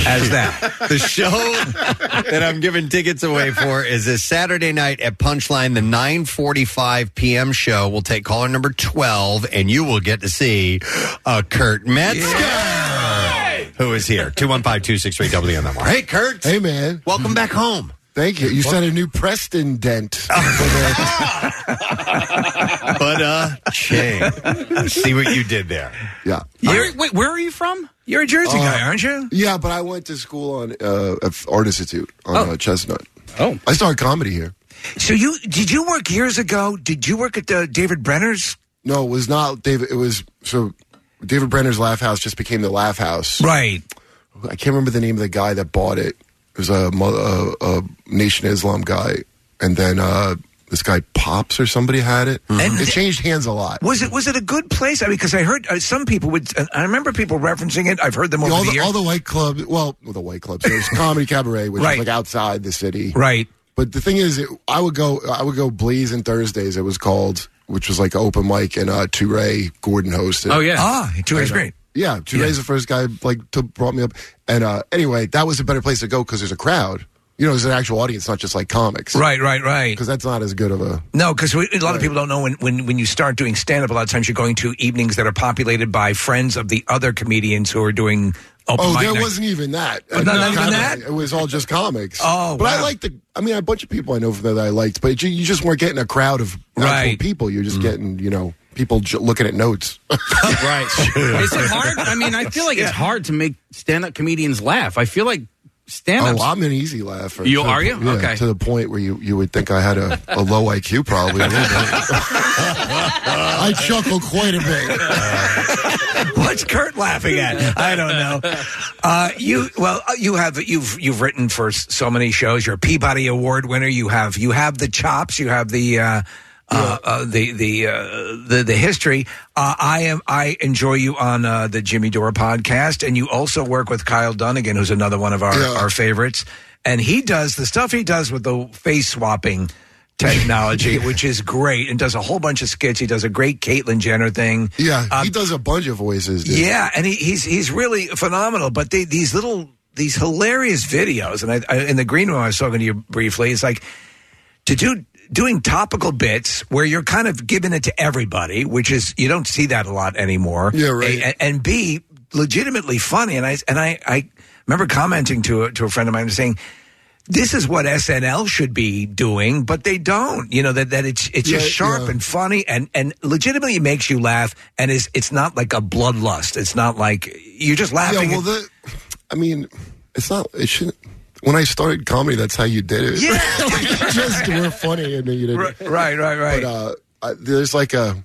as that. the show that I'm giving tickets away for is this Saturday night at Punchline, the 9:45 p.m. show. We'll take caller number 12, and you will get to see uh, Kurt Metzger, who is here. 215-263-WMMR. Hey, Kurt. Hey, man. Welcome back home. Oh. Thank you. You set a new Preston dent. but uh, Shane, see what you did there. Yeah. You're, wait, where are you from? You're a Jersey Uh, guy, aren't you? Yeah, but I went to school on uh, at Art Institute on Oh. uh, Chestnut. Oh, I started comedy here. So you did you work years ago? Did you work at uh, David Brenner's? No, it was not David. It was so David Brenner's Laugh House just became the Laugh House. Right. I can't remember the name of the guy that bought it. It was a, mo- a, a Nation of Islam guy, and then uh, this guy Pops or somebody had it. it changed hands a lot. Was it was it a good place? I mean, because I heard uh, some people would. Uh, I remember people referencing it. I've heard them over all the, years. all the white clubs. Well, well, the white clubs. There's comedy cabaret, which Right. is like outside the city, right? But the thing is, it, I would go. I would go blazing Thursdays. It was called, which was like open mic, and uh, Toure Gordon hosted. Ah, two is And, uh, great. Yeah, Toure's the first guy like to brought me up, and uh, anyway, that was a better place to go because there's a crowd. You know, there's an actual audience, not just like comics. Right, right, right. Because that's not as good of a No, because a lot of people don't know when, when, when you start doing stand up, a lot of times you're going to evenings that are populated by friends of the other comedians who are doing open oh, mic there night. wasn't even that. Oh, not even Comedy. that? It was all just comics. Oh, but I wow. liked the. I mean, a bunch of people I know from there that I liked, but you, you just weren't getting a crowd of actual Right. people. You're just getting, you know, people j- looking at notes. right. Is it hard? I mean, I feel like it's hard to make stand up comedians laugh. I feel like stand up. Oh, I'm an easy laugher. You To the are you? po- yeah, Okay. To the point where you, you would think I had a, a low IQ probably. A little bit. I chuckle quite a bit. What's Kurt laughing at? I don't know. Uh, you well, uh, you have you've you've written for s- so many shows. You're a Peabody Award winner. You have you have the chops. You have the. Uh, uh, uh, the the uh, the the history. Uh, I am I enjoy you on uh, the Jimmy Dore podcast, and you also work with Kyle Dunnigan, who's another one of our our favorites. And he does the stuff he does with the face swapping technology, which is great, and does a whole bunch of skits. He does a great Caitlyn Jenner thing. Uh, Yeah, he does a bunch of voices. Dude. Yeah, and he, he's he's really phenomenal. But they, these little these hilarious videos, and I, I in the green room I was talking to you briefly. It's like to do doing topical bits where you're kind of giving it to everybody, which is you don't see that a lot anymore. Yeah, right. and, and B, legitimately funny. And I and I I remember commenting to a, to a friend of mine and saying. This is what SNL should be doing, but they don't. You know that, that it's it's just Yeah, sharp yeah. and funny and and legitimately makes you laugh and is it's not like a bloodlust. It's not like you're just laughing. Yeah, well, at- the, I mean, it's not. It shouldn't. When I started comedy, that's how you did it. just were funny and then you didn't. Right, right, right. But uh, I, there's like a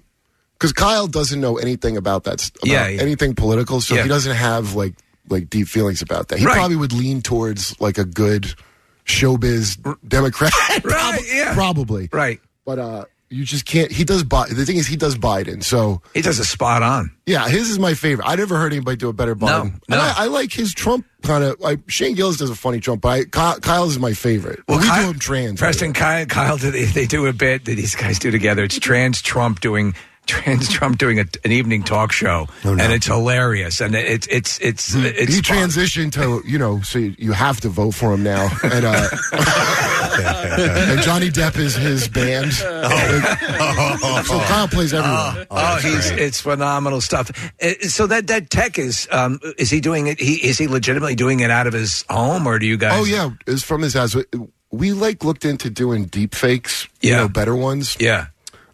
because Kyle doesn't know anything about that. st- About Yeah, yeah. anything political, so Yeah. he doesn't have like like deep feelings about that. He Right. probably would lean towards like a good showbiz Democrat. Right, yeah. Probably. Right. But uh, you just can't. He does. Bi- the thing is, he does Biden. So he does a spot on. Yeah, his is my favorite. I never heard anybody do a better Biden. and no. I, I like his Trump kind of. Like, Shane Gillis does a funny Trump, but I, Ky- Kyle's is my favorite. Well, we do him trans. Preston Kyle, Kyle do they, they do a bit that these guys do together. It's trans Trump doing trans Trump doing a, an evening talk show, and it's hilarious. And it's it's it's it's Hmm. he transitioned to you know, so you, you have to vote for him now. And uh, and Johnny Depp is his band. so Kyle plays everyone. Oh, he's, it's phenomenal stuff. Uh, So that that tech is um, is he doing it? He is he legitimately doing it out of his home, or do you guys? Oh yeah, it's from his house. We- We like looked into doing deep fakes, you Yeah. know, better ones. yeah.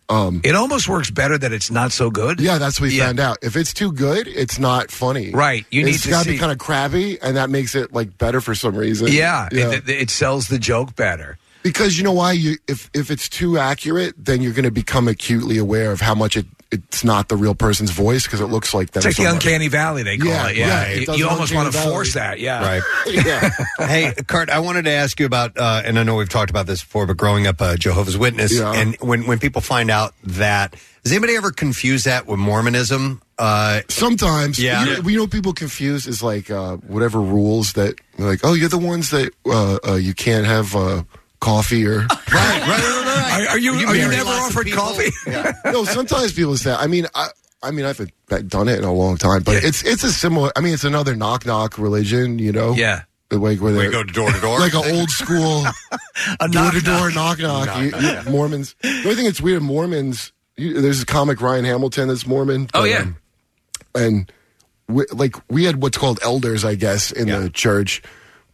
Um, it almost works better that it's not so good. Yeah, that's what we found out. If it's too good, it's not funny. Right, you need it's to gotta see- be kind of crabby, and that makes it like better for some reason. Yeah, It, it sells the joke better. because you know why? You if if it's too accurate, then you're going to become acutely aware of how much it it's not the real person's voice because it looks like them. It's like so the much. uncanny valley they call Yeah, it. Yeah, yeah, it You- does you an almost uncanny want to force valley. that. Yeah, Right. hey, Kurt, I wanted to ask you about, uh, and I know we've talked about this before, but growing up uh, a Jehovah's Witness, Yeah. and when, when people find out that, does anybody ever confuse that with Mormonism? Uh, Sometimes, Yeah. You know, you know what people confuse is like uh, whatever rules that like, oh, you're the ones that uh, uh, you can't have uh, coffee or Are, are you, You are you married never lots of offered people. coffee? no, sometimes people say. I mean, I, I mean, I've done it in a long time, but it's it's a similar. I mean, it's another knock knock religion, you know. Yeah. The way where Where they you go door to door? like an old school door to door knock knock. You- knock, you- yeah. Mormons. The only thing that's weird, Mormons. You, there's a comic Ryan Hamilton that's Mormon. Oh but, yeah. um, and we, like we had what's called elders, I guess, in the church.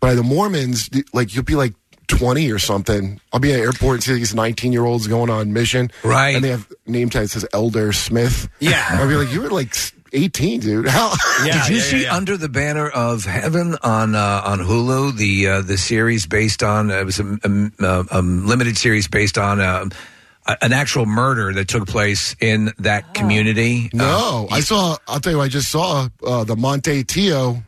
By the Mormons, th- like you'll be like twenty or something. I'll be at an airport and see these nineteen year olds going on mission, Right. And they have name tag that says Elder Smith. Yeah. I'll be like, you were like s- eighteen, dude. How? Did you see Under the Banner of Heaven on uh, on Hulu the uh, the series based on uh, it was a, a- a- a limited series based on uh, a- an actual murder that took place in that community? No, Uh, I saw. I'll tell you, what, I just saw uh, the Monte Tio.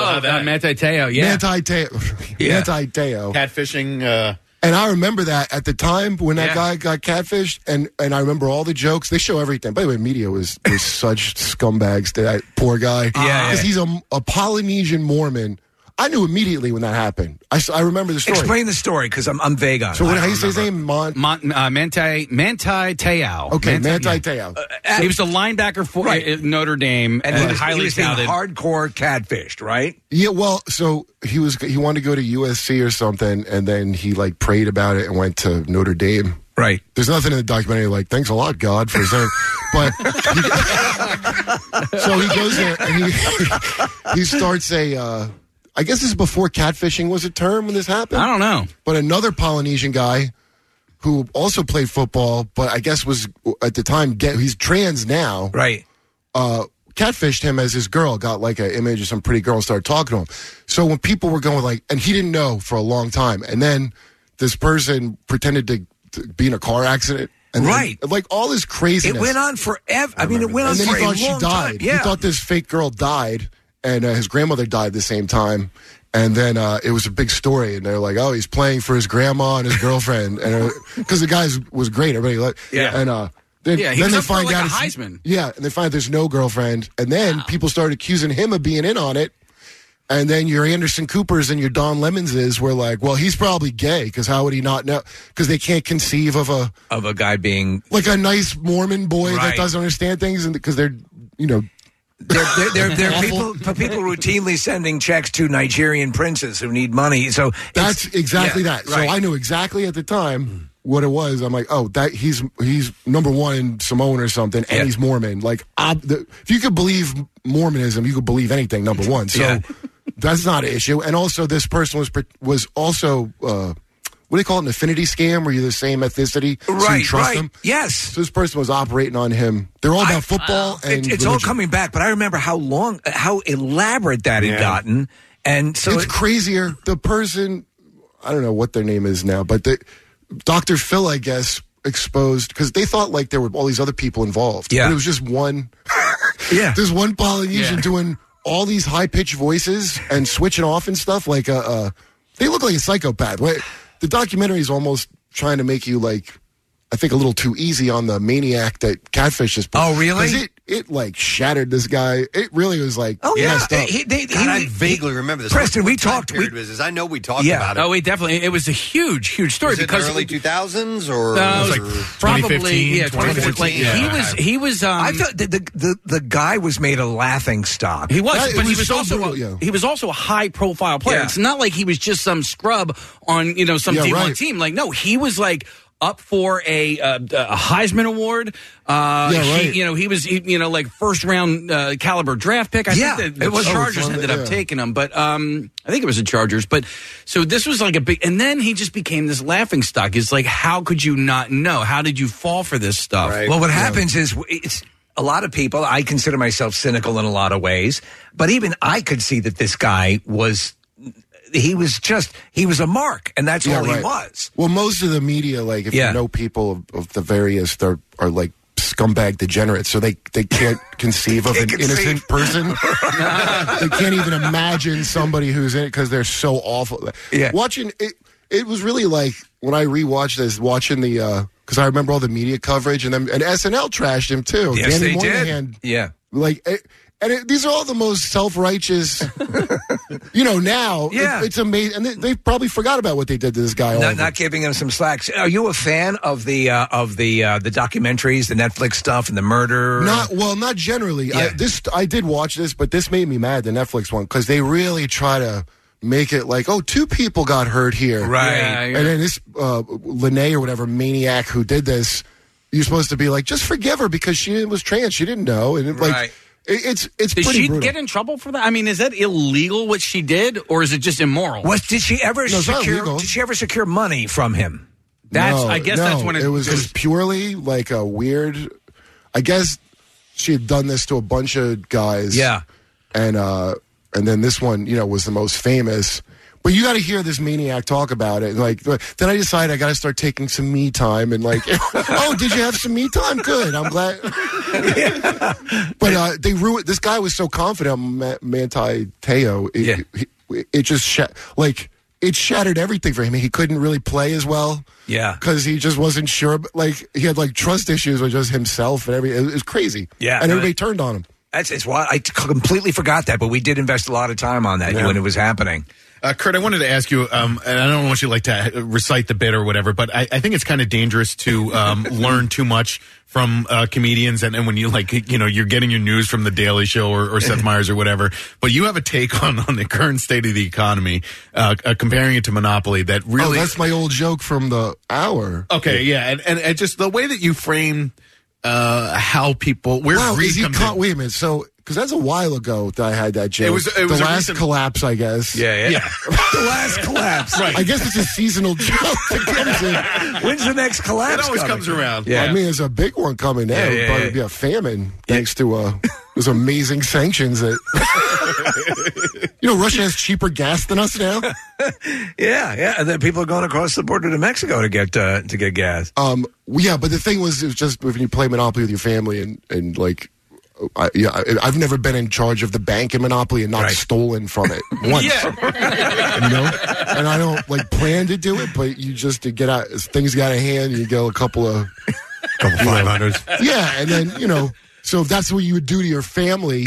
Oh, that Manti Teo, Manti Teo. Yeah. Manti Teo. Catfishing. Uh, And I remember that at the time when that Yeah. guy got catfished, and, and I remember all the jokes. They show everything. By the way, media was, was such scumbags to that poor guy. Yeah, yeah. Because he's a, a Polynesian Mormon. I knew immediately when that happened. I, s- I remember the story. Explain the story because I'm, I'm vague on so it. when I how don't you say his remember. name, Mon. Mont, uh, Manti Manti Te'o. Okay, Manti yeah. Uh, Teo. he was the linebacker for uh, Notre Dame and and, he was, he highly was being touted. hardcore catfished, right? Yeah, well, so he was he wanted to go to USC or something, and then he like prayed about it and went to Notre Dame. Right. There's nothing in the documentary like thanks a lot God for saying, but he- so he goes there and he he starts a. Uh, I guess this is before catfishing was a term when this happened. I don't know. But another Polynesian guy who also played football, but I guess was at the time gay, he's trans now Right. uh, catfished him as his girl, got like an image of some pretty girl and started talking to him. So when people were going like, and he didn't know for a long time, and then this person pretended to, to be in a car accident, and then- Right. like all this craziness. It went on forever. I, mean, it went on and then for he a thought she long died. time. Yeah. He thought this fake girl died, and uh, his grandmother died at the same time. And then uh, it was a big story, and they're like, "Oh, he's playing for his grandma and his girlfriend," and because the guy was great, everybody like, Yeah. And uh, then, Yeah, he was then they up for, find like, out a it's- Heisman. Yeah, and they find out there's no girlfriend, and then people start accusing him of being in on it. And then your Anderson Coopers and your Don Lemonses were like, "Well, he's probably gay because how would he not know? Because they can't conceive of a." Of a guy being like a nice Mormon boy Right. that doesn't understand things, and because they're you know They're, they're, they're, they're people, Awful. for people routinely sending checks to Nigerian princes who need money. So that's exactly yeah, that. right. So I knew exactly at the time what it was. I'm like, oh, that he's he's number one in Samoan or something, and Yeah. he's Mormon. Like, ob- the, if you could believe Mormonism, you could believe anything. Number one, so Yeah. that's not an issue. And also, this person was pre- was also. Uh, what do they call it? An affinity scam where you're the same ethnicity, so you right, trust right. them. Yes. uh, So this person was operating on him. They're all about football It- and it's all religion. coming back, but I remember how long, how elaborate that had gotten. And so it's it- crazier. The person, I don't know what their name is now, but the Dr. Phil, I guess, exposed because they thought like there were all these other people involved. Yeah. but it was just one. Yeah. there's one Polynesian doing all these high pitched voices and switching off and stuff. Like, uh, uh, they look like a psychopath. Wait, the documentary is almost trying to make you like I think a little too easy on the maniac that catfish is. Oh, really? 'Cause It it like shattered this guy. It really was like Oh, yeah. messed up. He- they- God, I vaguely remember this. Preston, we What time talked- we- Period was this? I know we talked about it. Oh, we definitely. It was a huge, huge story was it in the because early two thousands or No, it was or- probably yeah, 2014. Like, He was he was. Um, I thought the, the the the guy was made a laughing stock. He was, but he was also a, he was also a high profile player. Yeah. It's not like he was just some scrub on you know some Yeah, D one right. team. Like no, he was like up for a, uh, a Heisman Award. Uh, Yeah, he- right. you know he was he- you know like first round uh, caliber draft pick. I Yeah, think the, the it was- Chargers oh, ended yeah. up taking him, but um, I think it was the Chargers. But so this was like a big, and then he just became this laughing stock. It's like how could you not know? How did you fall for this stuff? Well, what happens is w- it's a lot of people. I consider myself cynical in a lot of ways, but even I could see that this guy was. He was just he was a mark, and that's Yeah, all he right. was. Well, most of the media, like if Yeah. you know people of, of the various, they're are like scumbag degenerates, so they they can't conceive of an Can't conceive. innocent person. they can't even imagine somebody who's in it because they're so awful. Yeah. watching it, it was really like when I rewatched this, watching the because I remember all the media coverage and then and SNL trashed him too. Yes, they Danny Moynihan did. Yeah. like eh, and it, these are all the most self-righteous you know now Yeah. It- it's amazing and they, they probably forgot about what they did to this guy Not, not giving him some slacks. Are you a fan of the uh, of the uh, the documentaries, the Netflix stuff, and the murder? not well not generally I, this i did watch this but this made me mad the netflix one because they really try to make it like oh two people got hurt here Right. Yeah, yeah. and then this uh lene or whatever maniac who did this you're supposed to be like just forgive her because she was trans she didn't know and it, like Right. it, it's it's Did pretty she brutal. get in trouble for that? I mean, is that illegal what she did, or is it just immoral? Was did she ever No, it's not secure? illegal. Did she ever secure money from him? That's- No, I guess no, that's when it- was it was- just purely like a weird. I guess she had done this to a bunch of guys. Yeah. and uh, and then this one, you know, was the most famous. But you got to hear this maniac talk about it. Like then I decided I got to start taking some me time and like, oh, did you have some me time? Good, I'm glad. but uh, they ruined. This guy was so confident, um, Ma- Manti Teo. It, it, it just shat, like it shattered everything for him. He couldn't really play as well Yeah. because he just wasn't sure. but, Like he had like trust issues with just himself and everything. It was crazy. Yeah, and no, everybody it- turned on him. That's it's why I t- completely forgot that, but we did invest a lot of time on that when it was happening. Uh, Kurt, I wanted to ask you, um, and I don't want you like to uh, recite the bit or whatever, but I, I think it's kind of dangerous to um, learn too much from uh, comedians, and, and when you like, you know, you're getting your news from the Daily Show or, or Seth Meyers or whatever. But you have a take on on the current state of the economy, uh, uh, comparing it to monopoly. That really, oh, that's my old joke from the hour. okay, yeah, and, and, and just the way that you frame uh, how people where wow, greed is he comes caught? in. Wait a minute. So because that's a while ago that I had that joke. was- it was the a last recent- collapse, I guess. Yeah, yeah. Yeah. the last collapse. I guess it's a seasonal joke that comes in. When's the next collapse? It always coming? comes around. Yeah. Yeah. I mean, there's a big one coming now. Yeah, It'll yeah, probably yeah. be a famine thanks to uh, those amazing sanctions that. you know, Russia has cheaper gas than us now. Yeah, yeah, and then people are going across the border to Mexico to get uh, to get gas. Um, well, yeah, but the thing was, it was just when you play Monopoly with your family and and like. I, yeah, I, I've never been in charge of the bank in Monopoly and not stolen from it once. You know, and I don't like plan to do it, but you just to get out as things got a hand, you go a couple of couple five hundreds. yeah, and then you know, so that's what you would do to your family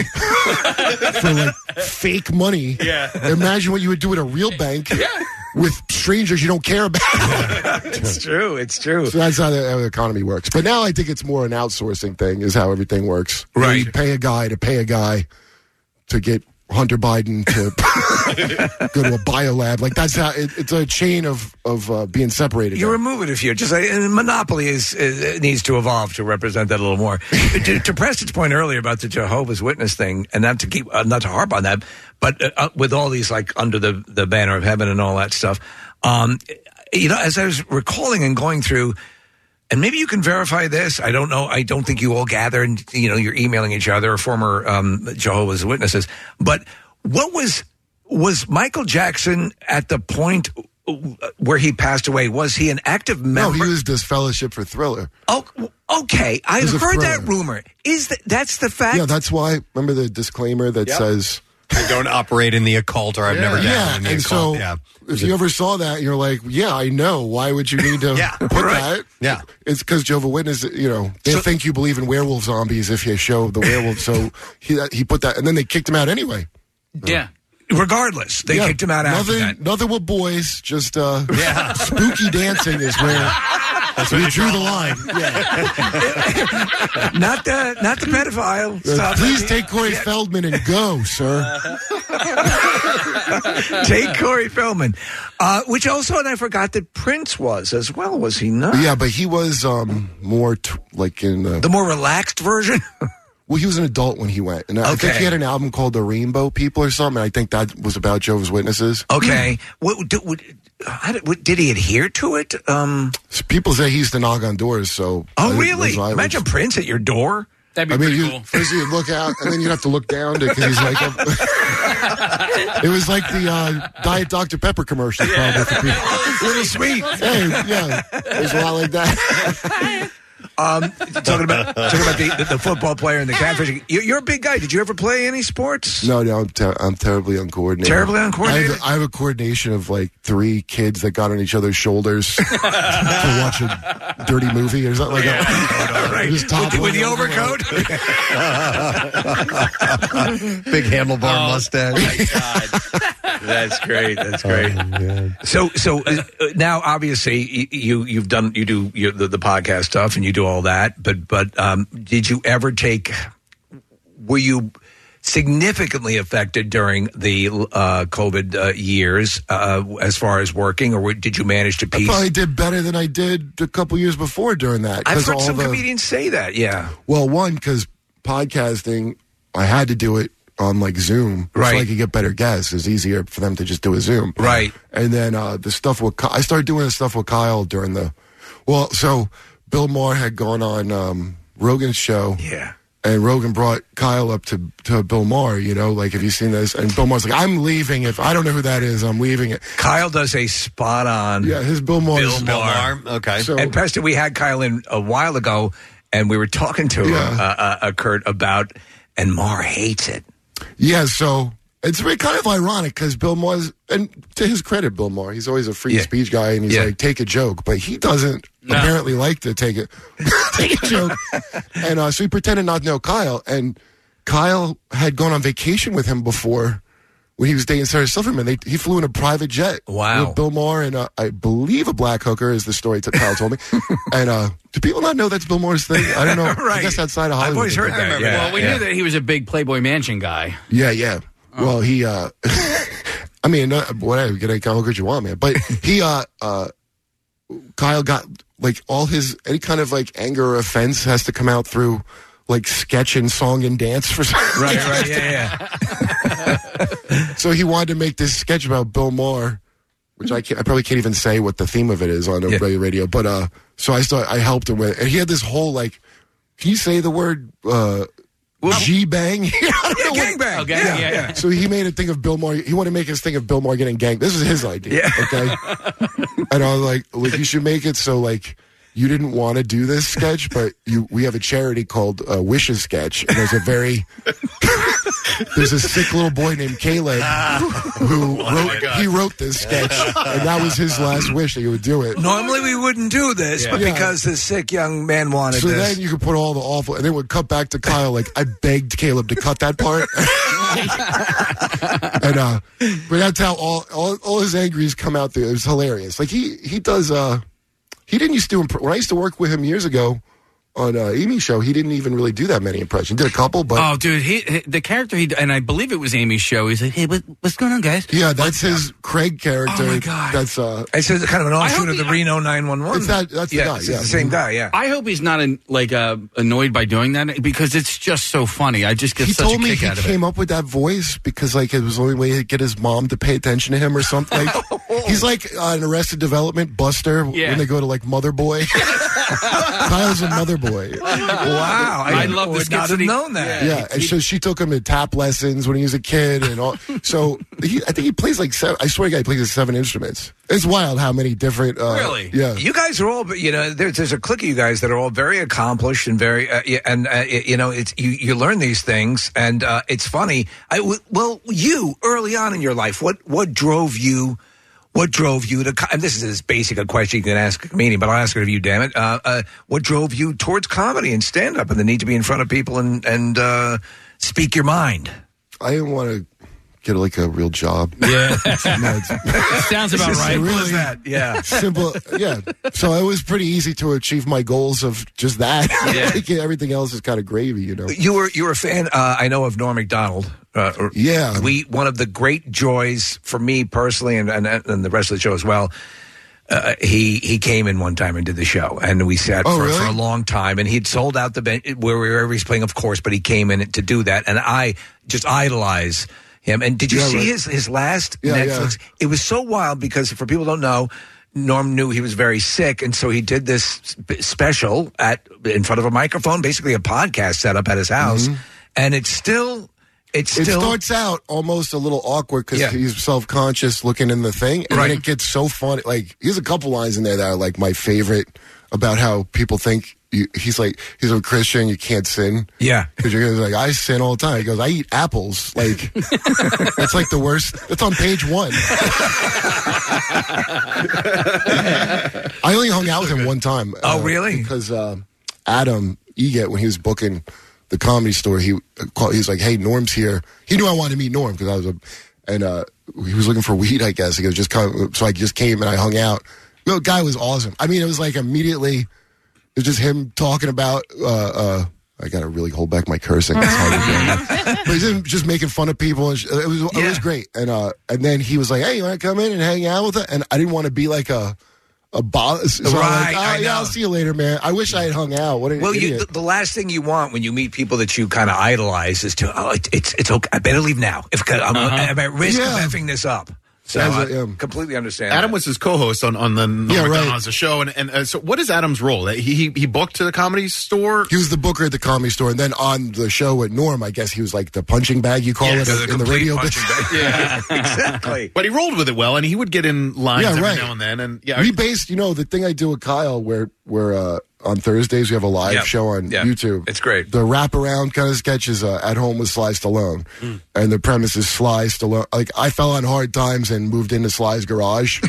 for like fake money. Yeah. imagine what you would do at a real bank with strangers you don't care about. it's true. It's true. So that's how the, how the economy works. But now I think it's more an outsourcing thing is how everything works. You know, Right. You pay a guy to pay a guy to get Hunter Biden to go to a biolab. Like that's how it, it's a chain of of uh, being separated. You now. remove it if you just. And monopoly is, is needs to evolve to represent that a little more. to, to Preston's point earlier about the Jehovah's Witness thing, and not to keep uh, not to harp on that, but uh, uh, with all these like under the the banner of heaven and all that stuff, um, you know, as I was recalling and going through. And maybe you can verify this. I don't know. I don't think you all gather and you know you're emailing each other, former um, Jehovah's Witnesses. But what was was Michael Jackson at the point where he passed away? Was he an active no, member? he was disfellowship for Thriller. Oh, okay. I've He's a heard that thriller. rumor. Is that that's the fact? Yeah, that's why. Remember the disclaimer that Yep. says I don't operate in the occult, or I've never dabbled yeah, in and the occult. so yeah, if you ever saw that, and you're like, yeah, I know. Why would you need to put that? Yeah. It's because Jehovah Witness, you know, they So- think you believe in werewolf zombies if you show the werewolf. so he he put that, and then they kicked him out anyway. Yeah. Regardless, they Yeah, kicked him out after nothing, that. Nothing with boys, just uh, spooky dancing is where That's we where you draw drew the the line. Yeah. not the not the pedophile. Uh, Stop please it. take Corey Feldman and go, Uh, sir. Take Corey Feldman, uh, which also, and I forgot that Prince was as well, was he not? Yeah, but he was um, more t- like in the the more relaxed version. Well, he was an adult when he went, and I think Okay. he had an album called The Rainbow People or something. And I think that was about Jehovah's Witnesses. Hmm. Okay, what, do, what, how did, what did he adhere to it? Um, people say he used to knock on doors. So Oh, I- really? that's why I was- Imagine Prince at your door. That'd be I mean, pretty you- cool. first you'd look out, and then you'd have to look down to because he's like, it was like the uh, Diet Dr Pepper commercial, probably for people. little sweet. Hey, yeah, there's a lot like that. Um, talking about talking about the, the football player and the catfishing. You, you're a big guy. Did you ever play any sports? No, no, I'm, ter- I'm terribly uncoordinated. Terribly uncoordinated? I have, I have a coordination of like three kids that got on each other's shoulders to watch a dirty movie or something like that. Just With, toppling with the over. overcoat. big handlebar Oh. mustache. Oh That's great. Oh, That's great. So, so uh, uh, now obviously y- you you've done you do you, the, the podcast stuff and you do all that, but but um, did you ever take? Were you significantly affected during the uh, COVID uh, years uh, as far as working, or were- did you manage to I piece? probably did better than I did a couple years before during that. I've 'cause heard all some the- comedians say that. Yeah. Well, one because podcasting, I had to do it on like Zoom, Right. So I could get better guests. It's easier for them to just do a Zoom, right? And then uh, the stuff with Ky- I started doing the stuff with Kyle during the, well, so Bill Maher had gone on um, Rogan's show, yeah. And Rogan brought Kyle up to to Bill Maher, you know, like have you seen this? And Bill Maher's like, I'm leaving. If I don't know who that is, I'm leaving it. Kyle does a spot on. Yeah, his Bill Maher. Bill Maher. and Preston, we had Kyle in a while ago, and we were talking to him, uh, uh, uh, Kurt, about, and Mar hates it. Yeah, so it's really kind of ironic because Bill Maher's, and to his credit, Bill Maher, he's always a free speech guy and he's like, take a joke, but he doesn't apparently like to take it, take a joke. and uh, so he pretended not to know Kyle, and Kyle had gone on vacation with him before when he was dating Sarah Silverman. They, he flew in a private jet. Wow. With Bill Maher and uh, I believe a black hooker is the story that Kyle told me. and uh, do people not know that's Bill Maher's thing? I don't know. I Right. guess outside of Hollywood. they don't. well, we knew that he was a big Playboy Mansion guy. Yeah, yeah. Oh. Well, he. uh I mean, uh, whatever. Get a Kyle you want, man. But he, uh, uh Kyle, got like all his any kind of like anger or offense has to come out through like sketch and song and dance for some Right, right, yeah, So he wanted to make this sketch about Bill Maher, which I can't, I probably can't even say what the theme of it is on the radio. But uh, so I started, I helped him with, it. and he had this whole like, can you say the word? uh G bang, gang bang. Okay, So he made a thing of Bill Maher. He wanted to make his thing of Bill Maher getting ganked. This is his idea. Okay. and I was like, like, you should make it so like you didn't want to do this sketch, but you we have a charity called uh, Wishes Sketch, and there's a very there's a sick little boy named Caleb who wrote he wrote this sketch, and that was his last wish that he would do it. Normally we wouldn't do this, Yeah. but Yeah. because the sick young man wanted So this. then you could put all the awful, and then it would cut back to Kyle. Like I begged Caleb to cut that part, and uh, but that's how all, all all his angries come out. Through it was hilarious. Like he he does. uh He didn't used to imp- when I used to work with him years ago on uh, Amy show. He didn't even really do that many impressions. Did a couple, but oh, dude, he, he- the character he and I believe it was Amy's show. He's like, hey, what, what's going on, guys? yeah, that's his Craig character. Oh, my God. That's uh, it's kind of an offshoot of the he- Reno 911. It's that- that's the guy, it's yeah. the same guy. Yeah. I hope he's not an, like uh, annoyed by doing that because it's just so funny. I just get he such a told me kick he out of it. came up with that voice because like it was the only way to get his mom to pay attention to him or something. Like, he's like uh, an Arrested Development Buster Oh. Yeah. when they go to like Mother Boy. Kyle's a mother boy. Wow, I, I love love would this not have kid's- known that. Yeah, and so she took him to tap lessons when he was a kid, and all. so he, I think he plays like seven. I swear, to God, he plays like seven instruments. It's wild how many different. Uh, Yeah. You guys are all, you know, there's, there's a clique of you guys that are all very accomplished and very, uh, yeah, and uh, y- you know, it's you, you learn these things, and uh, it's funny. I w- well, you early on in your life, what what drove you? What drove you to? co- And this is as basic a question you can ask a comedian, but I'll ask it of you. Damn it! Uh, uh, what drove you towards comedy and stand up, and the need to be in front of people and and uh, speak your mind? I didn't want to get like a real job. Yeah, Sounds about right. Simple as that. Yeah. simple. Yeah. So it was pretty easy to achieve my goals of just that. Yeah. Like, everything else is kind of gravy, you know. You were you were a fan. Uh, I know of Norm Macdonald. Uh, or- Yeah. we one of the great joys for me personally, and and, and the rest of the show as well. Uh, he he came in one time and did the show, and we sat Oh, for, really? for a long time. And he'd sold out the bench where wherever he's playing, of course. But he came in to do that, and I just idolize him. And did you Yeah, see right. his his last Yeah, Netflix? It was so wild because for people who don't know. Norm knew he was very sick, and so he did this sp- special at in front of a microphone, basically a podcast setup at his house, Mm-hmm. and it's still it's It still starts out almost a little awkward because Yeah. he's self conscious looking in the thing, and Right. then it gets so funny. Like he has a couple lines in there that are like my favorite about how people think you, he's like he's a Christian, you can't sin. Yeah. Because you're like, I sin all the time. He goes, I eat apples. Like, that's like the worst. That's on page one. I only hung out with him one time. Oh, really? Because uh, Adam Eget, when he was booking the comedy store, he uh, called, he was like, "Hey, Norm's here." He knew I wanted to meet Norm because I was a, and uh, he was looking for weed, I guess. He goes, "Just come." So I just came and I hung out. The guy was awesome. I mean, it was like immediately, it was just him talking about. Uh, uh, I gotta really hold back my cursing. That's hard to do but he's just- just making fun of people. And sh- it was it was great. And uh, and then he was like, "Hey, you want to come in and hang out with us?" And I didn't want to be like a a boss. So I'm like, Right, I "Oh, yeah, know. I'll see you later, man. I wish I had hung out. What an Well, you, idiot. the, the last thing you want when you meet people that you kind of idolize is to, oh, it, it's it's okay. I better leave now. If 'cause I'm, I'm at risk Yeah. of effing this up. So As I I completely understand. Adam that. was his co-host on on the Norm Yeah, right. Macdonald's show, and and uh, so what is Adam's role? That He he, he booked to the comedy store. he was the booker at the comedy store, and then on the show with Norm, I guess he was like the punching bag you call Yeah, it the in the complete radio. punching bag. Yeah, exactly. But he rolled with it well, and he would get in lines Yeah, every right. now and then. Mm, And yeah, we based, you know, the thing I do with Kyle, where where uh, on Thursdays we have a live Yeah. show on Yeah. YouTube. It's great. The wraparound kind of sketch is uh, at home with Sly Stallone, Hmm. and the premise is Sly Stallone. Like I fell on hard times and moved into Sly's garage,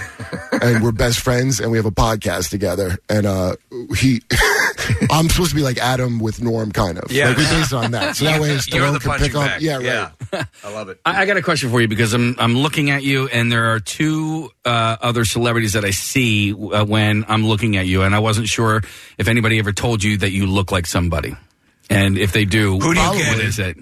and we're best friends, and we have a podcast together. And uh, he, I'm supposed to be like Adam with Norm, kind of. Yeah. like, we based it on that, so that way Stallone can pick up. Yeah, right. I love it. I, I got a question for you because I'm I'm looking at you, and there are two uh, other celebrities that I see uh, when I'm looking at you, and I wasn't sure if anybody ever told you that you look like somebody, and if they do, Who do you what get? is it?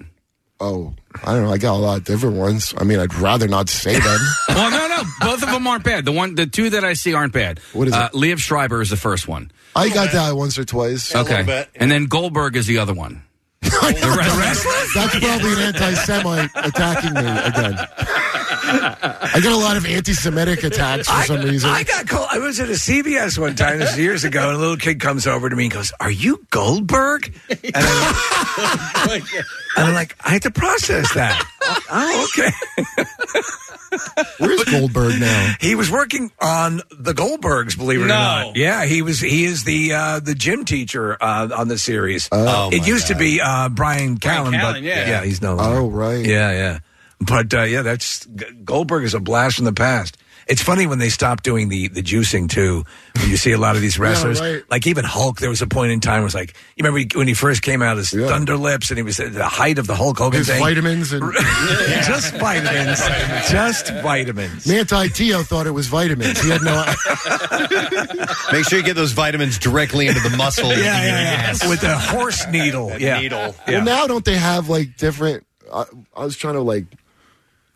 Oh, I don't know. I got a lot of different ones. I mean, I'd rather not say them. well, no, no, both of them aren't bad. The one, the two that I see aren't bad. What is uh, Liev Schreiber is the first one. I got that once or twice. okay, and then Goldberg is the other one. That's probably an anti-Semite attacking me again. I get a lot of anti-Semitic attacks for I, some reason. I got called. I was at a CVS one time this is years ago, and a little kid comes over to me and goes, "Are you Goldberg?" And I'm like, and I'm like, I had to process that. oh, okay. Where's Goldberg now? He was working on the Goldbergs, believe it No. or not. Yeah, he was. He is the uh, the gym teacher uh, on the series. Oh. it used to be uh, Brian Callen, but Callen, yeah. he's no longer. Oh, right. Yeah, yeah. But uh, yeah, that's G- Goldberg is a blast from the past. It's funny when they stopped doing the the juicing too. When you see a lot of these wrestlers, right. like even Hulk, there was a point in time was like you remember when he first came out as Thunder Lips, and he was at the height of the Hulk Hogan His thing. vitamins and just vitamins, just vitamins. Manti Teo thought it was vitamins. He had no. Make sure you get those vitamins directly into the muscle. Yeah, yeah, yeah. With a horse needle. yeah. needle. Yeah. Well, now don't they have like different? I, I was trying to like,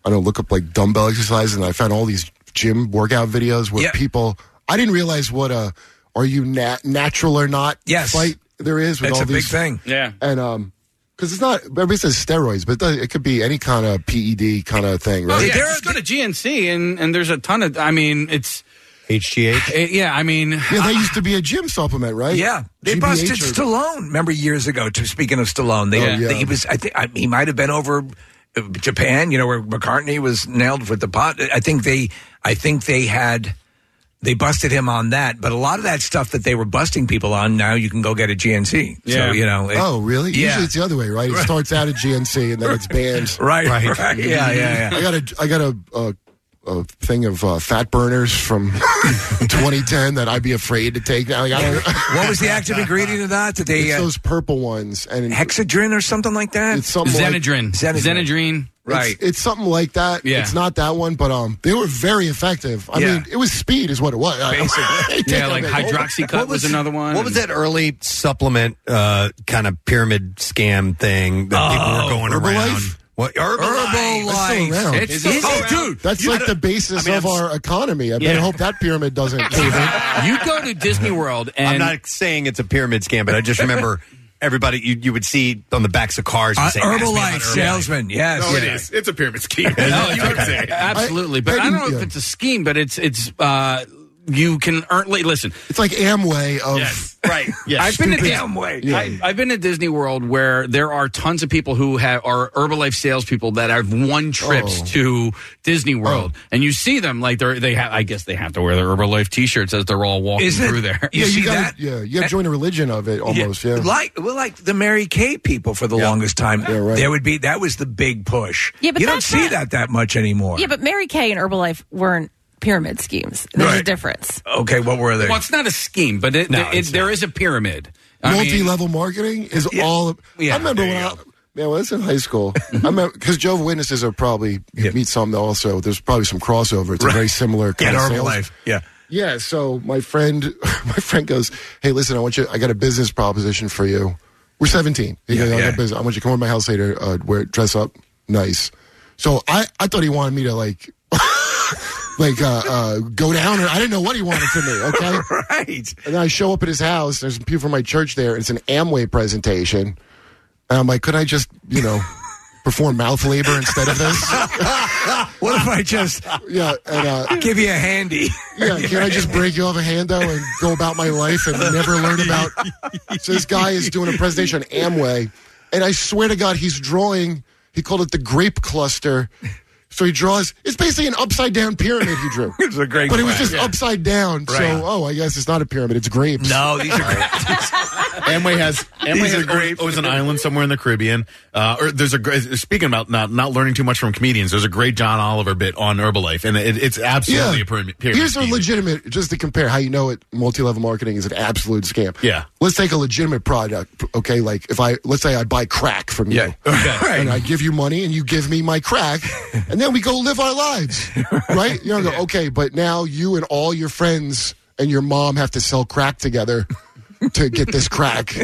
I don't know, look up like dumbbell exercises, and I found all these gym workout videos where Yeah. people. I didn't realize what a are you nat- natural or not Yes. fight there is with It's all a big these thing. Yeah. and um because it's not everybody says steroids but it does- it could be any kind Oh, Oh, of ped kind of thing right Yeah, just go to GNC and, and there's a ton of. I mean, it's Uh, HGH? yeah, I mean, Yeah, that used to be a gym supplement, right? Yeah, they GBH busted or- Stallone. Remember years ago? To speaking of Stallone, they, Oh, yeah. they- he was. I think I, he might have been over uh, Japan. You know where McCartney was nailed with the pot. I think they. I think they had. They busted him on that, but a lot of that stuff that they were busting people on now you can go get a GNC. So you know. it- oh, really? Yeah. Usually it's the other way, right? It starts out at GNC and then it's banned. Right, Right. right. Yeah, yeah, yeah. I got a, I got a, a, a thing of uh, fat burners from 2010 that I'd be afraid to take. Now, Like, I don't, what was the active ingredient of that? That they it's uh, those purple ones and hexadrin or something like that. It's something like- Xenadrin. Xenadrin. It's- It's, something like that. Yeah. It's not that one, but um, they were very effective. I Yeah. mean, it was speed, is what it was. Basically. hydroxycut was another one. What was that early supplement uh, kind of pyramid scam thing that Oh, people were going around? Herbalife? What Herbalife? It's, oh, dude, That's you like know- the basis I mean, of I'm- our economy. I mean, I Yeah. hope that pyramid doesn't cave in. you go to Disney World and I'm not saying it's a pyramid scam, but I just remember everybody you, you would see on the backs of cars. Uh, and say, "Ask me about Herbalife salesman, yes. No, it Yeah. is. It's a pyramid scheme. Oh, No, you Okay. would- absolutely, but I, don't know if it's a scheme, but it's it's uh, you can earn. li- Listen, It's like Amway of right. Yeah, I've been to stupid- Disney. Yeah. I, I've been to Disney World where there are tons of people who have, are Herbalife salespeople that have won trips Oh. to Disney World, and you see them like they're they ha- I guess they have to wear their Herbalife T-shirts as they're all walking Isn't it- through there. You yeah, see you gotta, that? Yeah, you got to join a religion of it almost. Yeah. Like well, like the Mary Kay people for the longest time. There would be that was the big push. Yeah, but you don't that's see not- that that much anymore. Yeah, but Mary Kay and Herbalife weren't pyramid schemes. There's a Right. difference. Okay, what were they? Well, it's not a scheme, but it, No, it- it's there is a pyramid. I mean- Multi-level marketing is all. I remember when I, man, when I was in high school. I remember because Jehovah Witnesses are probably you meet some that also. There's probably some crossover. It's a very similar yeah, kind of normal sales. life. Yeah. Yeah, so my friend, my friend goes, "Hey, listen, I want you. I got a business proposition for you. We're 17. He goes, I, got a business. I want you to come over to my house later. Uh, wear dress up nice. So I, I thought he wanted me to like, like uh, uh, go down, or I didn't know what he wanted from me. Okay, right. And then I show up at his house. There's some people from my church there. and It's an Amway presentation, and I'm like, could I just, you know, perform mouth labor instead of this? what if I just yeah and uh, give you a handy? yeah, can I just break you off a hand though and go about my life and never learn about? So this guy is doing a presentation on Amway, and I swear to God, he's drawing. He called it the grape cluster. So he draws. It's basically an upside down pyramid he drew. It's a great but it was plan, just yeah. upside down. Right. So oh, I guess it's not a pyramid. It's grapes. No, these are great. Amway has Amway These are has great. always an island somewhere in the Caribbean. Uh, or there's a gr- speaking about not not learning too much from comedians. There's a great John Oliver bit on Herbalife, and it, it's absolutely a pyramid. pyramid Here's a scheme. legitimate, just to compare how you know it, multi level marketing is an absolute scam. Yeah. Let's take a legitimate product, okay? Like if I, let's say I buy crack from you. Yeah. Okay. And I give you money and you give me my crack and then we go live our lives, right? You know, go, okay, but now you and all your friends and your mom have to sell crack together. To get this crack,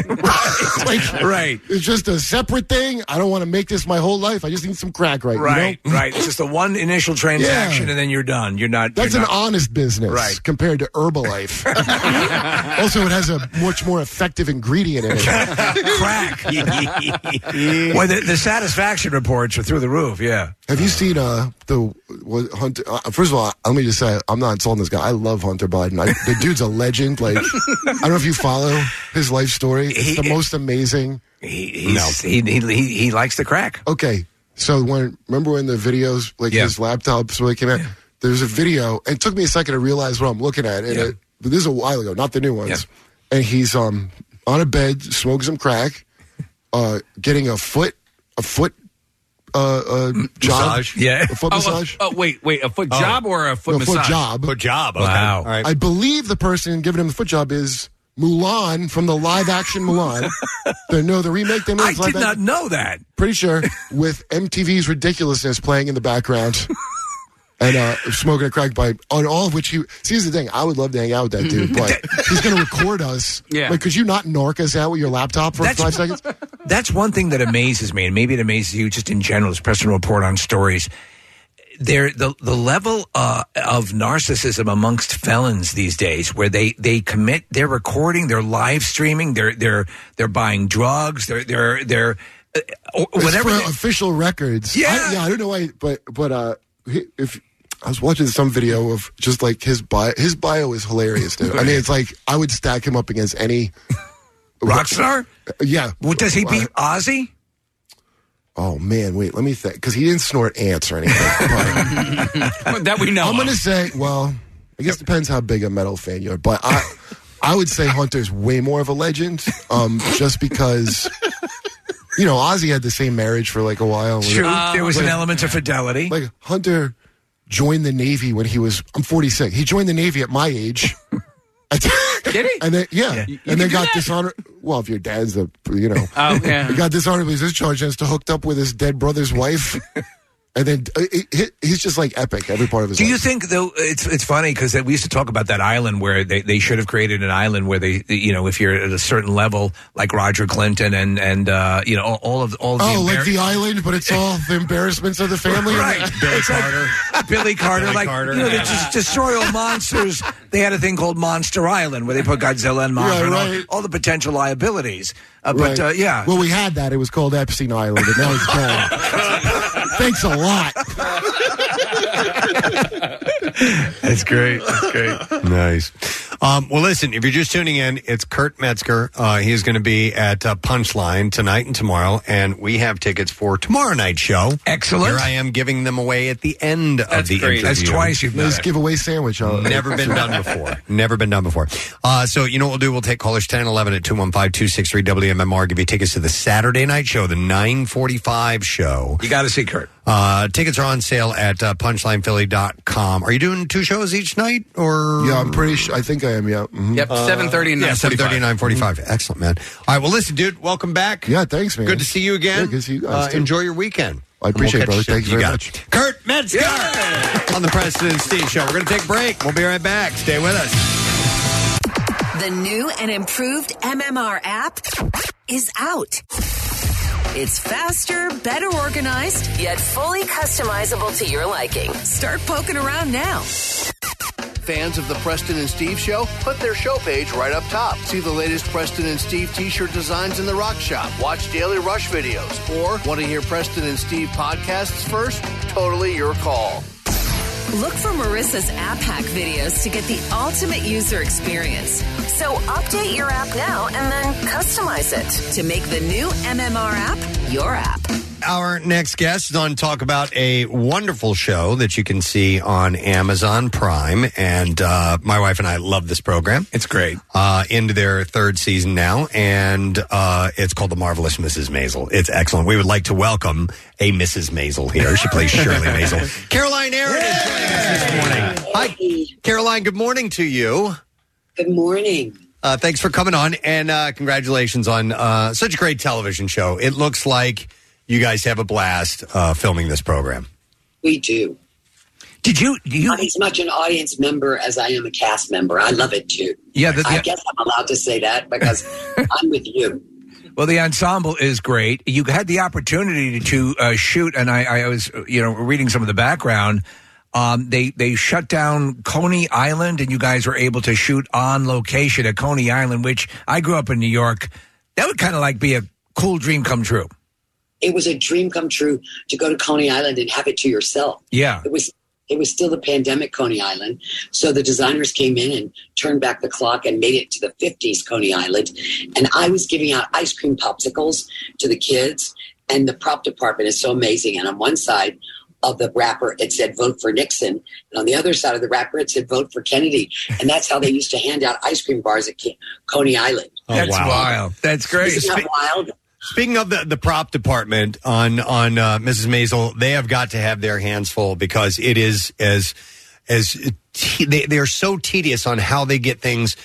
like, Right. It's just a separate thing. I don't want to make this my whole life. I just need some crack, right? you know? Right, right. It's just the one initial transaction, and then you're done. You're not. That's you're an not- honest business Right. compared to Herbalife. also, it has a much more effective ingredient in it. crack. well, the, the satisfaction reports are through the roof. Yeah. Have you seen uh, the what, Hunter? Uh, first of all, let me just say I'm not insulting this guy. I love Hunter Biden. I, the dude's a legend. Like I don't know if you follow his life story. It's the most amazing. He, he's, he, he, he, he likes the crack. Okay, so when remember when the videos like Yeah. his laptops really came out? There's a video, and it took me a second to realize what I'm looking at. And it, but this is a while ago, not the new ones. And he's um on a bed, smoking some crack, uh, getting a foot a foot uh, uh job, Massage? Yeah. a foot Oh, massage. Oh, wait, wait, a foot job or a foot No, massage? foot job. Good job. Okay. Wow. All right. I believe the person giving him the foot job is Mulan from the live action Mulan. the, no, the remake they made. I of live did action- not know that. pretty sure with MTV's ridiculousness playing in the background and uh, smoking a crack pipe on all of which he see here's the thing I would love to hang out with that dude but he's gonna record us Yeah. like could you not narc us out with your laptop for That's- five seconds That's one thing that amazes me, and maybe it amazes you just in general. As Preston will report on stories, there the the level uh, of narcissism amongst felons these days, where they they commit, they're recording, they're live streaming, they're they're they're buying drugs, they're they're they're uh, or It's whatever. for they- official records I- Yeah. yeah I don't know why but but uh he- if I was watching some video of just like his bio. His bio is hilarious, dude. I mean, it's like I would stack him up against any rock star. Yeah. Uh, What does he beat Ozzy? Oh man, wait. Let me think because he didn't snort ants or anything. that we know. I'm gonna say, well, I guess it depends how big a metal fan you are, but I, I would say Hunter's way more of a legend, um, just because. You know, Ozzy had the same marriage for like a while. True, there was an Like- element of fidelity. Like Hunter joined the Navy when he was I'm 46. He joined the Navy at my age. Did he? And then yeah, and then got dishonored. Well, if your dad's the you know, Oh, yeah. he got dishonorably discharged and is hooked up with his dead brother's wife. and then uh, it, it, he's just like epic every part of his Do life. you think though it's it's funny because we used to talk about that island where they, they should have created an island where they you know if you're at a certain level like Roger Clinton and and uh, you know all, all of all of Oh, the like embar- the island, but it's all the embarrassments of the family. Right. It's like Billy Carter, Billy like Carter. you know, they Yeah. just destroy all monsters. They had a thing called Monster Island where they put Godzilla and Mothra Yeah, and all- right. all, the potential liabilities. Uh, but Right. uh, yeah, Well, we had that. It was called Epstein Island, and now it's called. Thanks a lot. That's great. That's great. nice. Um, well, listen, if you're just tuning in, it's Kurt Metzger. Uh, he is going to be at uh, Punchline tonight and tomorrow, and we have tickets for tomorrow night's show. Excellent. Here I am giving them away at the end of the interview. That's twice you've nice giveaway sandwich. huh? Never been done before. Never been done before. Uh, so, you know what we'll do? We'll take callers 10 and 11 at 215-263-WMMR, give you tickets to the Saturday night show, the 945 show. you got to see Kurt. Uh, tickets are on sale at uh, punchlinephilly.com. Are you doing two shows each night or? Yeah, I'm pretty sure. I think I am. Yeah. Mhm. Yep, Uh, 7:30 and yeah, 7:30 and 9:45. Excellent, man. All right. Well, listen, dude. Welcome back. Yeah. Thanks, man. Good to see you again. Yeah, good to see you Uh, guys. too. enjoy your weekend. I appreciate And it, we'll brother. catch you Thank you soon. very got much. it. Kurt Metzger on the President and Steve Show. We're going to take a break. We'll be right back. Stay with us. The new and improved MMR app is out. It's faster, better organized, yet fully customizable to your liking. Start poking around now. Fans of the Preston and Steve show put their show page right up top. See the latest Preston and Steve t-shirt designs in the Rock Shop. Watch daily Rush videos or want to hear Preston and Steve podcasts first? Totally your call. Look for Marissa's app hack videos to get the ultimate user experience. So update your app now and then customize it to make the new MMR app your app. Our next guest is on to talk about a wonderful show that you can see on Amazon Prime. And uh, my wife and I love this program. It's great. Uh, into their third season now. And uh, it's called The Marvelous Mrs. Maisel. It's excellent. We would like to welcome a Mrs. Maisel here. She plays Shirley Maisel. Caroline Aaron is joining us this morning. Hi, Caroline. Good morning to you. Good morning. Uh, thanks for coming on, and uh, congratulations on uh, such a great television show. It looks like you guys have a blast uh, filming this program. We do. Did you? Do you? I'm as much an audience member as I am a cast member. I love it too. Yeah, that- I yeah. guess I'm allowed to say that because I'm with you. Well, the ensemble is great. You had the opportunity to uh, shoot, and I, I was, you know, reading some of the background. Um, they they shut down Coney Island, and you guys were able to shoot on location at Coney Island, which I grew up in New York. That would kind of like be a cool dream come true. It was a dream come true to go to Coney Island and have it to yourself. Yeah. It was it was still the pandemic Coney Island, so the designers came in and turned back the clock and made it to the 50s Coney Island. And I was giving out ice cream popsicles to the kids, and the prop department is so amazing. And on one side of the wrapper, it said "Vote for Nixon," and on the other side of the wrapper, it said "Vote for Kennedy." And that's how they used to hand out ice cream bars at Ke- Coney Island. Oh, That's wild. That's great. Isn't that wild? Speaking of the, the prop department on on uh, Mrs. Maisel, they have got to have their hands full because it is as as te- they they are so tedious on how they get things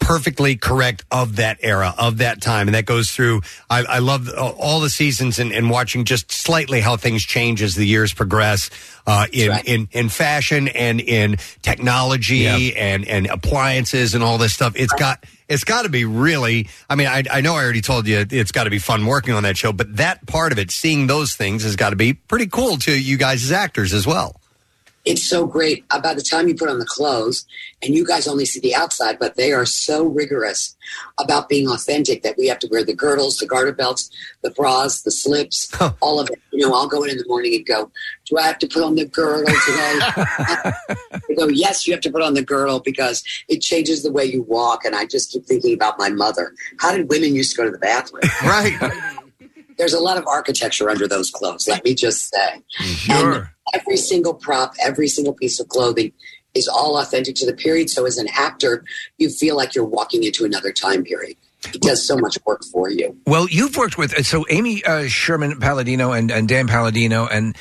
perfectly correct of that era of that time and that goes through i, I love uh, all the seasons and, and watching just slightly how things change as the years progress uh, in, in in fashion and in technology and and appliances and all this stuff it's got it's got to be really i mean I, I know i already told you it's got to be fun working on that show but that part of it seeing those things has got to be pretty cool to you guys as actors as well It's so great. Uh, By the time you put on the clothes, and you guys only see the outside, but they are so rigorous about being authentic that we have to wear the girdles, the garter belts, the bras, the slips, all of it. You know, I'll go in in the morning and go, "Do I have to put on the girdle today?" They go, yes, you have to put on the girdle because it changes the way you walk. And I just keep thinking about my mother. How did women used to go to the bathroom? Right. There's a lot of architecture under those clothes, let me just say. Sure. And every single prop, every single piece of clothing is all authentic to the period. So as an actor, you feel like you're walking into another time period. It does so much work for you. Well, you've worked with so Amy uh, Sherman Palladino and, and Dan Palladino, and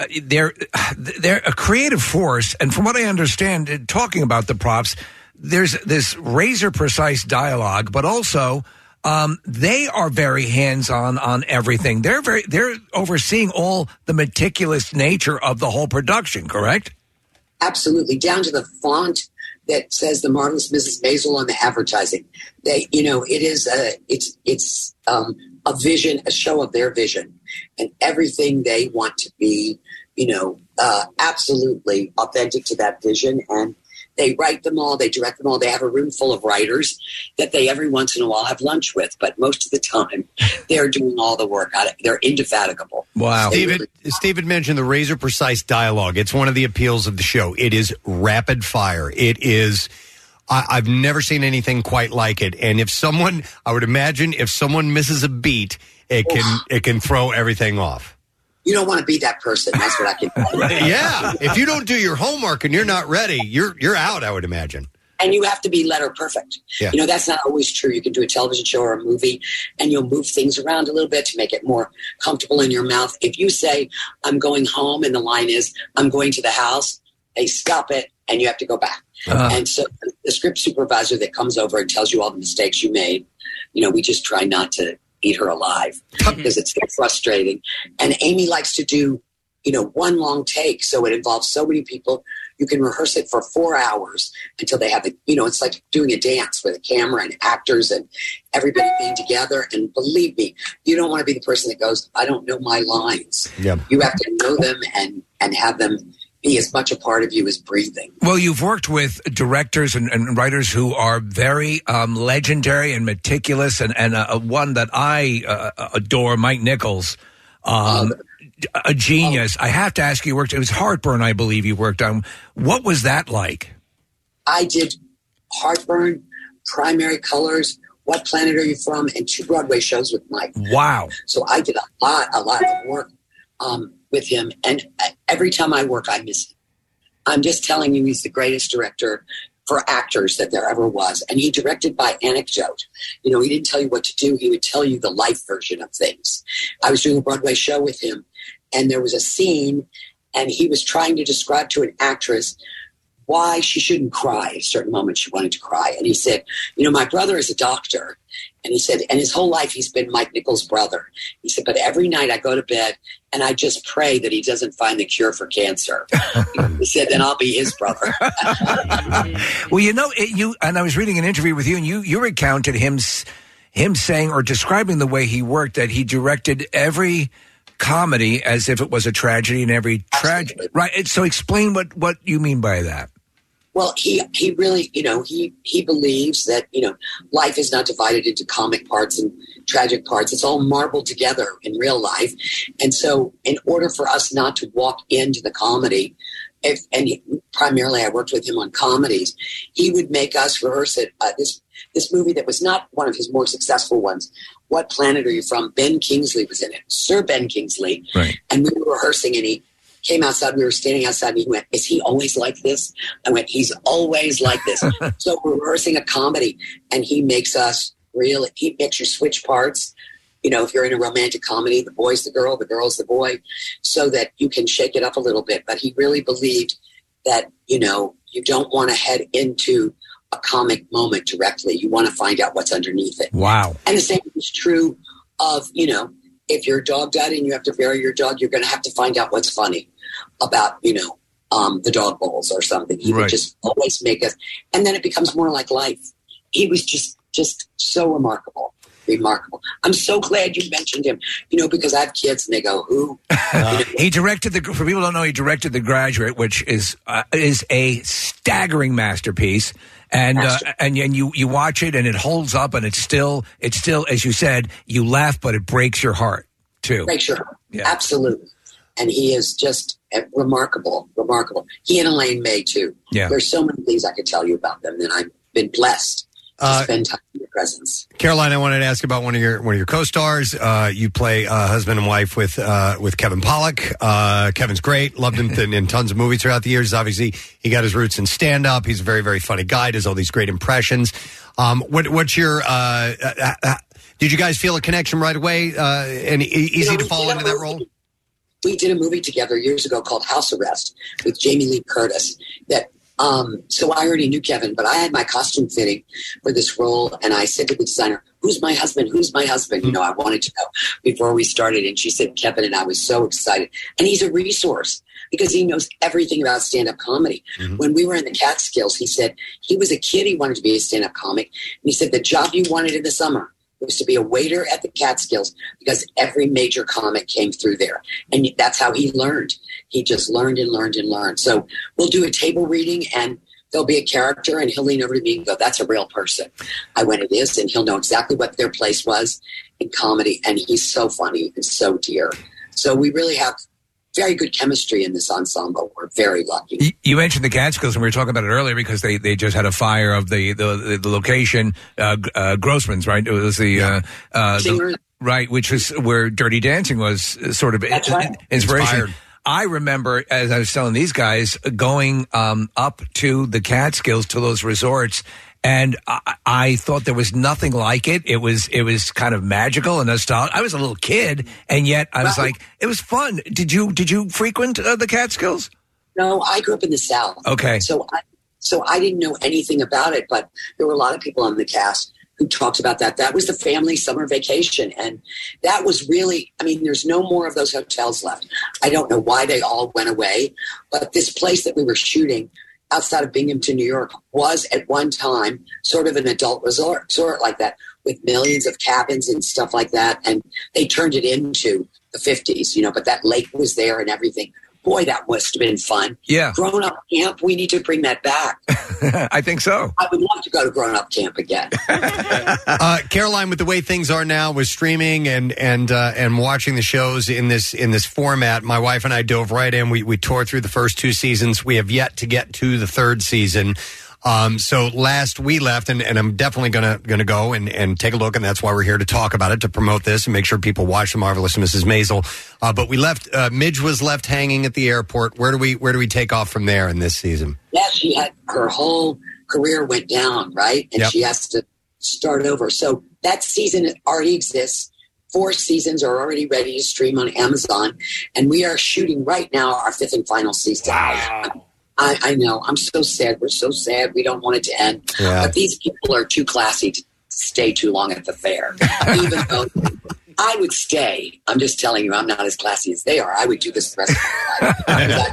uh, they're they're a creative force. And from what I understand, uh, talking about the props, there's this razor precise dialogue, but also um, they are very hands on on everything. They're very they're overseeing all the meticulous nature of the whole production. Correct? absolutely down to the font that says the marvelous mrs mazel on the advertising they you know it is a it's it's um, a vision a show of their vision and everything they want to be you know uh, absolutely authentic to that vision and they write them all they direct them all they have a room full of writers that they every once in a while have lunch with but most of the time they're doing all the work on it they're indefatigable Wow. Steve, had- Steve had mentioned the razor precise dialogue. It's one of the appeals of the show. It is rapid fire. It is. I, I've never seen anything quite like it. And if someone, I would imagine, if someone misses a beat, it can it can throw everything off. you don't want to be that person that's what i can yeah. If you don't do your homework and you're not ready, you're you're out. I would imagine. and you have to be letter perfect. Yeah. You know, that's not always true. You can do a television show or a movie and you'll move things around a little bit to make it more comfortable in your mouth. If you say, I'm going home, and the line is, I'm going to the house, they stop it and you have to go back. Ah. And so the script supervisor that comes over and tells you all the mistakes you made, you know, we just try not to eat her alive because it's so frustrating. And Amy likes to do, you know, one long take. So it involves so many people. You can rehearse it for four hours until they have the, you know, it's like doing a dance with a camera and actors and everybody being together. And believe me, you don't want to be the person that goes, I don't know my lines. Yeah. You have to know them and, and have them be as much a part of you as breathing. Well, you've worked with directors and, and writers who are very um, legendary and meticulous, and, and uh, one that I uh, adore, Mike Nichols, um, a genius. I have to ask you, worked. It was Heartburn, I believe you worked on. What was that like? I did Heartburn, Primary Colors, What Planet Are You From, and two Broadway shows with Mike. Wow. So I did a lot, a lot of work um, with him. And uh, every time I work, I miss him. I'm just telling you, he's the greatest director for actors that there ever was. And he directed by anecdote. You know, he didn't tell you what to do, he would tell you the life version of things. I was doing a Broadway show with him, and there was a scene, and he was trying to describe to an actress why she shouldn't cry. At a certain moment, she wanted to cry. And he said, You know, my brother is a doctor. And he said, And his whole life, he's been Mike Nichols' brother. He said, But every night I go to bed and I just pray that he doesn't find the cure for cancer. he said, Then I'll be his brother. Well, you know, it, you and I was reading an interview with you, and you you recounted him s- him saying or describing the way he worked that he directed every comedy as if it was a tragedy, and every tragedy. Right. And So, explain what what you mean by that. Well, he he really, you know, he he believes that you know life is not divided into comic parts and tragic parts. It's all marbled together in real life, and so in order for us not to walk into the comedy, if and he- primarily I worked with him on comedies, he would make us rehearse it. Uh, this this movie that was not one of his more successful ones. What planet are you from? Ben Kingsley was in it. Sir Ben Kingsley Right. and we were rehearsing and he came outside we were standing outside and he went is he always like this i went he's always like this so we're rehearsing a comedy and he makes us real he makes you switch parts you know if you're in a romantic comedy the boy's the girl the girl's the boy so that you can shake it up a little bit but he really believed that you know you don't want to head into a comic moment directly you want to find out what's underneath it Wow. and the same is true of, you know, if your dog died and you have to bury your dog, you're going to have to find out what's funny about, you know, um, the dog bowls or something. He Right. would just always make us, and then it becomes more like life. He was just, just so remarkable. remarkable. I'm so glad you mentioned him, you know, because I have kids and they go, who? he directed the. For people who don't know, he directed The Graduate, which is uh, is a staggering masterpiece. And uh, and and you you watch it and it holds up and it's still it's still as you said you laugh but it breaks your heart too. Make sure. Absolutely. And he is just uh, remarkable, remarkable. He and Elaine May, too. Yeah. There's so many things I could tell you about them, and I've been blessed to Uh, spend time in your presence. Caroline, I wanted to ask about one of your one of your co-stars. Uh, you play uh, husband and wife with uh, with Kevin Pollock. Uh, Kevin's great. Loved him in, in tons of movies throughout the years. Obviously, he got his roots in stand up. He's a very very funny guy. Does all these great impressions. Um, what, what's your? Uh, uh, uh, uh, did you guys feel a connection right away? Uh, and e- easy to fall into that role. We did a movie together years ago called House Arrest with Jamie Lee Curtis. That um, so I already knew Kevin, but I had my costume fitting for this role, and I said to the designer, "Who's my husband? Who's my husband?" Hmm. You know, I wanted to know before we started, and she said Kevin, and I was so excited. And he's a resource because he knows everything about stand-up comedy. Mm-hmm. When we were in the Catskills, he said he was a kid, he wanted to be a stand-up comic, and he said the job you wanted in the summer was to be a waiter at the Catskills because every major comic came through there. And that's how he learned. He just learned and learned and learned. So we'll do a table reading and there'll be a character and he'll lean over to me and go, that's a real person. I went, it is. And he'll know exactly what their place was in comedy. And he's so funny and so dear. So we really have very good chemistry in this ensemble. We're very lucky. You- You mentioned the Catskills, and we were talking about it earlier because they, they just had a fire of the the, the, the location, uh, G- uh, Grossman's, right? It was the, uh, uh, Singer. the right, which was where Dirty Dancing was uh, sort of That's right. inspiration. Inspired. I remember as I was telling these guys going um, up to the Catskills to those resorts. And I, I thought there was nothing like it. It was it was kind of magical and nostalgic. I was a little kid, and yet I was Right. like, it was fun. Did you did you frequent uh, the Catskills? No, I grew up in the South. Okay. So I, so I didn't know anything about it, but there were a lot of people on the cast who talked about that. That was the family summer vacation. And that was really, I mean, there's no more of those hotels left. I don't know why they all went away, but this place that we were shooting outside of Binghamton, New York was at one time sort of an adult resort, resort like that with millions of cabins and stuff like that. And they turned it into the 50s, you know, but that lake was there and everything. Boy, that must have been fun. Yeah. Grown up camp, we need to bring that back. I think so. I would love to go to grown up camp again. uh, Caroline, with the way things are now with streaming and and uh, and watching the shows in this in this format, my wife and I dove right in. We we tore through the first two seasons. We have yet to get to the third season. Um, so last we left, and, and I'm definitely gonna gonna go and, and take a look, and that's why we're here to talk about it to promote this and make sure people watch the marvelous Mrs. Maisel. Uh, but we left. Uh, Midge was left hanging at the airport. Where do we where do we take off from there in this season? yeah, she had her whole career went down, right? And Yep. she has to start over. So that season already exists. Four seasons are already ready to stream on Amazon. And we are shooting right now our fifth and final season. I, I know. I'm so sad. We're so sad. We don't want it to end. Yeah. But these people are too classy to stay too long at the fair. Even though I would stay. I'm just telling you, I'm not as classy as they are. I would do this the rest of my life.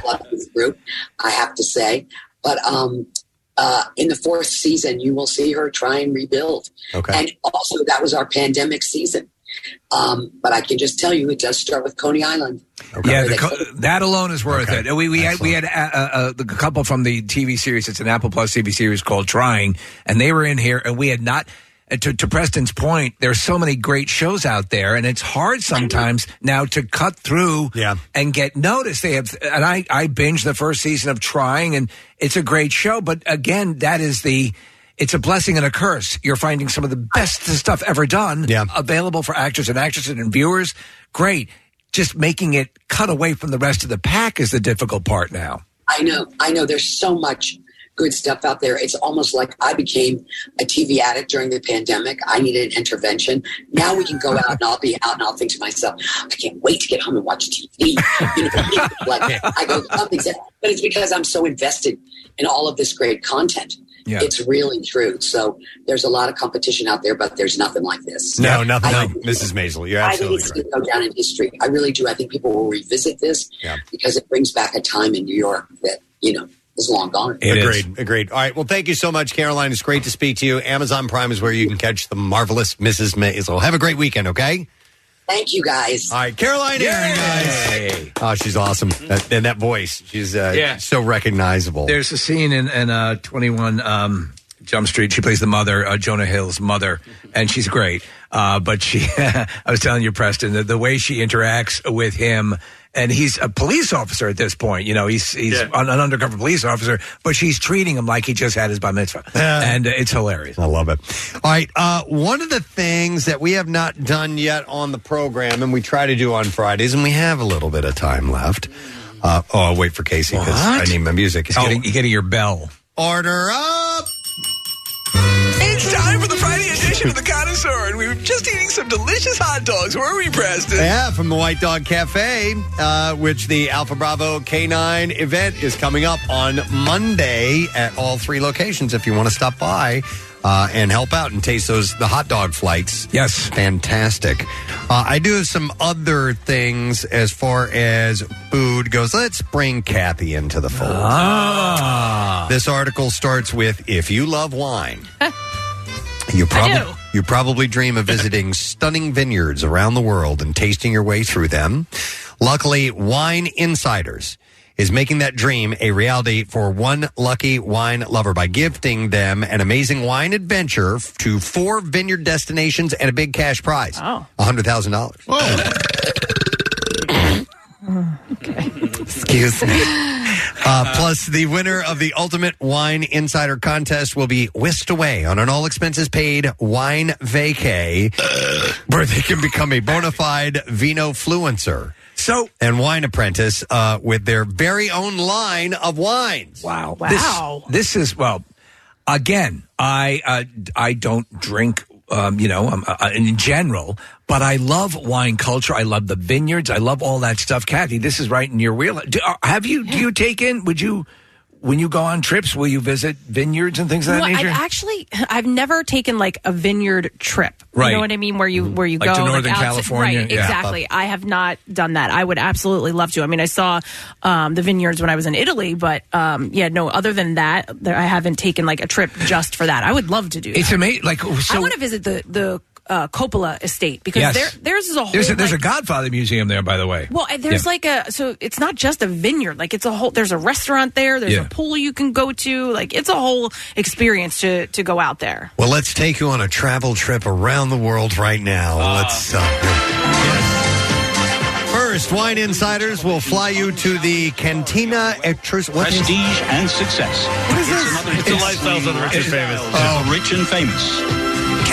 'Cause I love this group, I have to say. But um, uh, in the fourth season, you will see her try and rebuild. Okay. And also, that was our pandemic season. Um, but I can just tell you, it does start with Coney Island. Yeah, the co- that alone is worth it. We we had, we had a, a, a, the couple from the TV series. It's an Apple Plus TV series called Trying, and they were in here, and we had not. and To, to Preston's point, there's so many great shows out there, and it's hard sometimes now to cut through and get noticed. They have, and I I binged the first season of Trying, and it's a great show. But again, that is the it's a blessing and a curse. You're finding some of the best stuff ever done available for actors and actresses and viewers. Great. Just making it cut away from the rest of the pack is the difficult part now. I know, I know. There's so much good stuff out there. It's almost like I became a TV addict during the pandemic. I needed an intervention. Now we can go out and I'll be out and I'll think to myself, I can't wait to get home and watch TV. You know, like I go something, but it's because I'm so invested in all of this great content. Yeah. It's really true. So there's a lot of competition out there, but there's nothing like this. No, nothing. I- No, Mrs. Maisel, you're I think absolutely it's correct. going to go down in history. I really do. I think people will revisit this Yeah. because it brings back a time in New York that you know is long gone. agreed. Agreed. All right. Well, thank you so much, Caroline. It's great to speak to you. Amazon Prime is where you can catch the marvelous Mrs. Maisel. Have a great weekend, okay? Thank you guys. All right, Caroline Aaron, guys. Oh, she's awesome. That, and that voice, she's uh, Yeah. so recognizable. There's a scene in, in uh, 21 um, Jump Street. She plays the mother, uh, Jonah Hill's mother, and she's great. Uh, but she, I was telling you, Preston, that the way she interacts with him, and he's a police officer at this point. You know, he's he's an, an undercover police officer, but she's treating him like he just had his bar mitzvah, and uh, it's hilarious. I love it. All right. Uh, one of the things that we have not done yet on the program, and we try to do on Fridays, and we have a little bit of time left. Uh, oh, I'll wait for Casey because I need my music. He's getting, getting your bell. Order up! It's time for the Friday edition of The Connoisseur, and we were just eating some delicious hot dogs, were we, Preston? Yeah, from the White Dog Cafe, uh, which the Alpha Bravo K9 event is coming up on Monday at all three locations. If you want to stop by uh, and help out and taste those the hot dog flights, yes, fantastic. Uh, I do have some other things as far as food goes. Let's bring Kathy into the fold. This article starts with "If you love wine." You probably you probably dream of visiting stunning vineyards around the world and tasting your way through them. Luckily, Wine Insiders is making that dream a reality for one lucky wine lover by gifting them an amazing wine adventure f- to four vineyard destinations and a big cash prize. Oh. $100,000. Excuse me. Uh, plus, the winner of the Ultimate Wine Insider Contest will be whisked away on an all expenses paid wine vacay where they can become a bona fide vino fluencer. So, and wine apprentice uh, with their very own line of wines. Wow. This, this is well. Again, I uh, I don't drink. Um, you know, um, uh, in general, but I love wine culture. I love the vineyards. I love all that stuff. Kathy, this is right in your wheel. Do, uh, have you? Do you take in? Would you? When you go on trips, will you visit vineyards and things of that Well, I've nature? actually I've never taken like a vineyard trip. You Right. Mm-hmm. know what I mean? Where you where you Like go to Northern outside- California. Right, Yeah. exactly. I have not done that. I would absolutely love to. I mean, I saw um, the vineyards when I was in Italy, but um, yeah, no. Other than that, there, I haven't taken like a trip just for that. I would love to do. It's that. amazing. Like so. I want to visit the the uh, Coppola estate because Yes. there theirs is a whole. There's a, there's like- a Godfather museum there, by the way. well, and there's Yeah. like a so it's not just a vineyard. Like it's a whole. There's a restaurant there. There's Yeah. a pool you can go to. Like it's a whole experience to to go out there. Well, let's take you on a travel trip around the world right now. let's. Uh, First, Wine Insiders will fly you to the Cantina Actress. Prestige and success. What is this? It's the lifestyles of the rich and famous. Oh, rich and famous.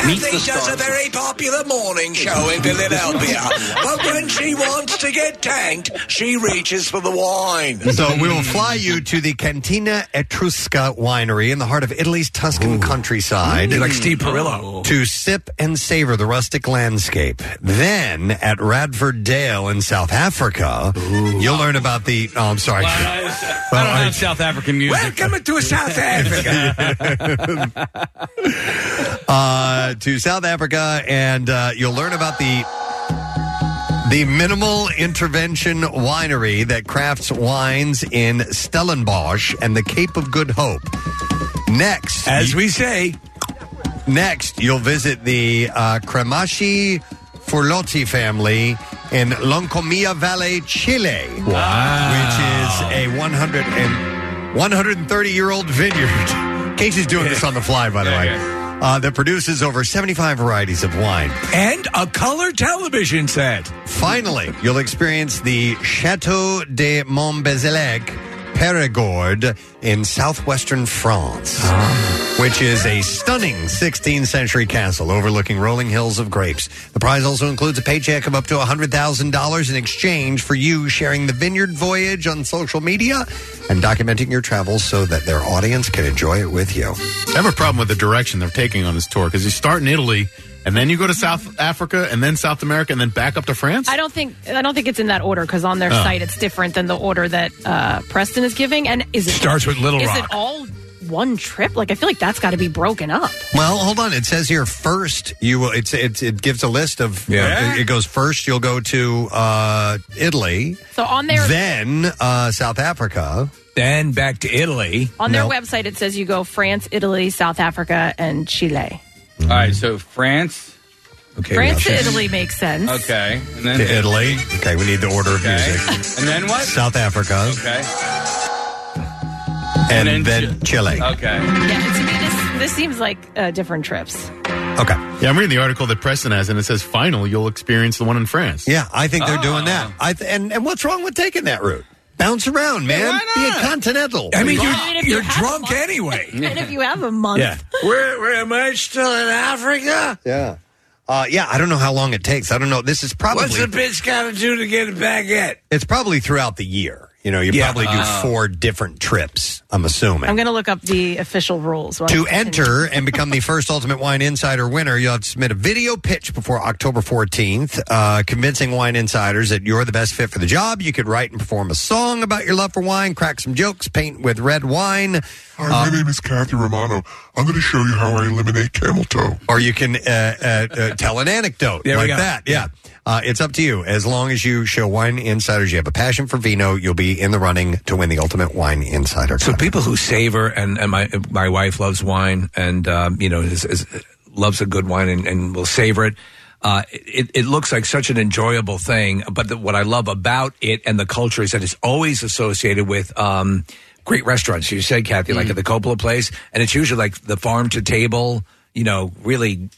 Meet the Kathy does a stars. very popular morning show in Philadelphia, but when she wants to get tanked, she reaches for the wine. So we will fly you to the Cantina Etrusca winery in the heart of Italy's Tuscan countryside. Ooh. Like Steve Perillo. To sip and savor the rustic landscape. Then at Radford Dale in South Africa, you'll learn about the. Oh, I'm sorry. I don't have South African music. Welcome to South Africa. uh, to South Africa, and uh, you'll learn about the the minimal intervention winery that crafts wines in Stellenbosch and the Cape of Good Hope. Next, as we say, next you'll visit the uh, Cremashi Furlotti family in Loncomia Valley, Chile. Wow, which is a 100 and 130 year old vineyard. Casey's doing this on the fly, by the way. Uh, that produces over 75 varieties of wine. And a color television set. Finally, you'll experience the Chateau de Montbazilec Perigord in southwestern France, Ah. which is a stunning 16th century castle overlooking rolling hills of grapes. The prize also includes a paycheck of up to $100,000 in exchange for you sharing the vineyard voyage on social media and documenting your travels so that their audience can enjoy it with you. I have a problem with the direction they're taking on this tour because you start in Italy and then you go to South Africa and then South America and then back up to France. I don't think I don't think it's in that order because on their Ah. Oh. site it's different than the order that uh, Preston is giving. And is it Starts with Little is Rock. it all one trip? Like, I feel like that's got to be broken up. Well, hold on. It says here first you will. It's it's it gives a list of. Yeah. It, it goes first. You'll go to uh, Italy, So on their then uh, South Africa, then back to Italy. on their website, it says you go France, Italy, South Africa, and Chile. All right, so France. Okay. France to Italy makes sense. Okay. And then to Italy. Okay, we need the order of Okay. music. And then what? South Africa, Okay. and, then, Chile. Okay. Yeah, to me, this this seems like uh, different trips. Okay. Yeah, I'm reading the article that Preston has, and it says final, you'll experience the one in France. Yeah, I think they're doing that. Oh. I th- and and what's wrong with taking that route? Bounce around, man. Be a continental. I mean, I mean, if you have a month- And if you have a month, Yeah. Where, where am I still in Africa? Yeah. Uh, yeah, I don't know how long it takes. I don't know. This is probably What's the bitch got to do to get a baguette? it's probably throughout the year. You know, you Yeah. probably do Oh. four different trips. I'm assuming. I'm going to look up the official rules. while to you continue. enter and become the first Ultimate Wine Insider winner, you'll have to submit a video pitch before October 14th, uh, convincing wine insiders that you're the best fit for the job. You could write and perform a song about your love for wine, crack some jokes, paint with red wine. Um, Hi, my name is Kathy Romano. I'm going to show you how I eliminate camel toe. or you can uh, uh, uh, tell an anecdote There we like go. that. Yeah. Uh, it's up to you. As long as you show Wine Insiders you have a passion for vino, you'll be in the running to win the Ultimate Wine Insider. So people who savor and, and my my wife loves wine and um, you know is, is, loves a good wine and, and will savor it. Uh, it, it looks like such an enjoyable thing, but the, what I love about it and the culture is that it's always associated with um, great restaurants. You said Kathy, Mm. like at the Coppola place, and it's usually like the farm to table, you know, really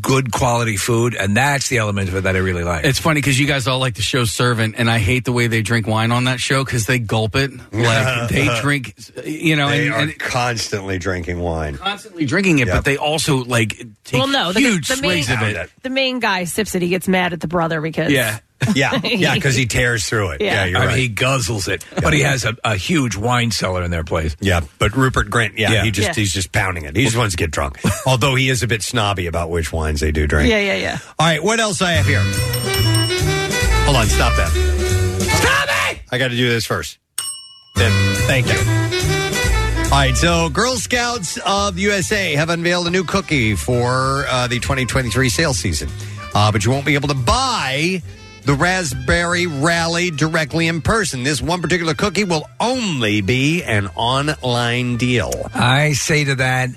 good quality food, and that's the element of it that I really like. It's funny because you guys all like the show Servant, and I hate the way they drink wine on that show because they gulp it. Like they drink, you know, they and, are and constantly drinking wine. constantly drinking it, but they also like take well, no, the, huge the main, swigs of it. The main guy sips it. He gets mad at the brother because Yeah. Yeah, yeah, because he tears through it. Yeah. Yeah, you're I mean, right. he guzzles it, but he has a, a huge wine cellar in their place. Yeah, but Rupert Grant, yeah, Yeah. he just Yeah. he's just pounding it. He just wants to get drunk. Although he is a bit snobby about which wines they do drink. yeah, yeah, yeah. All right, what else I have here? Hold on, stop that. Stop it! I got to do this first. Then, thank you. All right, so Girl Scouts of USA have unveiled a new cookie for uh, the 2023 sale season, uh, but you won't be able to buy the Raspberry Rally directly in person. This one particular cookie will only be an online deal. I say to that,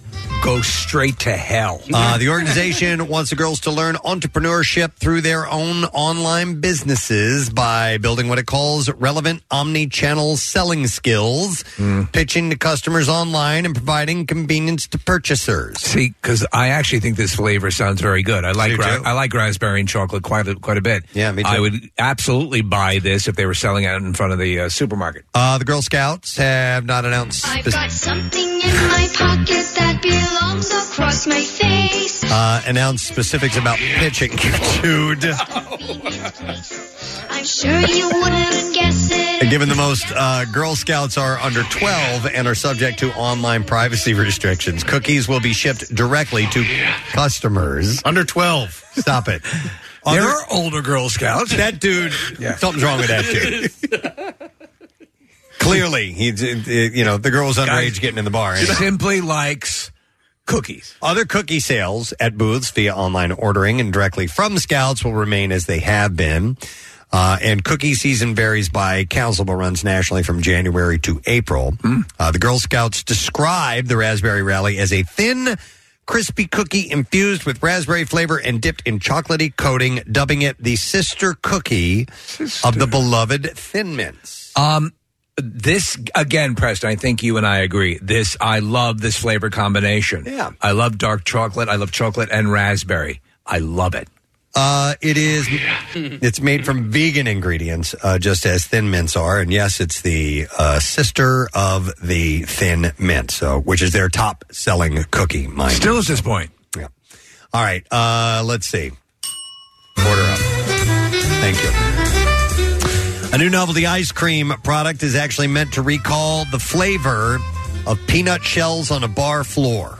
go straight to hell. Uh, the organization wants the girls to learn entrepreneurship through their own online businesses by building what it calls relevant omni channel selling skills, pitching to customers online, and providing convenience to purchasers. See, because I actually think this flavor sounds very good. I like You ra- do? I like raspberry and chocolate quite a, quite a bit. Yeah, me I too. would absolutely buy this if they were selling it in front of the uh, supermarket. Uh, the Girl Scouts have not announced. I've spec- got something in my pocket that belongs across my face. Uh, announced specifics about pitching, dude. I'm sure you wouldn't guess it. And Given the most uh, Girl Scouts are under 12 and are subject to online privacy restrictions, cookies will be shipped directly to customers. Under 12. Stop it. There are older Girl Scouts. That dude, something's wrong with that dude. Clearly, he, you know, the girl was underage getting in the bar. ain't it? Simply likes cookies. Other cookie sales at booths via online ordering and directly from scouts will remain as they have been. Uh, and cookie season varies by council, but runs nationally from January to April. Hmm. Uh, the Girl Scouts describe the Raspberry Rally as a thin, crispy cookie infused with raspberry flavor and dipped in chocolatey coating, dubbing it the sister cookie of the beloved Thin Mints. Um, this again, Preston. I think you and I agree. This I love this flavor combination. Yeah, I love dark chocolate. I love chocolate and raspberry. I love it. Uh, it Oh, is. It's made from vegan ingredients, uh, just as thin mints are. And yes, it's the uh, sister of the thin mint, so which is their top selling cookie. Mine still at this point. Yeah. All right. Uh, let's see. Order up. Thank you. A new novelty ice cream product is actually meant to recall the flavor of peanut shells on a bar floor.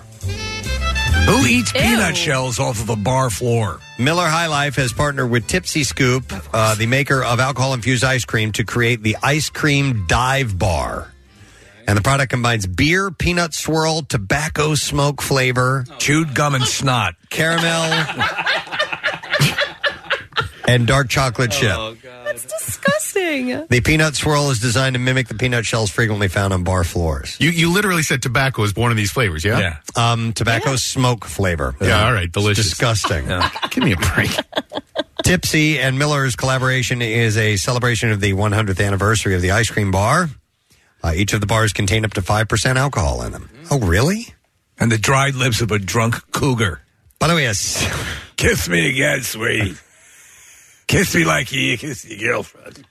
Who eats peanut shells off of a bar floor? Miller High Life has partnered with Tipsy Scoop, uh, the maker of alcohol infused ice cream, to create the Ice Cream Dive Bar. And the product combines beer, peanut swirl, tobacco smoke flavor, chewed gum and snot, caramel, and dark chocolate Oh, chip. That's disgusting. The peanut swirl is designed to mimic the peanut shells frequently found on bar floors. You you literally said tobacco is one of these flavors, yeah? Yeah. Um, tobacco smoke flavor. Yeah, all right, delicious. It's disgusting. Give me a break. Tipsy and Miller's collaboration is a celebration of the 100th anniversary of the ice cream bar. Uh, each of the bars contain up to 5% alcohol in them. Oh, really? And the dried lips of a drunk cougar. By the way, yes. Kiss me again, sweetie. Kiss me like you kiss your girlfriend.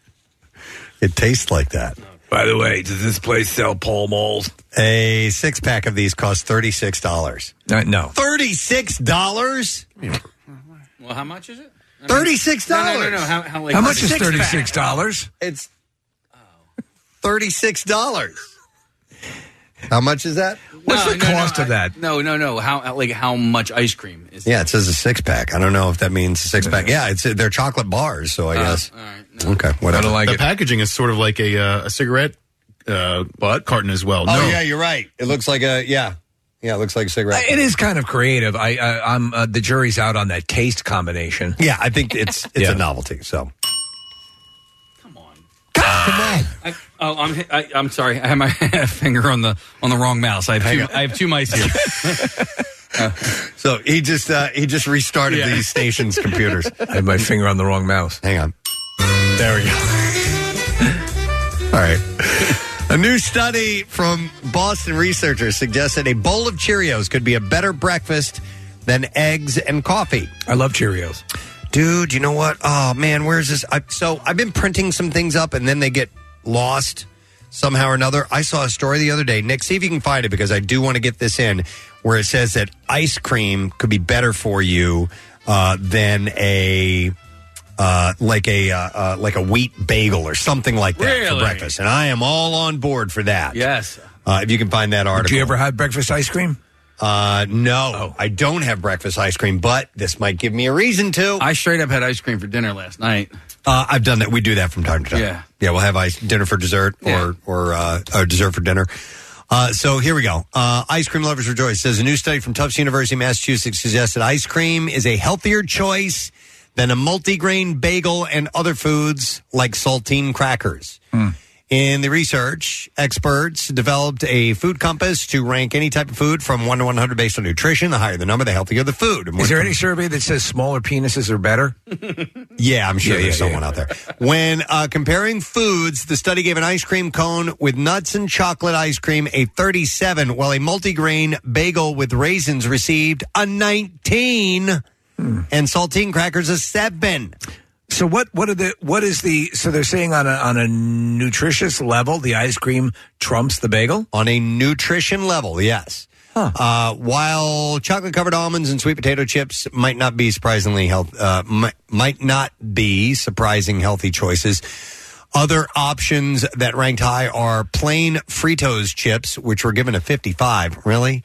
It tastes like that. By the way, does this place sell Pall Malls? A six pack of these costs $36. no. $36? Well, how much is it? $36? No, no, no, no. How, how, like, six pack? $36? It's $36. How much is that? No, no, no, I- No, no, no. How like how much ice cream is? Yeah, it says a six pack. I don't know if that means a six pack. Yeah, it's they're chocolate bars, so I guess. Okay, whatever. the packaging is sort of like a uh, a cigarette uh, butt carton as well. Oh no. yeah, you're right. It looks like a yeah, yeah. It looks like a cigarette. Uh, It is kind of creative. I, I I'm uh, the jury's out on that taste combination. Yeah, I think it's it's a novelty. So I, oh, I'm hi- I, I'm sorry. I have my finger on the on the wrong mouse. I have two, I have two mice here. so he just uh, he just restarted Yeah. the station's computers. I had my finger on the wrong mouse. Hang on. There we go. All right. A new study from Boston researchers suggests that a bowl of Cheerios could be a better breakfast than eggs and coffee. I love Cheerios. Dude, you know what? Oh, man, where's this? I, so I've been printing some things up and then they get lost somehow or another. I saw a story the other day. Nick, see if you can find it because I do want to get this in where it says that ice cream could be better for you uh, than a. Uh, like a uh, uh, like a wheat bagel or something like that for Really? breakfast, and I am all on board for that. Yes. Uh, if you can find that article. Do you ever have breakfast ice cream? Uh, no, Oh. I don't have breakfast ice cream, but this might give me a reason to. I straight up had ice cream for dinner last night. Uh, I've done that. We do that from time to time. Yeah. yeah. We'll have ice dinner for dessert, or Yeah. or uh, or dessert for dinner. Uh, so here we go. Uh, ice cream lovers rejoice. Says a new study from Tufts University, Massachusetts, suggests that ice cream is a healthier choice than a multigrain bagel and other foods like saltine crackers. Mm. In the research, experts developed a food compass to rank any type of food from 1 to 100 based on nutrition. The higher the number, the healthier the food. And Is when- there any survey that says smaller penises are better? yeah, I'm sure Yeah, there's yeah, someone out there. When uh, comparing foods, the study gave an ice cream cone with nuts and chocolate ice cream a 37, while a multigrain bagel with raisins received a 19 and saltine crackers a 7. So what? What are the? What is the? So they're saying on a on a nutritious level, the ice cream trumps the bagel. on a nutrition level, yes. Uh, while chocolate covered almonds and sweet potato chips might not be surprisingly health, uh, might, might not be surprising healthy choices. Other options that ranked high are plain Fritos chips, which were given a 55. Really?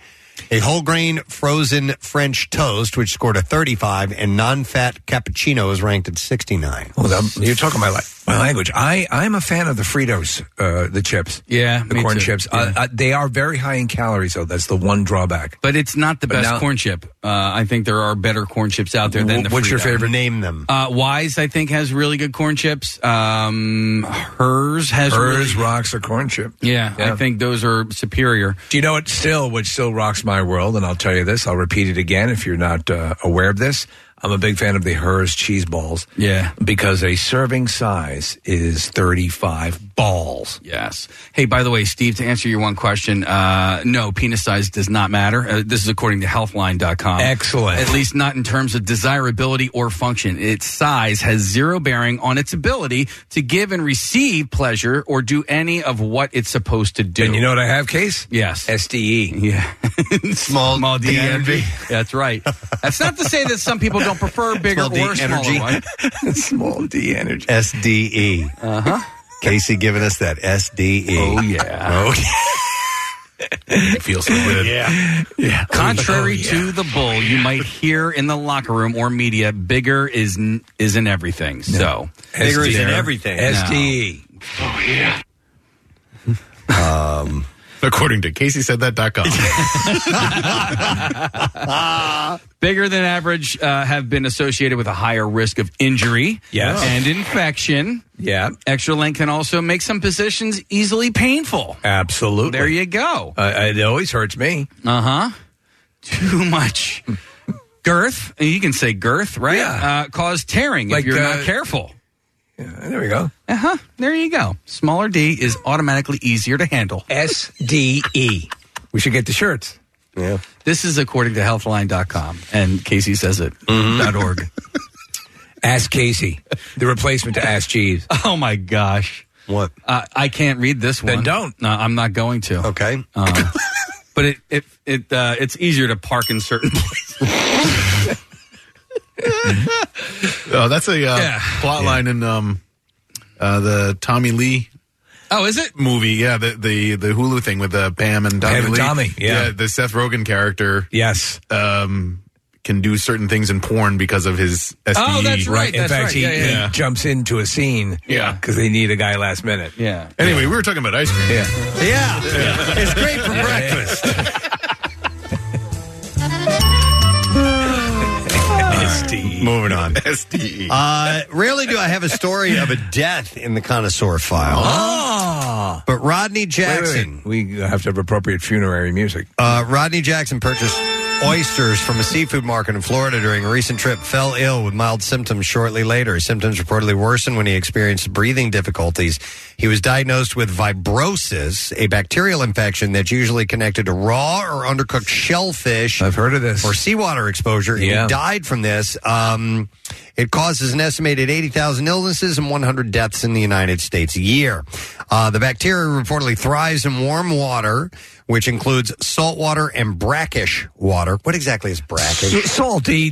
A whole grain frozen French toast, which scored a 35, and non fat cappuccino is ranked at 69. Well, Oh, that- you're talking my, la- my language. I I'm a fan of the Fritos, uh, the chips. Yeah, the me corn too. chips. Uh, uh, they are very high in calories, though. That's the one drawback. But it's not the But best now- corn chip. Uh, I think there are better corn chips out there than the. What's your Frito. favorite? Name them. Uh, Wise, I think, has really good corn chips. Um, hers has Hers really- rocks a corn chip. yeah, Yeah. I think those are superior. Do you know what still, what still rocks my world? And I'll tell you this, I'll repeat it again if you're not uh, aware of this. I'm a big fan of the Hers cheese balls Yeah. because a serving size is 35 balls. Yes. Hey, by the way, Steve, to answer your one question, uh, no, penis size does not matter. Uh, this is according to healthline.com. Excellent. At least not in terms of desirability or function. Its size has zero bearing on its ability to give and receive pleasure or do any of what it's supposed to do. And you know what I have, Case? E. Yes. SDE. yeah. Small, D energy. That's right. That's not to say that some people don't prefer bigger Small D or smaller energy. one. Small D energy. SDE. Uh Uh-huh. huh. E. Casey giving us that E. SDE. Oh, yeah. Okay. It feels so good. Yeah. Yeah. Contrary to the bull, you might hear in the locker room or media, bigger is n- is in everything. So Bigger is in SDE. Oh, everything. SDE. Um, According to CaseySaidThat.com. Bigger than average uh, have been associated with a higher risk of injury Yes. and infection. Yeah. Extra length can also make some positions easily painful. Absolutely. There you go. Uh, it always hurts me. Uh huh. Too much girth. You can say girth, right? Uh, cause tearing Like, if you're uh, not careful. There we go. Uh huh. There you go. Smaller D is automatically easier to handle. S D E. We should get the shirts. Yeah. This is according to healthline.com and Casey says it. dot org. Mm-hmm. Ask Casey, the replacement to Ask Jeeves. Oh my gosh. What? Uh, I can't read this one. Then don't. No, I'm not going to. Okay. Uh, but it it it uh, it's easier to park in certain places. Oh, that's a uh, plot line in um, uh, the Tommy Lee. Oh, is it movie? Yeah, the the, the Hulu thing with uh, Pam and Tommy Pam and Lee. Tommy, yeah. the Seth Rogen character. Yes, um, can do certain things in porn because of his. E. SDE. E, Oh, Oh, In fact, he, he jumps into a scene. Yeah. because they need a guy last minute. Yeah. Anyway, we were talking about ice cream. Yeah. Yeah. It's great for breakfast. E. SDE. Moving on. SDE. Uh, rarely do I have a story of a death in the connoisseur file. Oh. But Rodney Jackson. We have to have appropriate funerary music. Uh, Rodney Jackson purchased oysters from a seafood market in Florida during a recent trip, fell ill with mild symptoms shortly later. His symptoms reportedly worsened when he experienced breathing difficulties. He was diagnosed with vibrosis, a bacterial infection that's usually connected to raw or undercooked shellfish. I've heard of this. Or seawater exposure. And Yeah. He died from this. Um, it causes an estimated 80,000 illnesses and 100 deaths in the United States a year. Uh, the bacteria reportedly thrives in warm water, which includes salt water and brackish water. What exactly is brackish? salty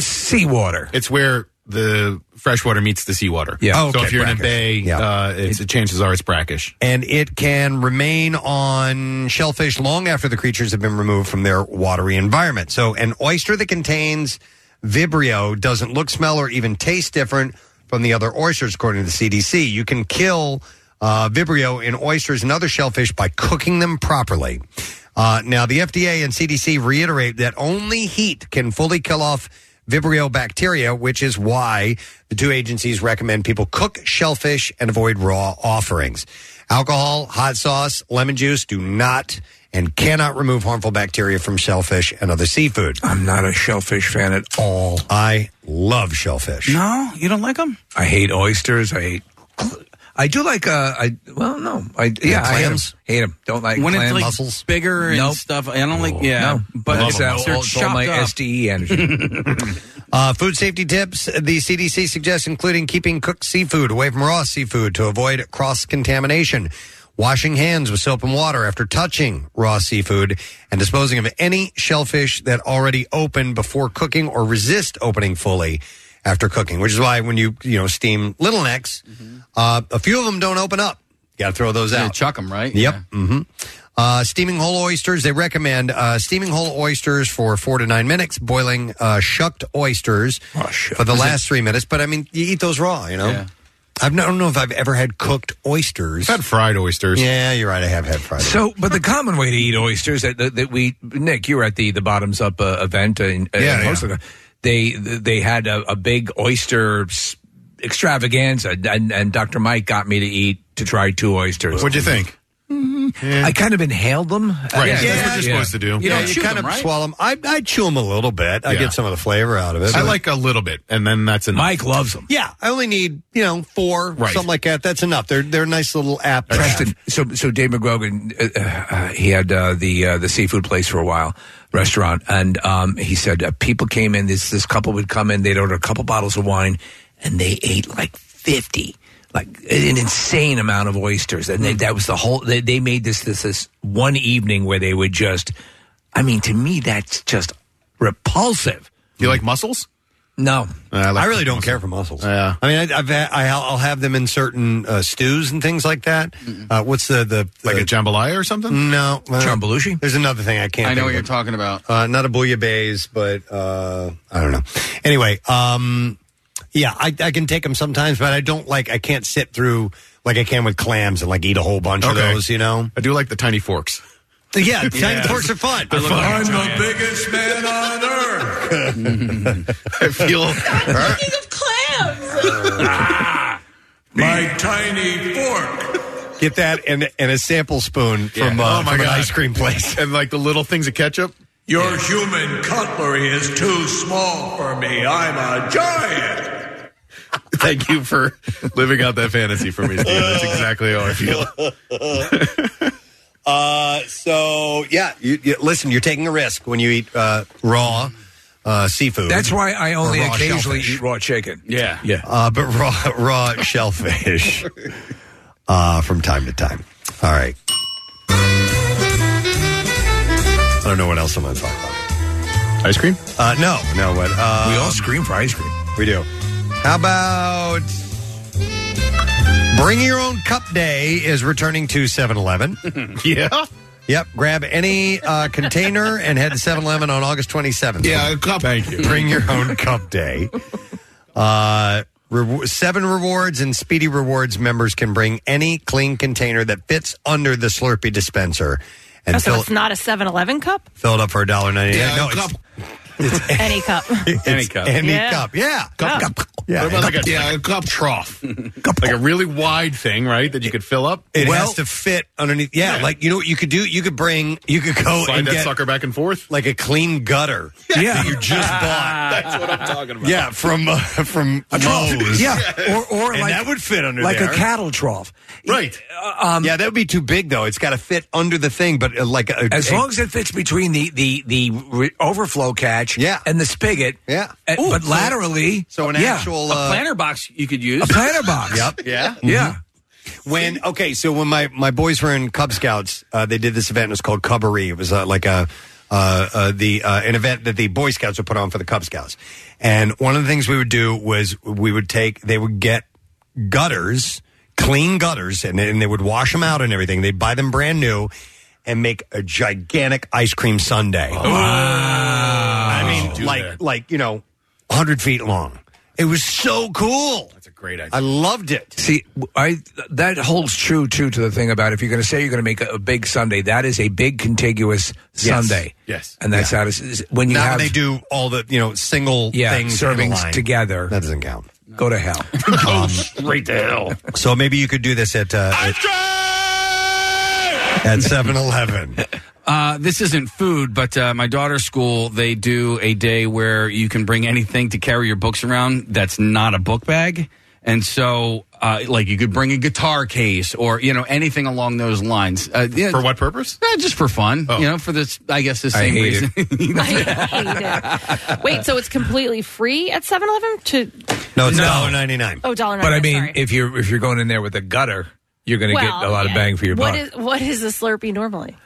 seawater. It's where the freshwater meets the seawater. Yeah. Oh, so okay, if you're in a brackish. bay, Yeah. uh, it's, the chances are it's brackish. And it can remain on shellfish long after the creatures have been removed from their watery environment. So, an oyster that contains Vibrio doesn't look, smell, or even taste different from the other oysters, according to the CDC. You can kill uh, Vibrio in oysters and other shellfish by cooking them properly. Uh, now, the FDA and CDC reiterate that only heat can fully kill off Vibrio bacteria, which is why the two agencies recommend people cook shellfish and avoid raw offerings. Alcohol, hot sauce, lemon juice do not and cannot remove harmful bacteria from shellfish and other seafood. I'm not a shellfish fan at all. I love shellfish. No, you don't like them. I hate oysters. I hate. I do like. Uh, I well, no. I yeah. I hate 'em. clams? Hate them. Don't like When clams. it's like bigger and Nope. Oh, stuff, I don't like. Yeah, No. but Love it's, 'em. they're It's all chopped my up. SDE energy. Uh, food safety tips. The CDC suggests including keeping cooked seafood away from raw seafood to avoid cross contamination, washing hands with soap and water after touching raw seafood, and disposing of any shellfish that already opened before cooking or resist opening fully after cooking. Which is why when you you know steam little necks, Mm-hmm. uh, a few of them don't open up. You got to throw those Yeah, out. chuck them right. Yep. hmm Uh, steaming whole oysters. They recommend uh, steaming whole oysters for four to nine minutes. Boiling uh, shucked oysters Oh, for the last three minutes. But I mean, you eat those raw. You know, Yeah. I've no- I don't know if I've ever had cooked oysters. I've had fried oysters. yeah, you're right. I have had fried. oysters. so, but the common way to eat oysters that that, that we Nick, you were at the the bottoms up uh, event in, uh, Yeah, in Postal. They they had a, a big oyster s- extravaganza, and, and Dr. Mike got me to eat to try two oysters. What'd you think? I kind of inhaled them. Right. Yeah, that's what you're supposed to do. You don't you chew kind them, of right? swallow them. I, I chew them a little bit. I Yeah. get some of the flavor out of it. I but- like a little bit, and then that's enough. Mike loves them. Yeah, I only need you know four, Right. something like that. That's enough. They're they're a nice little app. Preston, so so Dave McGrogan, uh, uh, he had uh, the uh, the seafood place for a while, restaurant, and um, he said uh, people came in. This this couple would come in. They'd order a couple bottles of wine, and they ate like fifty, like an insane amount of oysters. And Hmm. they, that was the whole. They, they made this this this one evening where they would just. I mean, to me, that's just repulsive. Do you like mussels? Uh, No, I really don't care for mussels. Yeah. I mean, I, I've had, I, I'll have them in certain uh, stews and things like that. Uh, what's the the Like the- a jambalaya or something? no well, John Belushi. There's another thing I can't. I know think what of. you're talking about. Uh, not a bouillabaisse, but uh, I don't know. Anyway, um, yeah, I, I can take them sometimes, but I don't like. I can't sit through like I can with clams and like eat a whole bunch of Okay. those, you know? I do like the tiny forks. Yeah, tiny Yeah. forks are fun. They're fun. I'm the biggest man on earth. I feel Speaking of clams. My tiny fork. Get that and and a sample spoon from, uh, from an ice cream place. Oh, and like the little things of ketchup. Your human cutlery is too small for me. I'm a giant. Thank you for living out that fantasy for me, Steve. That's exactly how I feel. Uh, so yeah, you, you, listen, you're taking a risk when you eat uh, raw uh, seafood. That's why I Or only raw occasionally shellfish. eat raw chicken. Yeah. Yeah. Uh, but raw raw shellfish uh, from time to time. All right. I don't know what else I'm going to talk about. Ice cream? Uh, no, no. But uh, we all scream for ice cream. We do. How about Bring Your Own Cup Day is returning to 7 Eleven. Yeah. Yep. Grab any uh, container and head to 7 Eleven on August 27th. Yeah, a cup. Thank you. Bring Your Own Cup Day. Uh, rew- seven rewards and speedy rewards members can bring any clean container that fits under the Slurpee dispenser and so fill, it's not a 7 Eleven cup? fill it up for $1.99. Yeah, no, a it's, Any cup. it's Any cup. Any Yeah. cup. Yeah. Oh. Yeah. What about like a, yeah, a cup trough? like a really wide thing, right? That you could fill up? It has to fit underneath. Yeah, like you know what you could do? You could bring. You could go slide and that get sucker back and forth. like a clean gutter Yeah. that you just bought. That's what I'm talking about. Yeah, from uh, from Lowe's. Yeah. Or, or and like, that would fit under like there. a cattle trough. Right. Um, yeah, that would be too big though. It's got to fit under the thing, but uh, like a, As a- long as it fits between the the the re- overflow catch Yeah. and the spigot, Yeah. uh, Ooh, but so- laterally, so an yeah. actual A uh, planter box you could use. a planter box. Yep. yeah. Yeah. Mm-hmm. When okay, so when my my boys were in Cub Scouts, uh, they did this event. It was called Cubbery. It was uh, like a uh, uh, the uh, an event that the Boy Scouts would put on for the Cub Scouts. And one of the things we would do was we would take they would get gutters, clean gutters, and, and they would wash them out and everything. They'd buy them brand new and make a gigantic ice cream sundae. Oh, I mean, like uh, like you know, hundred feet long. It was so cool. That's a great idea. I loved it. See, I that holds true too to the thing about if you're going to say you're going to make a, a big Sunday, that is a big contiguous Yes. Sunday. Yes. and that's how it is. When you Now have they do all the you know single yeah things in a servings line. together, That doesn't count. Um, go to hell. Right to hell. So maybe you could do this at uh, at 7-Eleven. Uh, this isn't food, but uh, my daughter's school, they do a day where you can bring anything to carry your books around that's not a book bag. And so, uh, like, you could bring a guitar case or, you know, anything along those lines. Uh, yeah, For what purpose? Eh, just for fun, you know, for this, I guess, the same hate reason. I hate it. Wait, so it's completely free at 7 Eleven to. No, it's dollar ninety nine. Oh, dollar. But I mean, sorry. if you're if you're going in there with a gutter, you're going to get a lot of yeah. bang for your What buck. is- what is a Slurpee normally?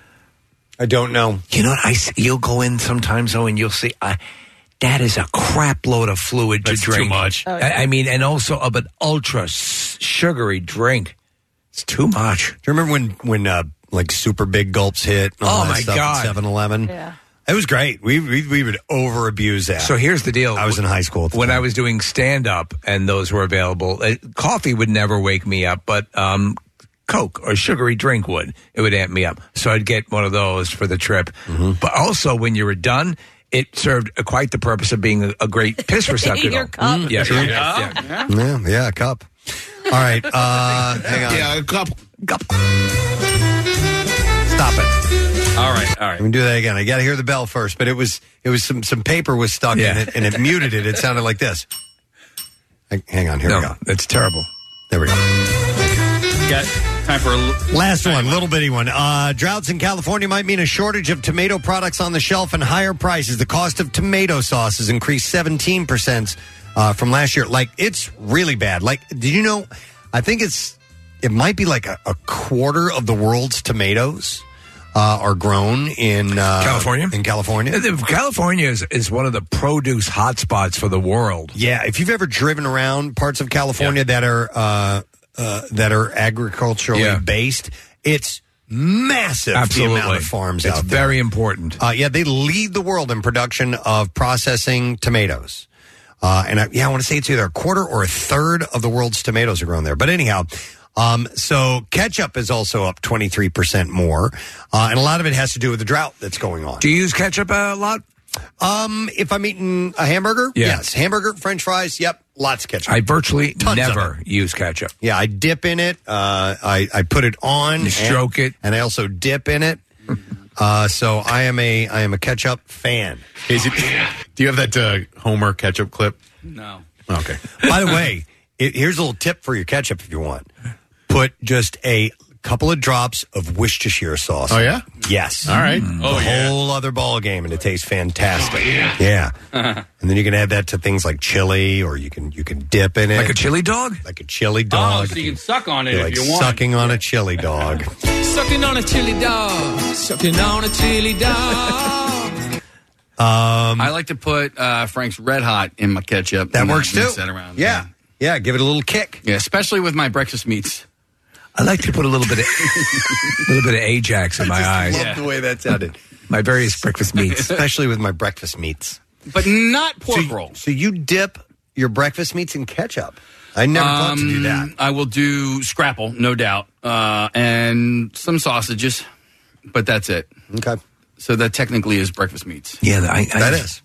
I don't know. you know, what? I s- you'll go in sometimes though, and you'll see. I that is a crap load of fluid That's to too drink. much. Oh, I, I mean, and also of an ultra s- sugary drink. It's too much. Do you remember when when uh, like super big gulps hit? And all Oh, that my stuff God. Seven Eleven. Yeah. It was great. We we, we would over abuse that. So here's the deal. I was in high school at the when time. I was doing stand up and those were available. Uh, coffee would never wake me up, but um, Coke or sugary drink would. It would amp me up. So I'd get one of those for the trip. Mm-hmm. But also, when you were done, it served uh, quite the purpose of being a, a great piss receptacle. Mm, Your cup. Yeah, yeah, yeah. yeah yeah a cup. All right, uh, hang on. a cup. Stop it. all right, all right. Let me do that again. I got to hear the bell first. But it was it was some some paper was stuck Yeah. in it and it muted it. It sounded like this. Hang- Hang on. Here we No, go. that's terrible. There we go. Got time for a l- Last one, little bitty one. Uh, droughts in California might mean a shortage of tomato products on the shelf and higher prices. The cost of tomato sauce has increased 17% uh, from last year. Like, it's really bad. Like, did you know? I think it's, it might be like a, a quarter of the world's tomatoes uh, are grown in uh, California? In California. California is, is one of the produce hotspots for the world. Yeah, if you've ever driven around parts of California that are uh, uh, that are agriculturally Yeah. based, it's massive the amount Absolutely. of farms It's out there. very important. Uh, yeah, they lead the world in production of processing tomatoes. Uh, and I, yeah, I want to say it's either a quarter or a third of the world's tomatoes are grown there. But anyhow, Um, so ketchup is also up 23% more. Uh, and a lot of it has to do with the drought that's going on. Do you use ketchup a lot? Um, if I'm eating a hamburger, Yeah. yes. Hamburger, french fries, yep, lots of ketchup. I virtually Tons of never use ketchup. Yeah, I dip in it. Uh, I I put it on, You stroke and, it, and I also dip in it. Uh, so I am a I am a ketchup fan. Is it? Do you have that uh, Homer ketchup clip? No. Okay. By the way, it, here's a little tip for your ketchup if you want. Put just a couple of drops of Worcestershire sauce. Oh, in yeah? it. Yes. Mm. All right. Oh, a yeah. whole other ball game, and it tastes fantastic. yeah. and then you can add that to things like chili, or you can you can dip in it Like a chili dog, like a chili dog. Oh, so you can suck on it You're if like you want. sucking on a chili dog. Sucking on a chili dog. Sucking on a chili dog. Um, I like to put uh, Frank's Red Hot in my ketchup. That and works mix too. That around. Yeah. Yeah, give it a little kick. Yeah, especially with my breakfast meats. I like to put a little bit of a little bit of Ajax in my eyes. love the way that sounded. My various breakfast meats. Especially with my breakfast meats. But not pork so, rolls. So you dip your breakfast meats in ketchup. I never thought to do that. Um, I will do scrapple, no doubt, uh, and some sausages, but that's it. Okay. So that technically is breakfast meats. Yeah, I, that is.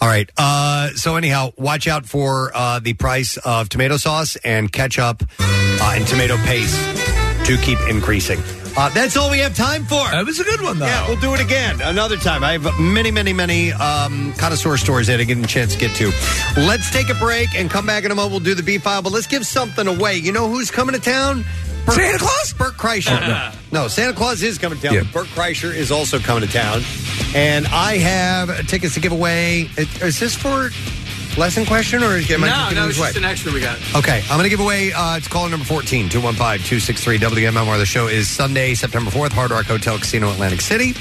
All right. Uh, so anyhow, watch out for uh, the price of tomato sauce and ketchup uh, and tomato paste to keep increasing. Uh, that's all we have time for. That was a good one, though. Yeah, we'll do it again another time. I have many, many, many um, connoisseur stories that I didn't get a chance to get to. Let's take a break and come back in a moment. We'll do the B file, but let's give something away. You know who's coming to town? Bert, Santa Claus? Bert Kreischer. no. Santa Claus is coming to town. Yeah. Bert Kreischer is also coming to town. And I have tickets to give away. Is this for lesson question or am I just no, giving no, this it's away? just an extra we got. Okay, I'm going to give away. Uh, it's caller number 14, 215 263 WMMR. The show is Sunday, September 4th, Hard Rock Hotel Casino, Atlantic City.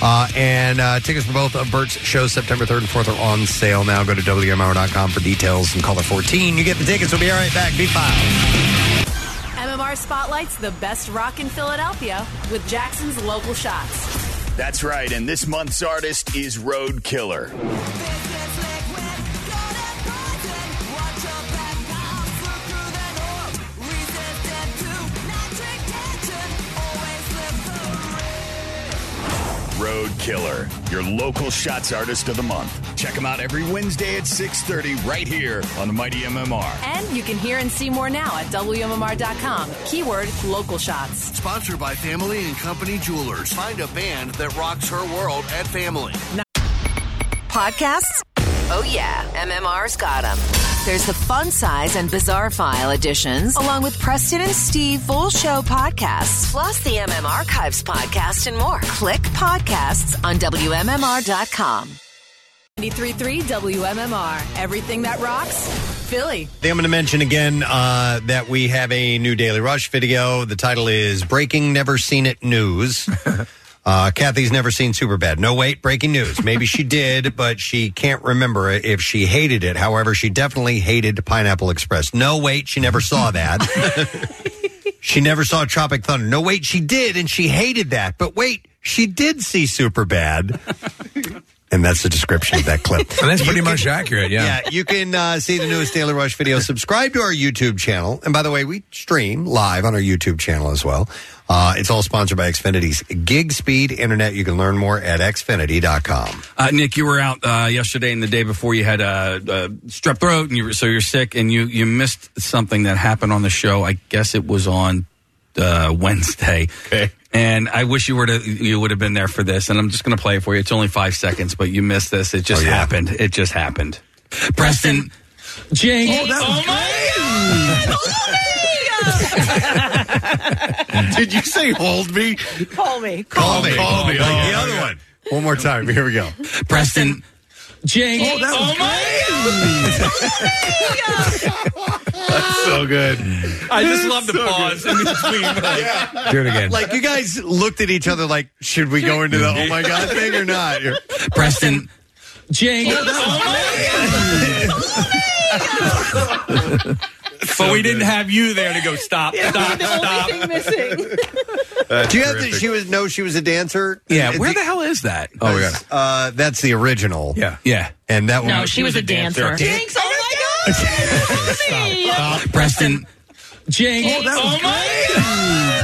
Uh, and uh, tickets for both of Bert's shows, September 3rd and 4th, are on sale now. Go to WMMR.com for details and caller 14. You get the tickets. We'll be right back. Be fine. MMR spotlights the best rock in Philadelphia with Jackson's local shots. That's right, and this month's artist is Road Killer. Road Killer, your local shots artist of the month. Check him out every Wednesday at 6:30 right here on the Mighty MMR. And you can hear and see more now at WMMR.com. Keyword local shots. Sponsored by Family and Company Jewelers. Find a band that rocks her world at Family. Podcasts? Oh, yeah. MMR's got them. There's the fun size and bizarre file editions, along with Preston and Steve full show podcasts, plus the MM Archives podcast and more. Click podcasts on WMMR.com. 93.3 WMMR. Everything that rocks, Philly. I think I'm going to mention again uh, that we have a new Daily Rush video. The title is Breaking Never Seen It News. Uh, Kathy's never seen Superbad. No, wait, breaking news. Maybe she did, but she can't remember it if she hated it. However, she definitely hated Pineapple Express. No, wait, she never saw that. she never saw Tropic Thunder. No, wait, she did, and she hated that. But wait, she did see Superbad. And that's the description of that clip. And that's pretty much accurate, yeah. Yeah, you can uh, see the newest Daily Rush video. Subscribe to our YouTube channel. And by the way, we stream live on our YouTube channel as well. Uh, it's all sponsored by Xfinity's gig speed internet. You can learn more at xfinity.com. Uh, Nick, you were out uh, yesterday and the day before. You had a uh, uh, strep throat, and you were, so you're sick, and you you missed something that happened on the show. I guess it was on uh, Wednesday. Okay. And I wish you were to you would have been there for this. And I'm just going to play it for you. It's only five seconds, but you missed this. It just happened. It just happened. Preston, Jane. Oh, that was Did you say hold me? Call me. Call me. Call me. Like the other one. One more time. Here we go. Preston, Jane. Oh, that was That's so good. I just love the pause in between. Do it again. Like, you guys looked at each other like, should we go into the oh my God thing or not? You're- Preston, Jane. but we didn't have you there to go stop, stop, The stop. only thing missing. Do you have to, she was, no, she was a dancer? Yeah, And where the- the hell is that? Oh, yeah. Uh, that's the original. Yeah. Yeah. And that No, one. Oh she was a dancer. dancer. Jinx, oh my God! Preston, Jane. Oh, that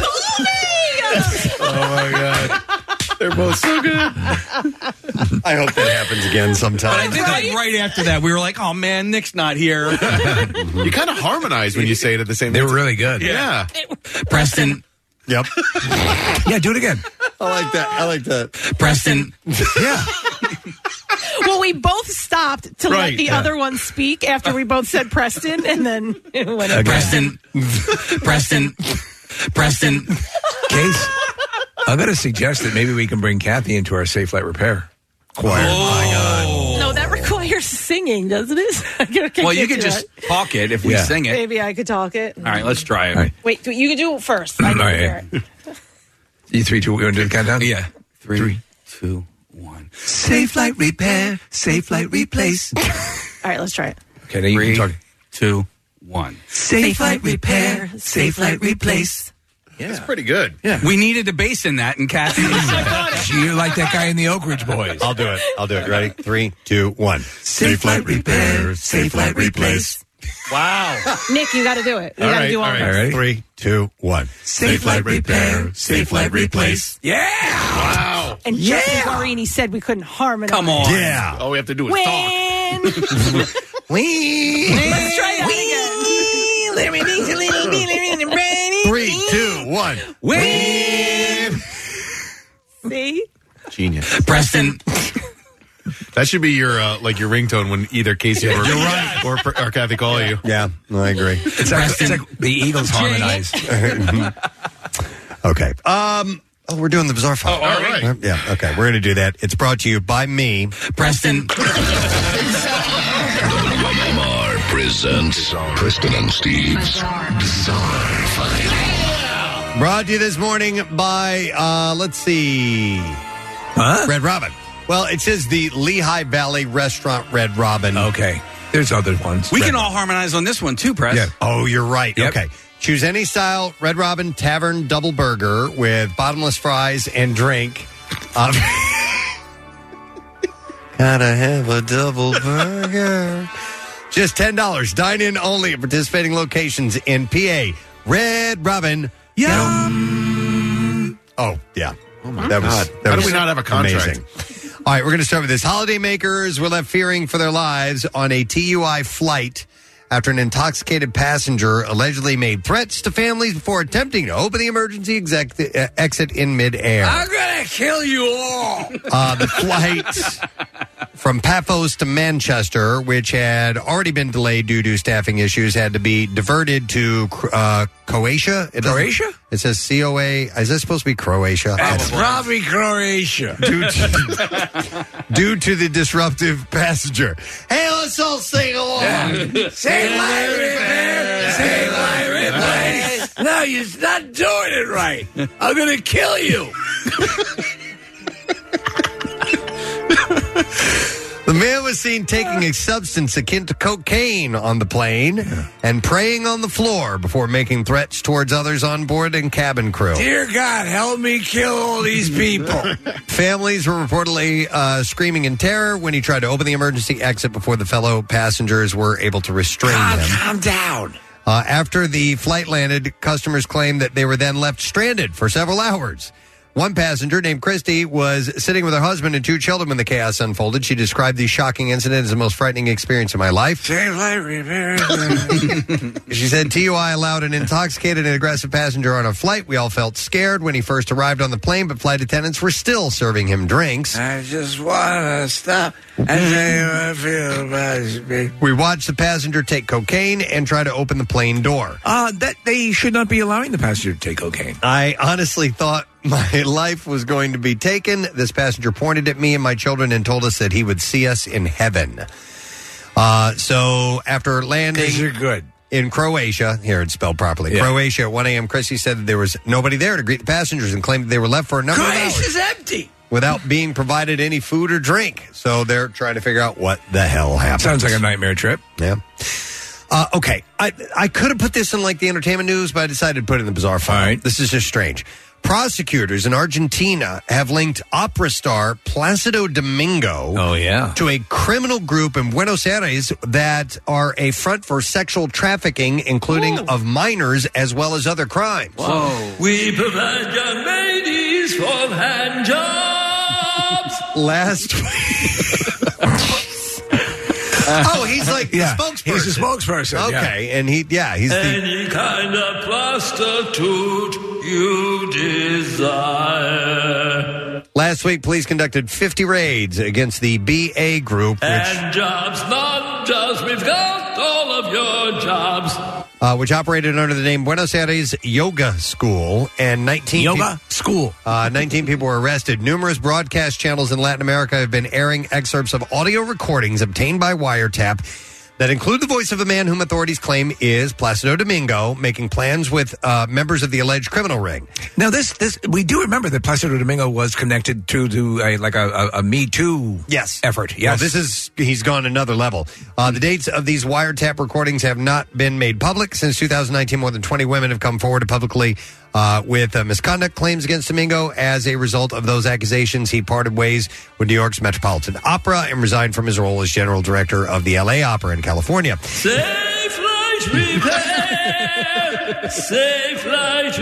was Oh Oh my god. They're both so good. I hope that happens again sometime. But I think like right after that, we were like, "Oh man, Nick's not here." you kind of harmonize when you say it at the same. They were really good. Yeah, Preston. Yep. yeah, do it again. I like that. I like that. Preston. yeah. well, we both stopped to Right, let the yeah. other one speak after we both said Preston, and then it went over. Preston. Preston. Preston. Case, I'm going to suggest that maybe we can bring Kathy into our Safe Light Repair choir. Oh. No, that requires singing, doesn't it? I can't Well, you do could just that. talk it if we Yeah. sing it. Maybe I could talk it. All right, let's try it. Wait, do, you can do it first. I All can right. hear it. You three, two, we want to do the countdown? Yeah. Three, two, one. Safe Light Repair, Safe Light Replace. All right, let's try it. Okay, now you can talk. Two, one. Safe light repair. Safe light replace. Yeah. That's pretty good. Yeah. We needed a bass in that, and Kathy. you like that guy in the Oak Ridge Boys. I'll do it. I'll do it. Ready? Three, two, one. Safe Light Repair, Safe Light Replace. Wow. Nick, you got to do it. You All got to right, do all all this. right, Three, two, one. Safe Light Repair, Safe Light Replace. Yeah. Wow. And yeah. Jesse Guarini said we couldn't harmonize. Come on. Yeah. All we have to do is When- talk. Let's try that again. Three, two, one. Win. See? Genius. Preston. That should be your uh, like your ringtone when either Casey or, or, or Kathy call you. Yeah, I agree. It's like, it's like the Eagles harmonized. okay. Um. Oh, we're doing the bizarre file. Oh, all right. Yeah. Okay. We're going to do that. It's brought to you by me, Preston. WMMR presents Kristen and Steve's Bizarre File. Brought to you this morning by, uh, let's see, Red Robin. Well, it says the Lehigh Valley Restaurant Red Robin. Okay. There's other ones. We Red can all harmonize on this one too, Press. Yeah. Oh, you're right. Yep. Okay. Choose any style Red Robin Tavern Double Burger with bottomless fries and drink. Um, Gotta have a double burger. Just ten dollars. Dine in only at participating locations in PA. Red Robin. Yum. Oh yeah. Oh my that God. Was, that How do was we not have a contract? Amazing. All right, we're going to start with this. Holiday makers were left fearing for their lives on a TUI flight after an intoxicated passenger allegedly made threats to families before attempting to open the emergency exec- uh, exit in midair. Ah. gonna kill you all. Uh, the flight from Paphos to Manchester, which had already been delayed due to staffing issues, had to be diverted to uh, Croatia. It doesn't- Croatia? Ah. It says COA. Is this supposed to be Croatia? I don't know. That's probably Croatia. Due to, due to the disruptive passenger. Hey, let's all sing along. Say my repair, say my repair. No, you're not doing it right. I'm gonna kill you. The man was seen taking a substance akin to cocaine on the plane and praying on the floor before making threats towards others on board and cabin crew. Dear God, help me kill all these people. Families were reportedly uh, screaming in terror when he tried to open the emergency exit before the fellow passengers were able to restrain him. Calm down. Uh, after the flight landed, customers claimed that they were then left stranded for several hours. One passenger named Christy was sitting with her husband and two children when the chaos unfolded. She described the shocking incident as the most frightening experience of my life. Say my repair. She said TUI allowed an intoxicated and aggressive passenger on a flight. We all felt scared when he first arrived on the plane, but flight attendants were still serving him drinks. I just wanna stop and say how I feel about me. We watched the passenger take cocaine and try to open the plane door. Uh, that they should not be allowing the passenger to take cocaine. I honestly thought my life was going to be taken. This passenger pointed at me and my children and told us that he would see us in heaven. Uh, so after landing. You're good. in Croatia. Here it's spelled properly. Yeah. Croatia at 1 a.m. Christie said that there was nobody there to greet the passengers and claimed that they were left for a number of hours Croatia's empty. without being provided any food or drink. So they're trying to figure out what the hell happened. Sounds like a nightmare trip. yeah. Uh, okay, I I could have put this in like the entertainment news, but I decided to put it in the bizarre file. All right. This is just strange. Prosecutors in Argentina have linked opera star Placido Domingo Oh, yeah. to a criminal group in Buenos Aires that are a front for sexual trafficking, including of minors as well as other crimes. We provide young ladies for hand jobs. Last oh, he's like Yeah, the spokesperson. he's the spokesperson, Okay, and he, yeah, he's the. Any kind of prostitute you desire. Last week, police conducted 50 raids against the BA group, which, And jobs, non jobs, we've got all of your jobs. uh, which operated under the name Buenos Aires Yoga School, and 19 Yoga School. Uh, 19 people were arrested. Numerous broadcast channels in Latin America have been airing excerpts of audio recordings obtained by wiretap. That include the voice of a man whom authorities claim is Placido Domingo, making plans with uh, members of the alleged criminal ring. Now this this we do remember that Placido Domingo was connected to to a, like a, a, a Me Too yes effort. Yeah, Yes, this is he's gone another level. Uh, the dates of these wiretap recordings have not been made public since 2019. More than 20 women have come forward publicly uh, with uh, misconduct claims against Domingo. As a result of those accusations, he parted ways with New York's Metropolitan Opera and resigned from his role as general director of the L.A. Opera in California. Safe flight replay. Safe flight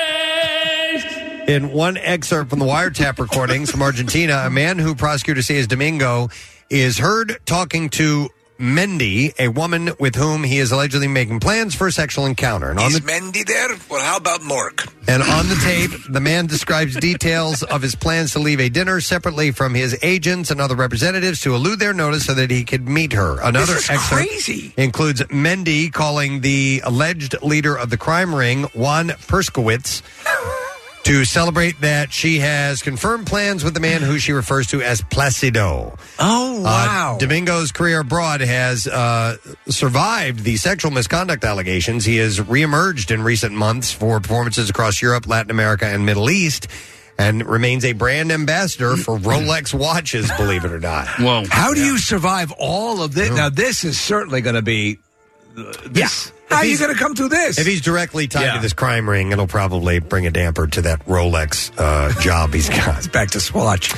replay. In one excerpt from the wiretap recordings from Argentina, a man who prosecutors say is Domingo is heard talking to Mendy, a woman with whom he is allegedly making plans for a sexual encounter. And on the is Mendy there? Well, how about Mork? and on the tape, the man describes details of his plans to leave a dinner separately from his agents and other representatives to elude their notice so that he could meet her. Another This is excerpt crazy. includes Mendy calling the alleged leader of the crime ring, Juan Perskowitz, to celebrate that she has confirmed plans with the man who she refers to as Placido. Oh, wow. Domingo's career abroad has uh, survived the sexual misconduct allegations. He has reemerged in recent months for performances across Europe, Latin America, and Middle East. And remains a brand ambassador for Mm-hmm. Rolex watches, believe it or not. Whoa! How do you survive all of this? Now this is certainly going to be. Uh, this, How are you going to come through this? If he's directly tied to this crime ring, it'll probably bring a damper to that Rolex uh, job he's got. It's back to Swatch.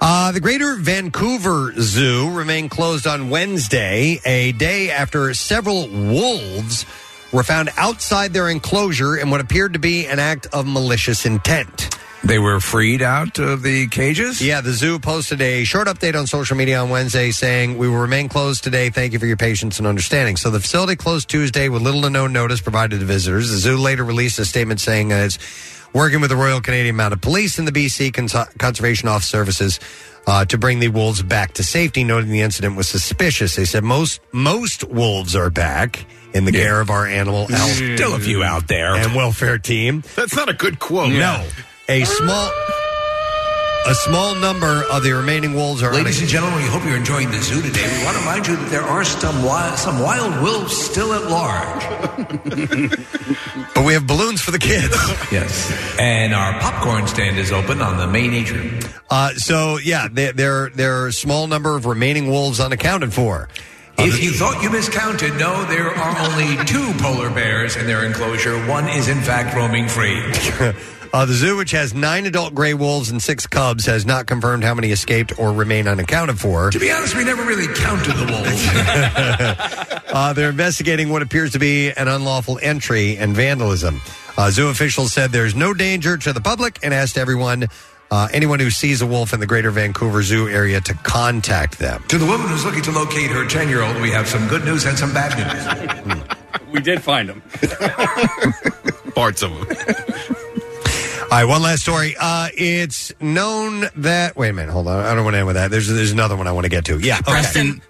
Uh, the Greater Vancouver Zoo remained closed on Wednesday, a day after several wolves were found outside their enclosure in what appeared to be an act of malicious intent. They were freed out of the cages? Yeah, the zoo posted a short update on social media on Wednesday saying, We will remain closed today. Thank you for your patience and understanding. So the facility closed Tuesday with little to no notice provided to visitors. The zoo later released a statement saying that it's working with the Royal Canadian Mounted Police and the BC Cons- Conservation Off Services. Uh, to bring the wolves back to safety, noting the incident was suspicious. They said most most wolves are back in the care of our animal health Still a few out there and welfare team. That's not a good quote. Oh, No, a small a small number of the remaining wolves are. Ladies and gentlemen, we hope you're enjoying the zoo today. We want to remind you that there are some wild, some wild wolves still at large. but we have balloons for the kids. yes. And our popcorn stand is open on the main atrium. Uh, so yeah, there there there are a small number of remaining wolves unaccounted for. If you thought you miscounted, no, there are only two polar bears in their enclosure. One is, in fact, roaming free. Uh, the zoo, which has nine adult gray wolves and six cubs, has not confirmed how many escaped or remain unaccounted for. To be honest, we never really counted the wolves. Uh, they're investigating what appears to be an unlawful entry and vandalism. Uh, zoo officials said there's no danger to the public and asked everyone, uh, anyone who sees a wolf in the greater Vancouver Zoo area, to contact them. to the woman who's looking to locate her 10 year old, we have some good news and some bad news. We did find him. Parts of them. All right, one last story. Uh, it's known that. Wait a minute, hold on. I don't want to end with that. There's there's another one I want to get to. Yeah, okay. Preston.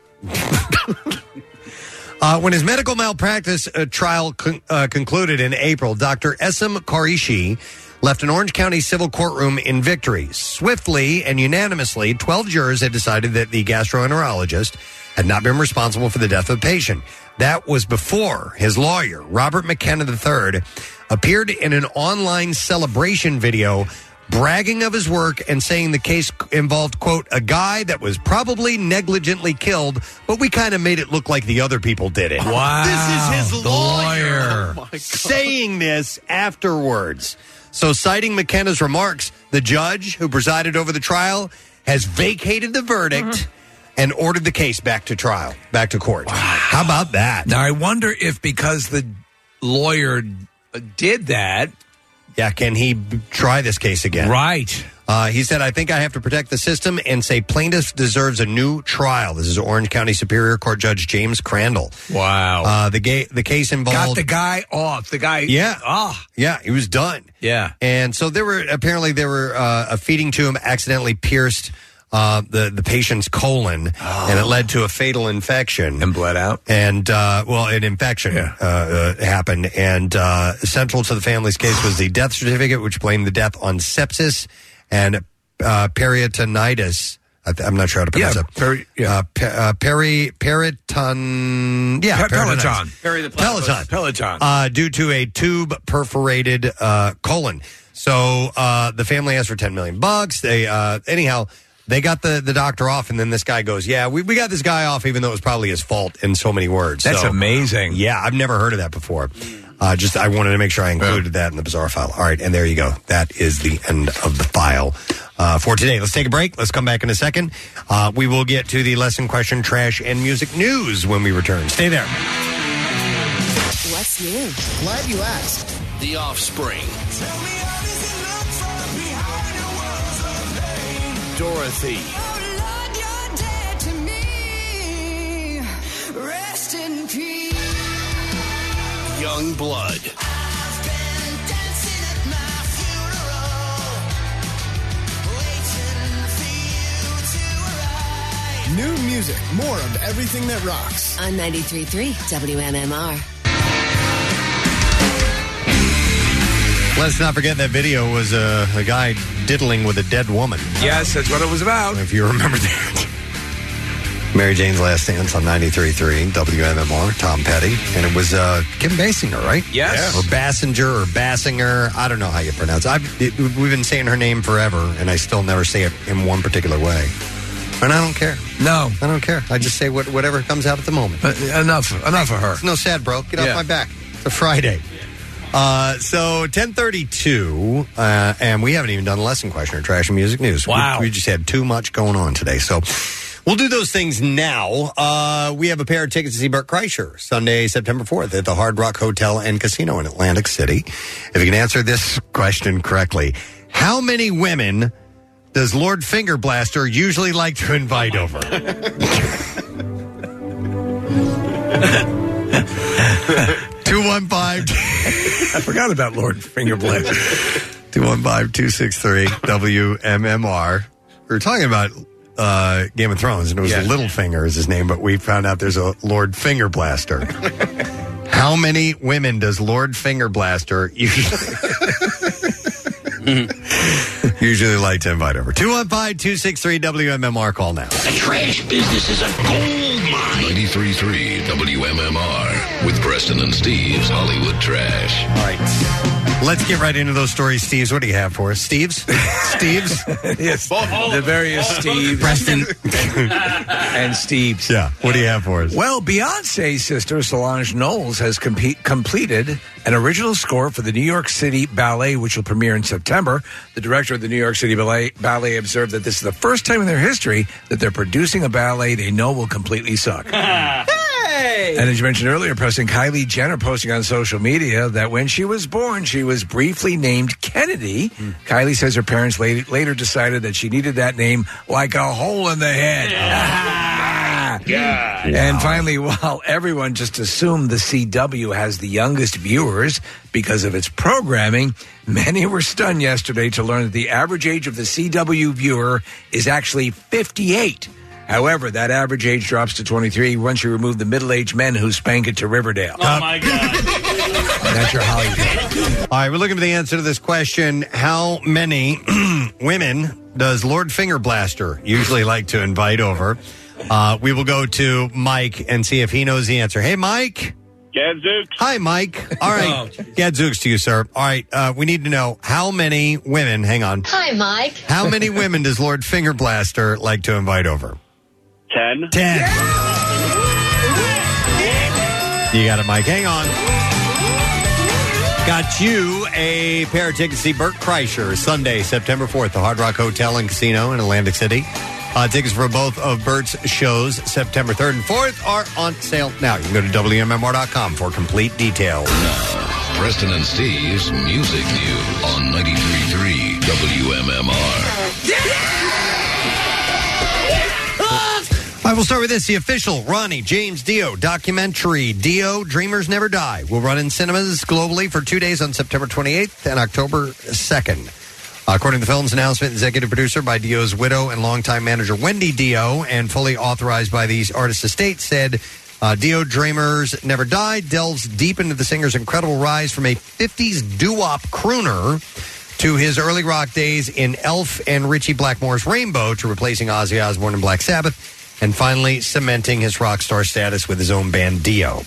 Uh, when his medical malpractice uh, trial con- uh, concluded in April, Dr. Essam Karishi left an Orange County civil courtroom in victory. Swiftly and unanimously, 12 jurors had decided that the gastroenterologist had not been responsible for the death of the patient. That was before his lawyer, Robert McKenna III, appeared in an online celebration video bragging of his work and saying the case involved quote a guy that was probably negligently killed but we kind of made it look like the other people did it Wow. this is his The lawyer, Oh lawyer. saying this afterwards So, citing McKenna's remarks, the judge who presided over the trial has vacated the verdict Mm-hmm. and ordered the case back to trial, back to court. How about that? Now, I wonder if because the lawyer did that. Yeah, can he b- try this case again? Right. Uh, he said, I think I have to protect the system and say plaintiff deserves a new trial. This is Orange County Superior Court Judge James Crandall. Wow. Uh, the, ga- the case involved. Got the guy off. The guy. Yeah. Ah. Yeah, he was done. Yeah. And so there were apparently there were uh, a feeding tube accidentally pierced uh, the the patient's colon, and it led to a fatal infection and bled out. And uh, well, an infection uh, uh, happened, and uh, central to the family's case was the death certificate, which blamed the death on sepsis and uh, peritonitis. I th- I'm not sure how to pronounce Yeah, it. Peri, yeah. Uh, pe- uh, peri, periton, yeah, Pe- peritonitis. Peloton. Perry the platypus. Peloton. Peloton. Uh, due to a tube perforated uh, colon. So uh, the family asked for ten million bucks. They uh, anyhow. They got the, the doctor off, and then this guy goes, "Yeah, we, we got this guy off, even though it was probably his fault." In so many words, That's So, amazing. Yeah, I've never heard of that before. Uh, just I wanted to make sure I included that in the bizarre file. All right, and there you go. That is the end of the file uh, for today. Let's take a break. Let's come back in a second. Uh, we will get to the lesson question, trash, and music news when we return. Stay there. What's new? Glad you asked. The Offspring. Dorothy. Rest in peace. Young Blood. New music, more of everything that rocks. On 93.3 WMMR. Let's not forget that video was uh, a guy diddling with a dead woman. Yes, that's what it was about. If you remember that. Mary Jane's Last Dance on 93.3 WMMR, Tom Petty. And it was uh, Kim Basinger, right? Yes. Or Bassinger or Bassinger. I don't know how you pronounce it. I've, it- We've been saying her name forever, and I still never say it in one particular way. And I don't care. No. Uh, I don't care. I just say what, whatever comes out at the moment. enough. Enough of her. It's no sad, bro. Get off Yeah. my back. It's a Friday. Uh, so 1032, uh, and we haven't even done a lesson question or trash and music news. Wow. We, we just had too much going on today. So we'll do those things now. Uh, we have a pair of tickets to see Burt Kreischer Sunday, September 4th at the Hard Rock Hotel and Casino in Atlantic City. If you can answer this question correctly, how many women does Lord Fingerblaster usually like to invite over? Two one five. I forgot about Lord Fingerblade. 215-263 WMMR. We were talking about uh, Game of Thrones, and it was Littlefinger is his name, but we found out there's a Lord Fingerblaster. How many women does Lord Fingerblaster usually, Mm-hmm. usually like to invite over? 215-263-WMMR. Call now. The trash business is a gold mine. 93.3 WMMR with Preston and Steve's Hollywood Trash. All right. Let's get right into those stories, Steve's. What do you have for us? Steve's? Steve's? yes. the various Steve. Preston. and Steve's. Yeah. What do you have for us? Well, Beyonce's sister, Solange Knowles, has compe- completed an original score for the New York City Ballet, which will premiere in September. The director of the New York City Ballet, ballet observed that this is the first time in their history that they're producing a ballet they know will completely suck. hey! And as you mentioned earlier, President Kylie Jenner posting on social media that when she was born, she was briefly named Kennedy. Kylie says her parents later, later decided that she needed that name like a hole in the head. Yeah. And finally, while everyone just assumed the CW has the youngest viewers because of its programming, many were stunned yesterday to learn that the average age of the CW viewer is actually 58. However, that average age drops to 23 once you remove the middle aged men who spank it to Riverdale. Oh my god. That's your Hollywood. All right, we're looking for the answer to this question. How many women does Lord Fingerblaster usually like to invite over? Uh, we will go to Mike and see if he knows the answer. Hey, Mike. Gadzooks. Hi, Mike. All right. Gadzooks to you, sir. All right. Uh, we need to know how many women, hang on. Hi, Mike. How many women does Lord Fingerblaster like to invite over? Ten. Ten. You got it, Mike. Hang on. Got you a pair of tickets to see Burt Kreischer Sunday, September 4th, the Hard Rock Hotel and Casino in Atlantic City. Uh, tickets for both of Burt's shows, September 3rd and 4th, are on sale now. You can go to WMMR.com for complete details. Preston and Steve's Music News on 93.3 WMMR. All right, we'll start with this. The official Ronnie James Dio documentary, Dio Dreamers Never Die, will run in cinemas globally for two days on September 28th and October 2nd. According to the film's announcement, executive producer by Dio's widow and longtime manager Wendy Dio, and fully authorized by the artist's estate, said uh, Dio Dreamers Never Die delves deep into the singer's incredible rise from a 50s doo wop crooner to his early rock days in Elf and Richie Blackmore's Rainbow to replacing Ozzy Osbourne and Black Sabbath, and finally cementing his rock star status with his own band Dio.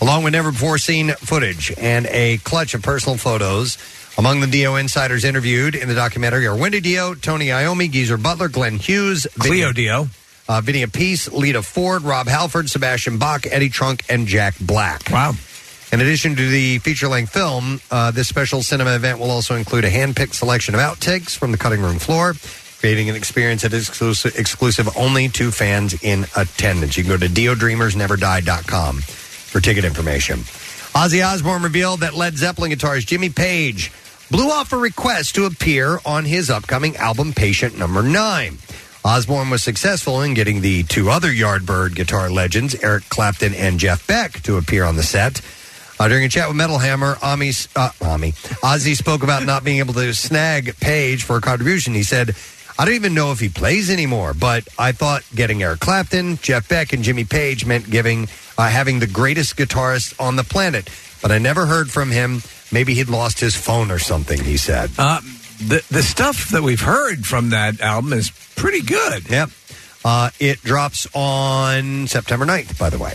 Along with never before seen footage and a clutch of personal photos, among the Dio insiders interviewed in the documentary are Wendy Dio, Tony Iommi, Geezer Butler, Glenn Hughes, Cleo Dio, uh, Vinnie Peace, Lita Ford, Rob Halford, Sebastian Bach, Eddie Trunk, and Jack Black. Wow. In addition to the feature length film, uh, this special cinema event will also include a hand picked selection of outtakes from the cutting room floor, creating an experience that is exclusive, exclusive only to fans in attendance. You can go to DioDreamersNeverDie.com for ticket information. Ozzy Osbourne revealed that Led Zeppelin guitarist Jimmy Page blew off a request to appear on his upcoming album Patient Number 9. Osbourne was successful in getting the two other Yardbird guitar legends, Eric Clapton and Jeff Beck, to appear on the set. Uh, during a chat with Metal Hammer, Ami, uh, Ami, Ozzy spoke about not being able to snag Page for a contribution. He said, I don't even know if he plays anymore, but I thought getting Eric Clapton, Jeff Beck, and Jimmy Page meant giving uh, having the greatest guitarist on the planet. But I never heard from him. Maybe he'd lost his phone or something, he said. Uh, the the stuff that we've heard from that album is pretty good. Yep. Uh, it drops on September 9th, by the way.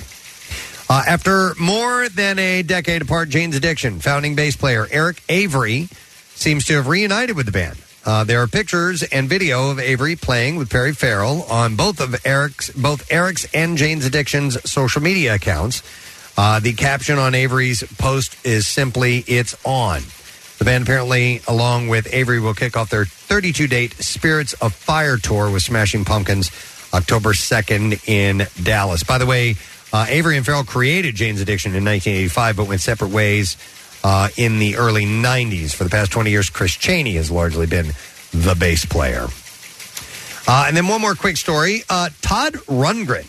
Uh, after more than a decade apart, Jane's Addiction founding bass player Eric Avery seems to have reunited with the band. Uh, there are pictures and video of Avery playing with Perry Farrell on both of Eric's both Eric's and Jane's Addiction's social media accounts. Uh, the caption on Avery's post is simply "It's on." The band apparently, along with Avery, will kick off their 32 date Spirits of Fire tour with Smashing Pumpkins October 2nd in Dallas. By the way, uh, Avery and Farrell created Jane's Addiction in 1985, but went separate ways uh, in the early 90s. For the past 20 years, Chris Cheney has largely been the bass player. Uh, and then one more quick story uh, Todd Rundgren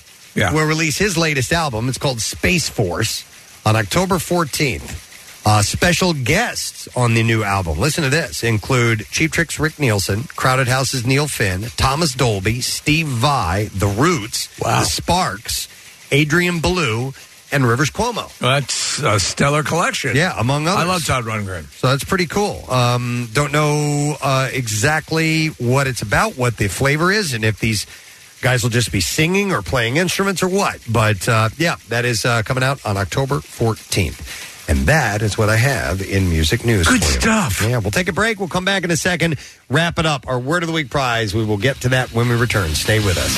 will release his latest album. It's called Space Force on October 14th. Uh, special guests on the new album. Listen to this include Cheap Trick's Rick Nielsen, Crowded House's Neil Finn, Thomas Dolby, Steve Vai, The Roots, The Sparks, Adrian Ballou, and Rivers Cuomo. That's a stellar collection. Yeah, among others. I love Todd Rundgren. So that's pretty cool. Um, don't know uh, exactly what it's about, what the flavor is, and if these guys will just be singing or playing instruments or what. But uh, yeah, that is uh, coming out on October 14th. And that is what I have in music news. Good stuff. Yeah, we'll take a break. We'll come back in a second, wrap it up. Our Word of the Week prize. We will get to that when we return. Stay with us.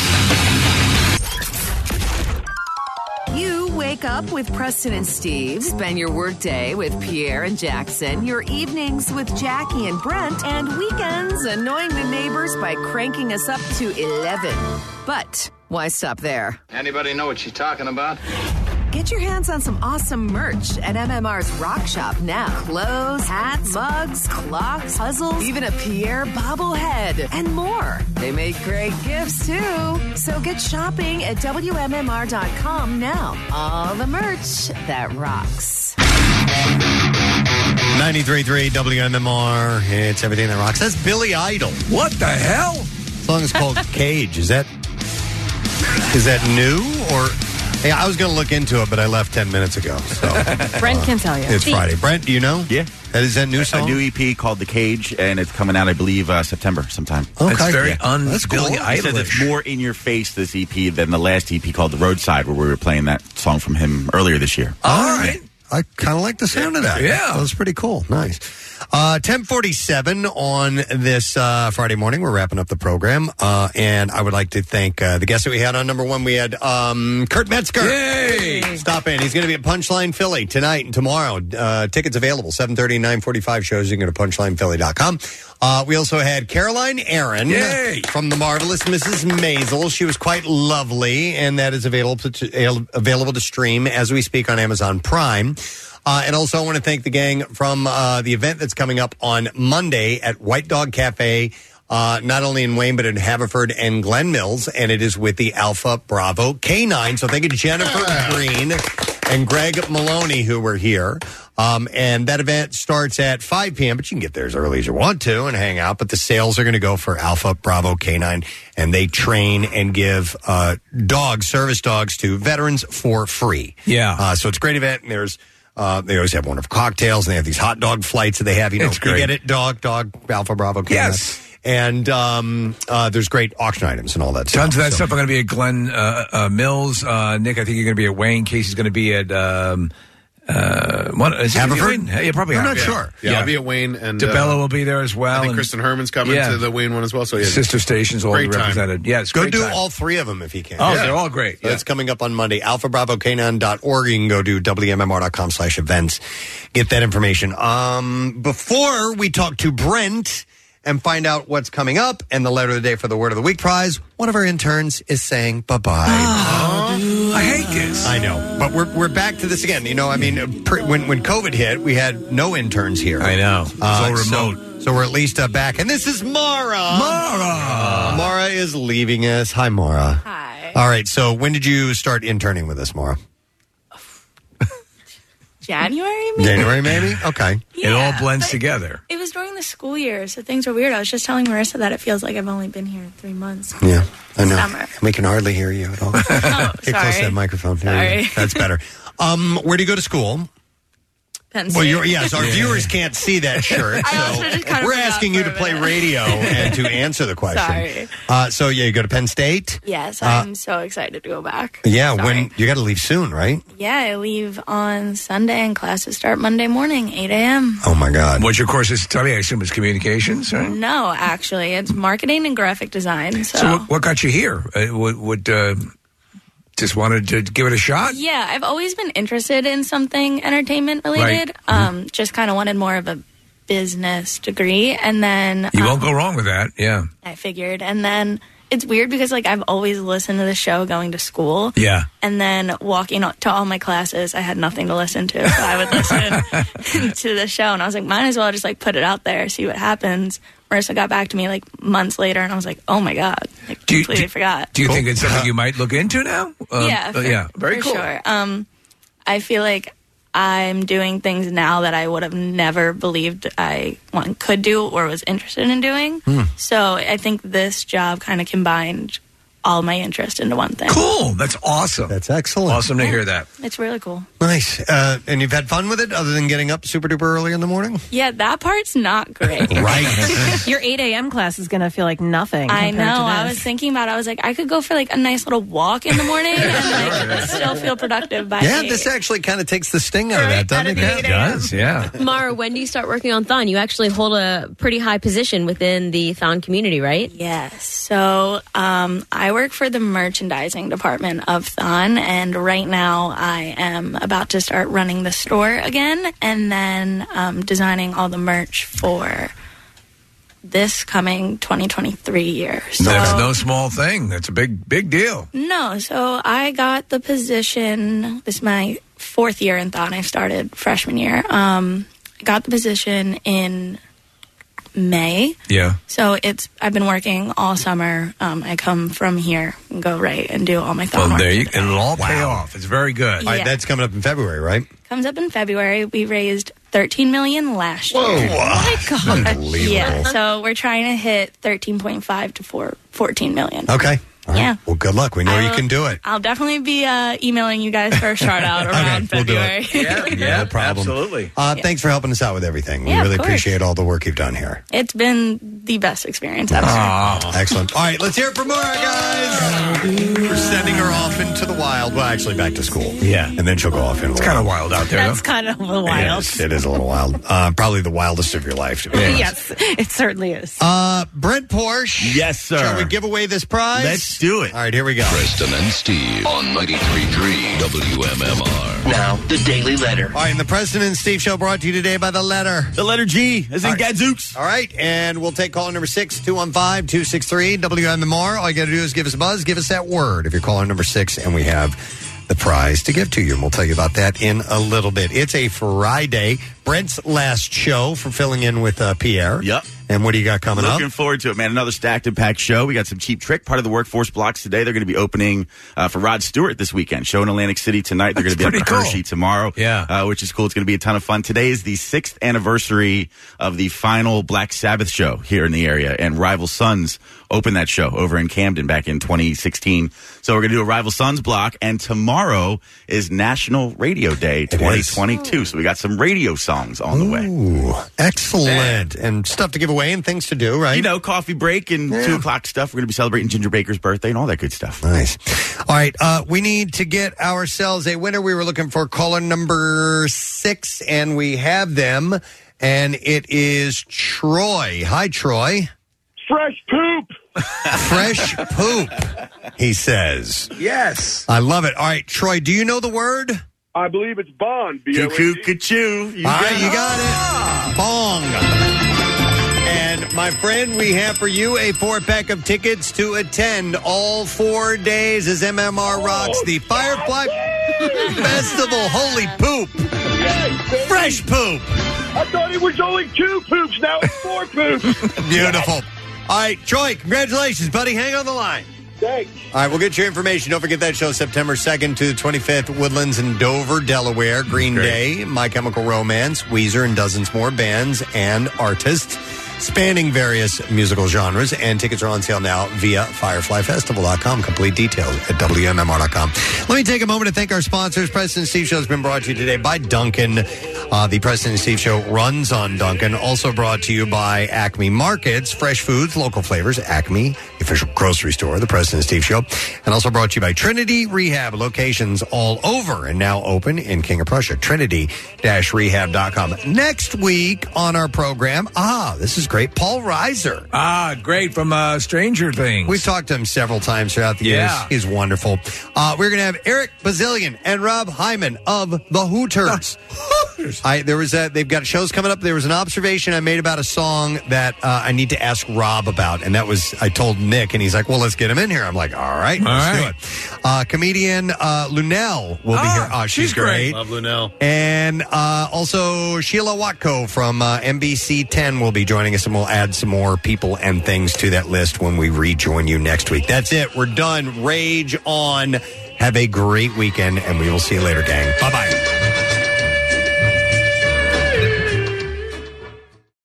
You wake up with Preston and Steve, spend your workday with Pierre and Jackson, your evenings with Jackie and Brent, and weekends annoying the neighbors by cranking us up to 11. But why stop there? Anybody know what she's talking about? Get your hands on some awesome merch at MMR's Rock Shop now. Clothes, hats, mugs, clocks, puzzles, even a Pierre bobblehead, and more. They make great gifts too. So get shopping at WMMR.com now. All the merch that rocks. 93.3 WMMR. It's everything that rocks. That's Billy Idol. What the hell? Song is called Cage. Is that is that new or? Hey, I was going to look into it, but I left ten minutes ago. So Brent can tell you. it's Friday. Brent, do you know? Yeah. That is that new A song? new EP called The Cage, and it's coming out, I believe, uh, September sometime. Okay. That's very un- That's cool. Billy He says it's more in your face this EP than the last EP called The Roadside, where we were playing that song from him earlier this year. All right. I kind of like the sound of that. Yeah. That was pretty cool. Nice. Uh, 1047 on this uh, Friday morning. We're wrapping up the program. Uh, and I would like to thank uh, the guests that we had on number one. We had um, Kurt Metzger. Stop in. He's going to be at Punchline Philly tonight and tomorrow. Uh, tickets available, 730 and 945 shows. You can go to punchlinephilly.com. Uh, we also had Caroline Aaron from The Marvelous Mrs. Maisel. She was quite lovely, and that is available to, available to stream as we speak on Amazon Prime. Uh, and also, I want to thank the gang from uh, the event that's coming up on Monday at White Dog Cafe, uh, not only in Wayne, but in Haverford and Glen Mills. And it is with the Alpha Bravo Canine. So thank you to Jennifer Green and Greg Maloney, who were here. Um, and that event starts at 5 p.m., but you can get there as early as you want to and hang out. But the sales are going to go for Alpha Bravo Canine, and they train and give uh, dogs, service dogs, to veterans for free. Yeah. Uh, so it's a great event. And there's uh, they always have wonderful cocktails, and they have these hot dog flights that they have. You know, It's great. you get it, dog, dog, Alpha Bravo. Canada. Yes. And um, uh, there's great auction items and all that stuff. Tons of that So- stuff. I'm going to be at Glenn uh, uh, Mills. Uh, Nick, I think you're going to be at Wayne. Casey's going to be at. Um, uh, what, is he gonna be at Haverford? Wayne? Yeah, probably. I'm not Haverford. sure. Yeah, I'll be at Wayne, and, uh, DeBello will be there as well. I think and Kristen Herman's coming Yeah. to the Wayne one as well. So yeah, sister stations will be Great time. represented. Yeah, it's go great do time. all three of them if you can. Oh, they're all great. So That's coming up on Monday. AlphaBravoCanon.org. You can go to WMMR.com slash events. Get that information. Um, before we talk to Brent and find out what's coming up and the letter of the day for the Word of the Week prize, one of our interns is saying bye-bye. Oh, I hate this. I know. But we're, we're back to this again. You know, I mean, pr- when, when COVID hit, we had no interns here. I know. so remote. So, we're at least uh, back. And this is Mara. Mara. Mara is leaving us. Hi, Mara. Hi. All right. So when did you start interning with us, Mara? January, maybe? January, maybe? Okay. It all blends together. It was during the school year, so things were weird. I was just telling Marissa that it feels like I've only been here three months. Yeah. I know. Summer. Oh, We can hardly hear you at all. Get close to sorry. that microphone. There you go. Sorry. That's better. Um, where do you go to school? Penn Well, State. you're, yes, our viewers can't see that shirt. I so also just kind of we're forgot asking you to play radio and to answer the question. Sorry. Uh, so yeah, you go to Penn State. Yes, Uh, I'm so excited to go back. Yeah, when you got to leave soon, right? Yeah, I leave on Sunday and classes start Monday morning, 8 a.m. Oh my God! What's your course is? Tell me. I assume it's communications. Right? No, actually, it's marketing and graphic design. So, So what, what got you here? Uh, what, what uh, just wanted to give it a shot? yeah, I've always been interested in something entertainment related. Mm-hmm. Um, just kind of wanted more of a business degree, and then You um, won't go wrong with that. Yeah. I figured, and then it's weird because like I've always listened to the show going to school. Yeah. And then walking o- to all my classes, I had nothing to listen to. So I would listen to the show, and I was like, might as well just like put it out there, see what happens. Marissa got back to me like months later, and I was like, oh my god, like Do you- completely forgot. Do you think it's something you might look into now? Um, yeah, uh, for, yeah, very for cool. Sure. Um, I feel like I'm doing things now that I would have never believed I one could do or was interested in doing. Hmm. So I think this job kind of combined all my interest into one thing. Cool. That's awesome. That's excellent. Awesome to hear that. It's really cool. Nice. Uh, and you've had fun with it, other than getting up super duper early in the morning. Yeah, that part's not great. Your 8 a.m. class is going to feel like nothing. I compared to know. I this. was thinking about. it. I was like, I could go for like a nice little walk in the morning and like still feel productive by yeah, eight. this actually kind of takes the sting out of that, doesn't it? out of the Kat? It does, Yeah. Mara, when do you start working on Thon? You actually hold a pretty high position within the Thon community, right? Yes. So um, I work for the merchandising department of Thon, and right now I am about to start running the store again, and then um, designing all the merch for this coming 2023 year. So That's no small thing. That's a big, big deal. no, so I got the position. This is my fourth year in Thon. I started freshman year. Um, I got the position in May. Yeah. So it's I've been working all summer. Um, I come from here and go right and do all my thought. Well, there you and it'll all pay off. It's very good. All right, Yeah. that's coming up in February, right? Comes up in February. We raised 13 million last year. My Yeah. So we're trying to hit 13.5 to 4, 14 million. Okay. Yeah. Well, good luck. We know you I'll- can do it. I'll definitely be uh, emailing you guys for a shout out around we'll do February. it. no problem. Absolutely. Uh, Thanks for helping us out with everything. We Yeah, of really course. appreciate all the work you've done here. It's been the best experience ever. Excellent. All right, let's hear it for Mora, guys. We're sending her off into the wild. Well, actually, back to school. Yeah. And then she'll go off into It's kind of wild out That's kind of a wild. Yes, it is a little wild. Uh, probably the wildest of your life. To be honest. Yes, it certainly is. Uh, Brent Porsche. Yes, sir. Shall we give away this prize? Let's do it. All right, here we go. Preston and Steve on 93.3 WMMR. Now, the Daily Letter. All right, and the President and Steve Show brought to you today by the letter. The letter G, as in Gadzooks. All right, and we'll take caller number six, 215 263 WMMR. All you got to do is give us a buzz, give us that word if you're caller number six, and we have the prize to give to you. And we'll tell you about that in a little bit. It's a Friday. Brent's last show for filling in with uh, Pierre. Yep. And what do you got coming up? Looking forward to it, man. Another stacked and packed show. We got some Cheap Trick, part of the workforce blocks today. They're going to be opening uh, for Rod Stewart this weekend. Show in Atlantic City tonight. They're going to be pretty up at cool. Hershey tomorrow. Yeah. Uh, which is cool. It's going to be a ton of fun. Today is the sixth anniversary of the final Black Sabbath show here in the area. And Rival Sons opened that show over in Camden back in 2016. So we're going to do a Rival Sons block. And tomorrow is National Radio Day 2022. So we got some radio songs on the way. Ooh, excellent. And stuff to give away and things to do, right? You know, coffee break and two o'clock stuff. We're going to be celebrating Ginger Baker's birthday and all that good stuff. Nice. All right, uh, we need to get ourselves a winner. We were looking for caller number six, and we have them. And it is Troy. Hi, Troy. Fresh poop. Fresh poop, he says. Yes. I love it. All right, Troy, do you know the word? I believe it's Bond. Cuckoo, All right, you got it. Bong. And my friend, we have for you a four pack of tickets to attend all four days as Oh, MMR rocks the Firefly Festival. Holy poop! Fresh poop. I thought it was only two poops. Now it's four poops. Beautiful. All right, Troy, congratulations, buddy. Hang on the line. Thanks. All right, we'll get your information. Don't forget that show September 2nd to the 25th, Woodlands in Dover, Delaware, Green Day, My Chemical Romance, Weezer, and dozens more bands and artists spanning various musical genres. And tickets are on sale now via fireflyfestival.com. Complete details at WMMR.com. Let me take a moment to thank our sponsors. Preston and Steve Show has been brought to you today by Duncan. Uh, the Preston and Steve Show runs on Duncan. Also brought to you by Acme Markets, fresh foods, local flavors, Acme, the official grocery store, of the Preston and Steve Show. And also brought to you by Trinity Rehab, locations all over and now open in King of Prussia, trinity-rehab.com. Next week on our program, ah, this is great, Paul Reiser. Ah, great from uh, Stranger Things. We've talked to him several times throughout the Yeah. years. He's wonderful. Uh, we're going to have Eric Bazillion and Rob Hyman of the Hooters. I there was a, they've got shows coming up. There was an observation I made about a song that uh, I need to ask Rob about, and that was I told Nick, and he's like, "Well, let's get him in here." I'm like, "All right, All let's right. do it." Uh, comedian uh, Lunel will be here. Oh, she's, great. Love Lunel. And uh, also Sheila Watko from uh, NBC 10 will be joining us, and we'll add some more people and things to that list when we rejoin you next week. That's it. We're done. Rage on. Have a great weekend, and we will see you later, gang. Bye bye.